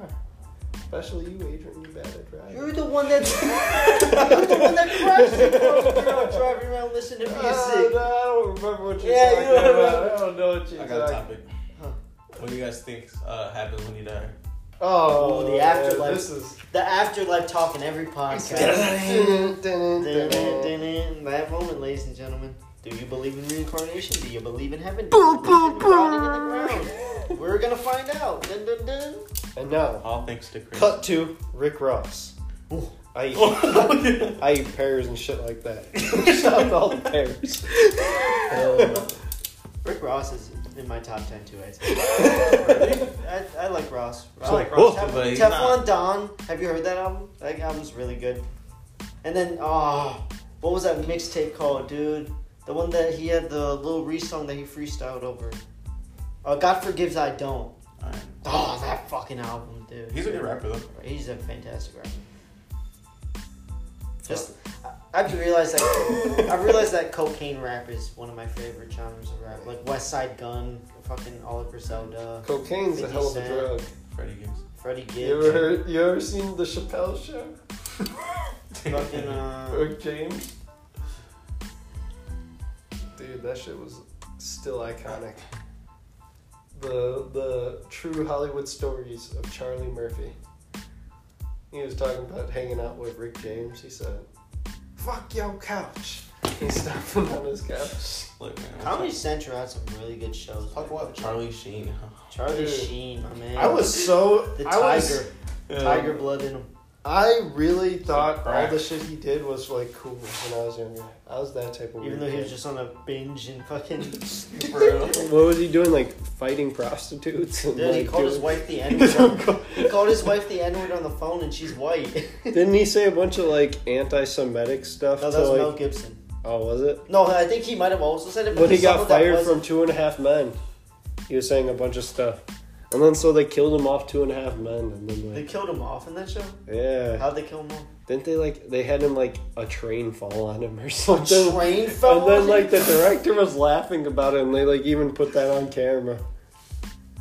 S5: Especially you, Adrian. You bad at driving.
S3: You're the one that. you're the one that crashed the car driving around listening to
S5: Uh,
S3: music.
S5: no, I don't remember what you're
S3: Yeah, you
S5: talking
S3: don't
S5: about.
S3: remember.
S5: I don't know what you're
S1: I got a
S5: talking
S1: topic.
S3: Huh.
S1: What do you guys think uh, happens when you die?
S5: Oh,
S3: Ooh, the
S5: man,
S3: afterlife.
S5: This is.
S3: The afterlife talk in every podcast. that moment, ladies and gentlemen. Do you believe in reincarnation? Do you believe in heaven? Do you believe in rotting in the ground? We're gonna find out. Dun, dun, dun.
S5: And now,
S1: All thanks to Chris.
S5: cut to Rick Ross.
S2: I eat, I eat pears and shit like that. Shut all the pears.
S3: Rick Ross is in my top ten too. I'd say. I, I like Ross. I like Ross.
S1: Oh, but
S3: Tef-
S1: he's
S3: Teflon
S1: not.
S3: Don. Have you heard that album? That album's really good. And then oh, what was that mixtape called, dude? The one that he had the little Reese song that he freestyled over. Uh, God forgives I don't.
S4: Alright.
S3: Oh, that fucking album, dude.
S4: He's a good rapper though.
S3: He's a fantastic rapper. Just, I, I've realized that I've realized that cocaine rap is one of my favorite genres of rap. Like West Side Gun, fucking Oliver Zelda,
S2: Cocaine's a hell of a drug.
S4: Freddie Gibbs.
S3: Freddie
S2: You
S3: Gibbs,
S2: ever heard, you ever seen the Chappelle show?
S3: fucking uh,
S2: Rick James? Dude, that shit was still iconic. The the true Hollywood stories of Charlie Murphy. He was talking about hanging out with Rick James. He said, "Fuck your couch." He's stomping on his couch.
S4: Look, man.
S3: Comedy Central had some really good shows.
S4: Talk
S3: man.
S4: about Charlie Sheen.
S3: Charlie
S2: Dude.
S3: Sheen, my man.
S2: I was so
S3: the
S2: I was-
S3: tiger, tiger blood in him.
S2: I really thought all
S4: Right.
S2: the shit he did was like cool when I was younger. I was that type of. weird
S3: Even though he was
S2: kid.
S3: just on a binge and fucking, dude,
S4: For real.
S2: What was he doing? Like fighting prostitutes? And,
S3: he
S2: like,
S3: called his
S2: doing-
S3: wife the N word. He called his wife the N word on the phone, and she's white.
S2: Didn't he say a bunch of like anti-Semitic stuff?
S3: No, that
S2: to,
S3: was
S2: like-
S3: Mel Gibson.
S2: Oh, was it?
S3: No, I think he might have also said it. But
S2: When he got
S3: someone that
S2: fired
S3: was-
S2: from Two and a Half Men, he was saying a bunch of stuff, and then so they killed him off Two and a Half Men, and then
S3: They
S2: like
S3: killed him off in that show.
S2: yeah,
S3: How'd they kill him off?
S2: didn't they like they had him like a train fall on him or something?
S3: Train fell.
S2: And then
S3: on
S2: like
S3: him?
S2: the director was laughing about it, and they like even put that on camera.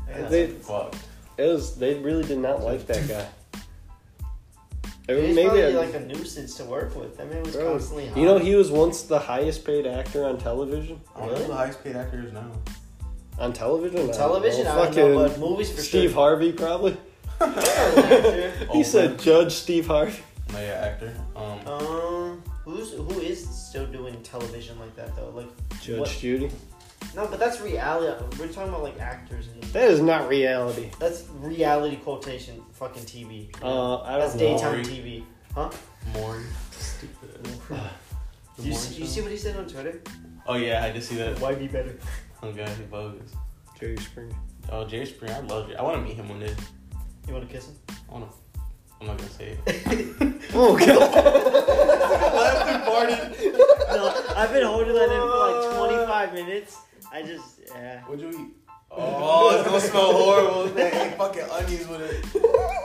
S3: Yeah.
S2: They
S4: Fuck.
S2: it was they really did not like that guy. It was
S3: He's
S2: maybe
S3: probably
S2: a-
S3: like a nuisance to work with. That man was
S2: Bro,
S3: constantly. Hot.
S2: You know, he was once the highest paid actor on television.
S4: I don't know who the highest paid actor is now.
S2: On television? I don't
S3: television.
S2: know.
S3: I don't know, but movies for
S2: Oh, Steve
S3: sure. Oh,
S2: Harvey, probably.
S3: Steve.
S2: He said Judge Steve Harvey.
S4: No, yeah, actor. Um,
S3: um, who's who is still doing television like that though? Like
S2: Judge
S3: What?
S2: Judy.
S3: no, but that's reality. We're talking about like actors and
S2: That is not reality.
S3: that's reality quotation fucking TV.
S2: Uh, I don't
S3: that's
S2: know.
S3: daytime
S4: Maury.
S3: TV.
S4: Maury. Stupid. The
S3: You,
S4: Maury
S3: see, you
S4: show?
S3: see what he said on Twitter?
S4: Oh yeah, I did see that.
S3: Why be better?
S4: Oh god, he bogus.
S2: Jerry Springer.
S4: Oh, Jerry Springer, I love Jerry. I want to meet him one day.
S3: You want to kiss him?
S4: I want to. I'm not gonna say it.
S2: Oh, God.
S3: No, I've been holding that in for like 25 minutes. I just, yeah.
S4: What'd you eat? Oh, it's gonna smell horrible. Man, I ate fucking onions with it.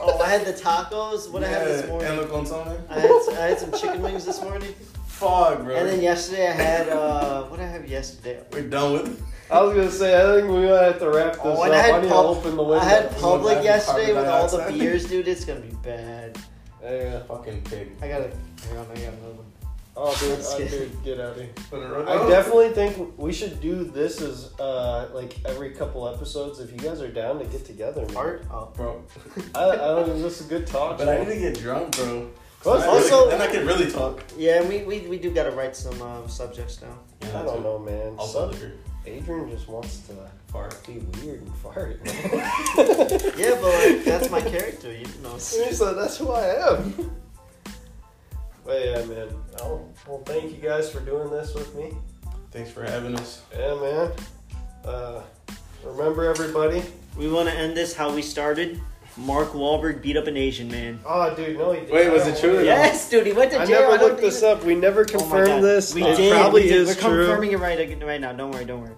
S3: Oh, I had the tacos. What I had this
S4: Yeah,
S3: morning.
S4: And look on something.
S3: I had, I had some chicken wings this morning.
S4: Fog, bro.
S3: And then yesterday I had, uh, what did I have yesterday?
S4: We're done with it.
S2: I was going to say, I think we might have to wrap this
S3: Oh,
S2: up.
S3: and I had
S2: I need
S3: pub-
S2: to open the window.
S3: I had
S4: You want
S3: public
S4: that
S3: yesterday with
S4: carbon
S3: all the
S4: dioxide?
S3: beers, dude. It's gonna be bad.
S2: Yeah.
S4: Fucking pig.
S3: I gotta, hang on, I got another one.
S2: Oh, dude,
S3: Let's
S2: oh,
S3: get-
S2: dude, get out of here. I
S4: I
S2: definitely think we should do this as uh, like every couple episodes. If you guys are down to get together, man.
S3: Art? Oh.
S4: bro.
S2: I, I don't. This is good talk.
S4: But I need to get drunk, bro.
S2: Plus,
S4: Then I really-
S2: also-
S4: then I can really talk.
S3: Yeah, we, we, we do gotta write some um, subjects down.
S2: I don't know, man.
S4: Also,
S2: Some-
S4: liquor.
S2: Adrian just wants to
S4: Fart.
S2: be weird and fart.
S3: Yeah, but like, that's my character, you know.
S2: Seriously, that's who I am. But yeah, man. Oh, well, thank you guys for doing this with me.
S4: Thanks for having us.
S2: Yeah, man. Uh, remember, everybody.
S3: We want to end this how we started. Mark Wahlberg beat up an Asian man.
S2: Oh, dude, no, he didn't.
S1: Wait, was it true or not?
S3: Yes, dude, he went to
S2: I
S3: jail.
S2: never
S3: don't
S2: looked this
S3: even-
S2: up. We never
S3: Oh my
S2: confirmed
S3: God.
S2: this.
S3: We
S2: it
S3: did.
S2: probably
S3: we did.
S2: is
S3: We're
S2: true.
S3: confirming it right, right now. Don't worry, don't worry.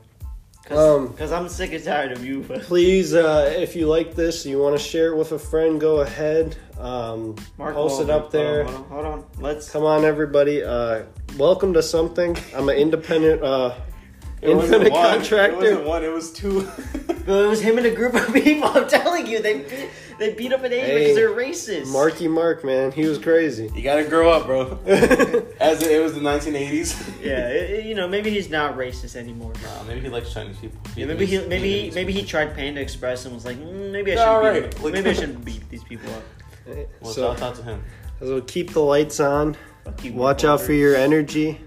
S2: Um,
S3: Because I'm sick and tired of you.
S2: Please, uh, if you like this, you want to share it with a friend, go ahead. Um,
S3: Mark
S2: post it
S3: Wahlberg.
S2: up there.
S3: Hold on, hold on. hold on. Let's.
S2: Come on, everybody. Uh, welcome to something. I'm an independent. Uh, Independent contractor.
S4: It wasn't one. It was two.
S3: It was him and a group of people. I'm telling you, they beat- they beat up an Asian because
S2: Hey,
S3: they're racist.
S2: Marky Mark, man, he was crazy.
S1: You gotta grow up, bro.
S2: Maybe
S1: As it, it was the 1980s.
S3: Yeah, it- it- you know maybe he's not racist anymore.
S4: Nah, maybe he likes Chinese people.
S3: Yeah, maybe he maybe he, maybe he tried Panda Express and was like, "Mm, maybe I should not
S4: Alright,
S3: beat,
S4: look-
S3: maybe I should beat these people up.
S4: Well,
S2: so,
S4: shout out to him.
S2: so keep the lights on.
S3: Fuck you,
S2: Watch
S3: Mark
S2: out
S3: Wahlberg.
S2: for your energy,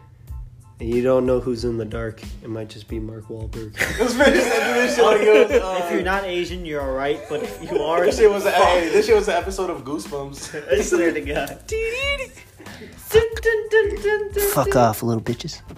S2: And you don't know who's in the dark. It might just be Mark Wahlberg.
S1: This man just said this shit like it was. Uh,
S3: if you're not Asian, you're alright, but if you are,
S1: this shit was. A, hey, this shit was an episode of Goosebumps.
S3: I swear to God.
S2: Fuck off, little bitches.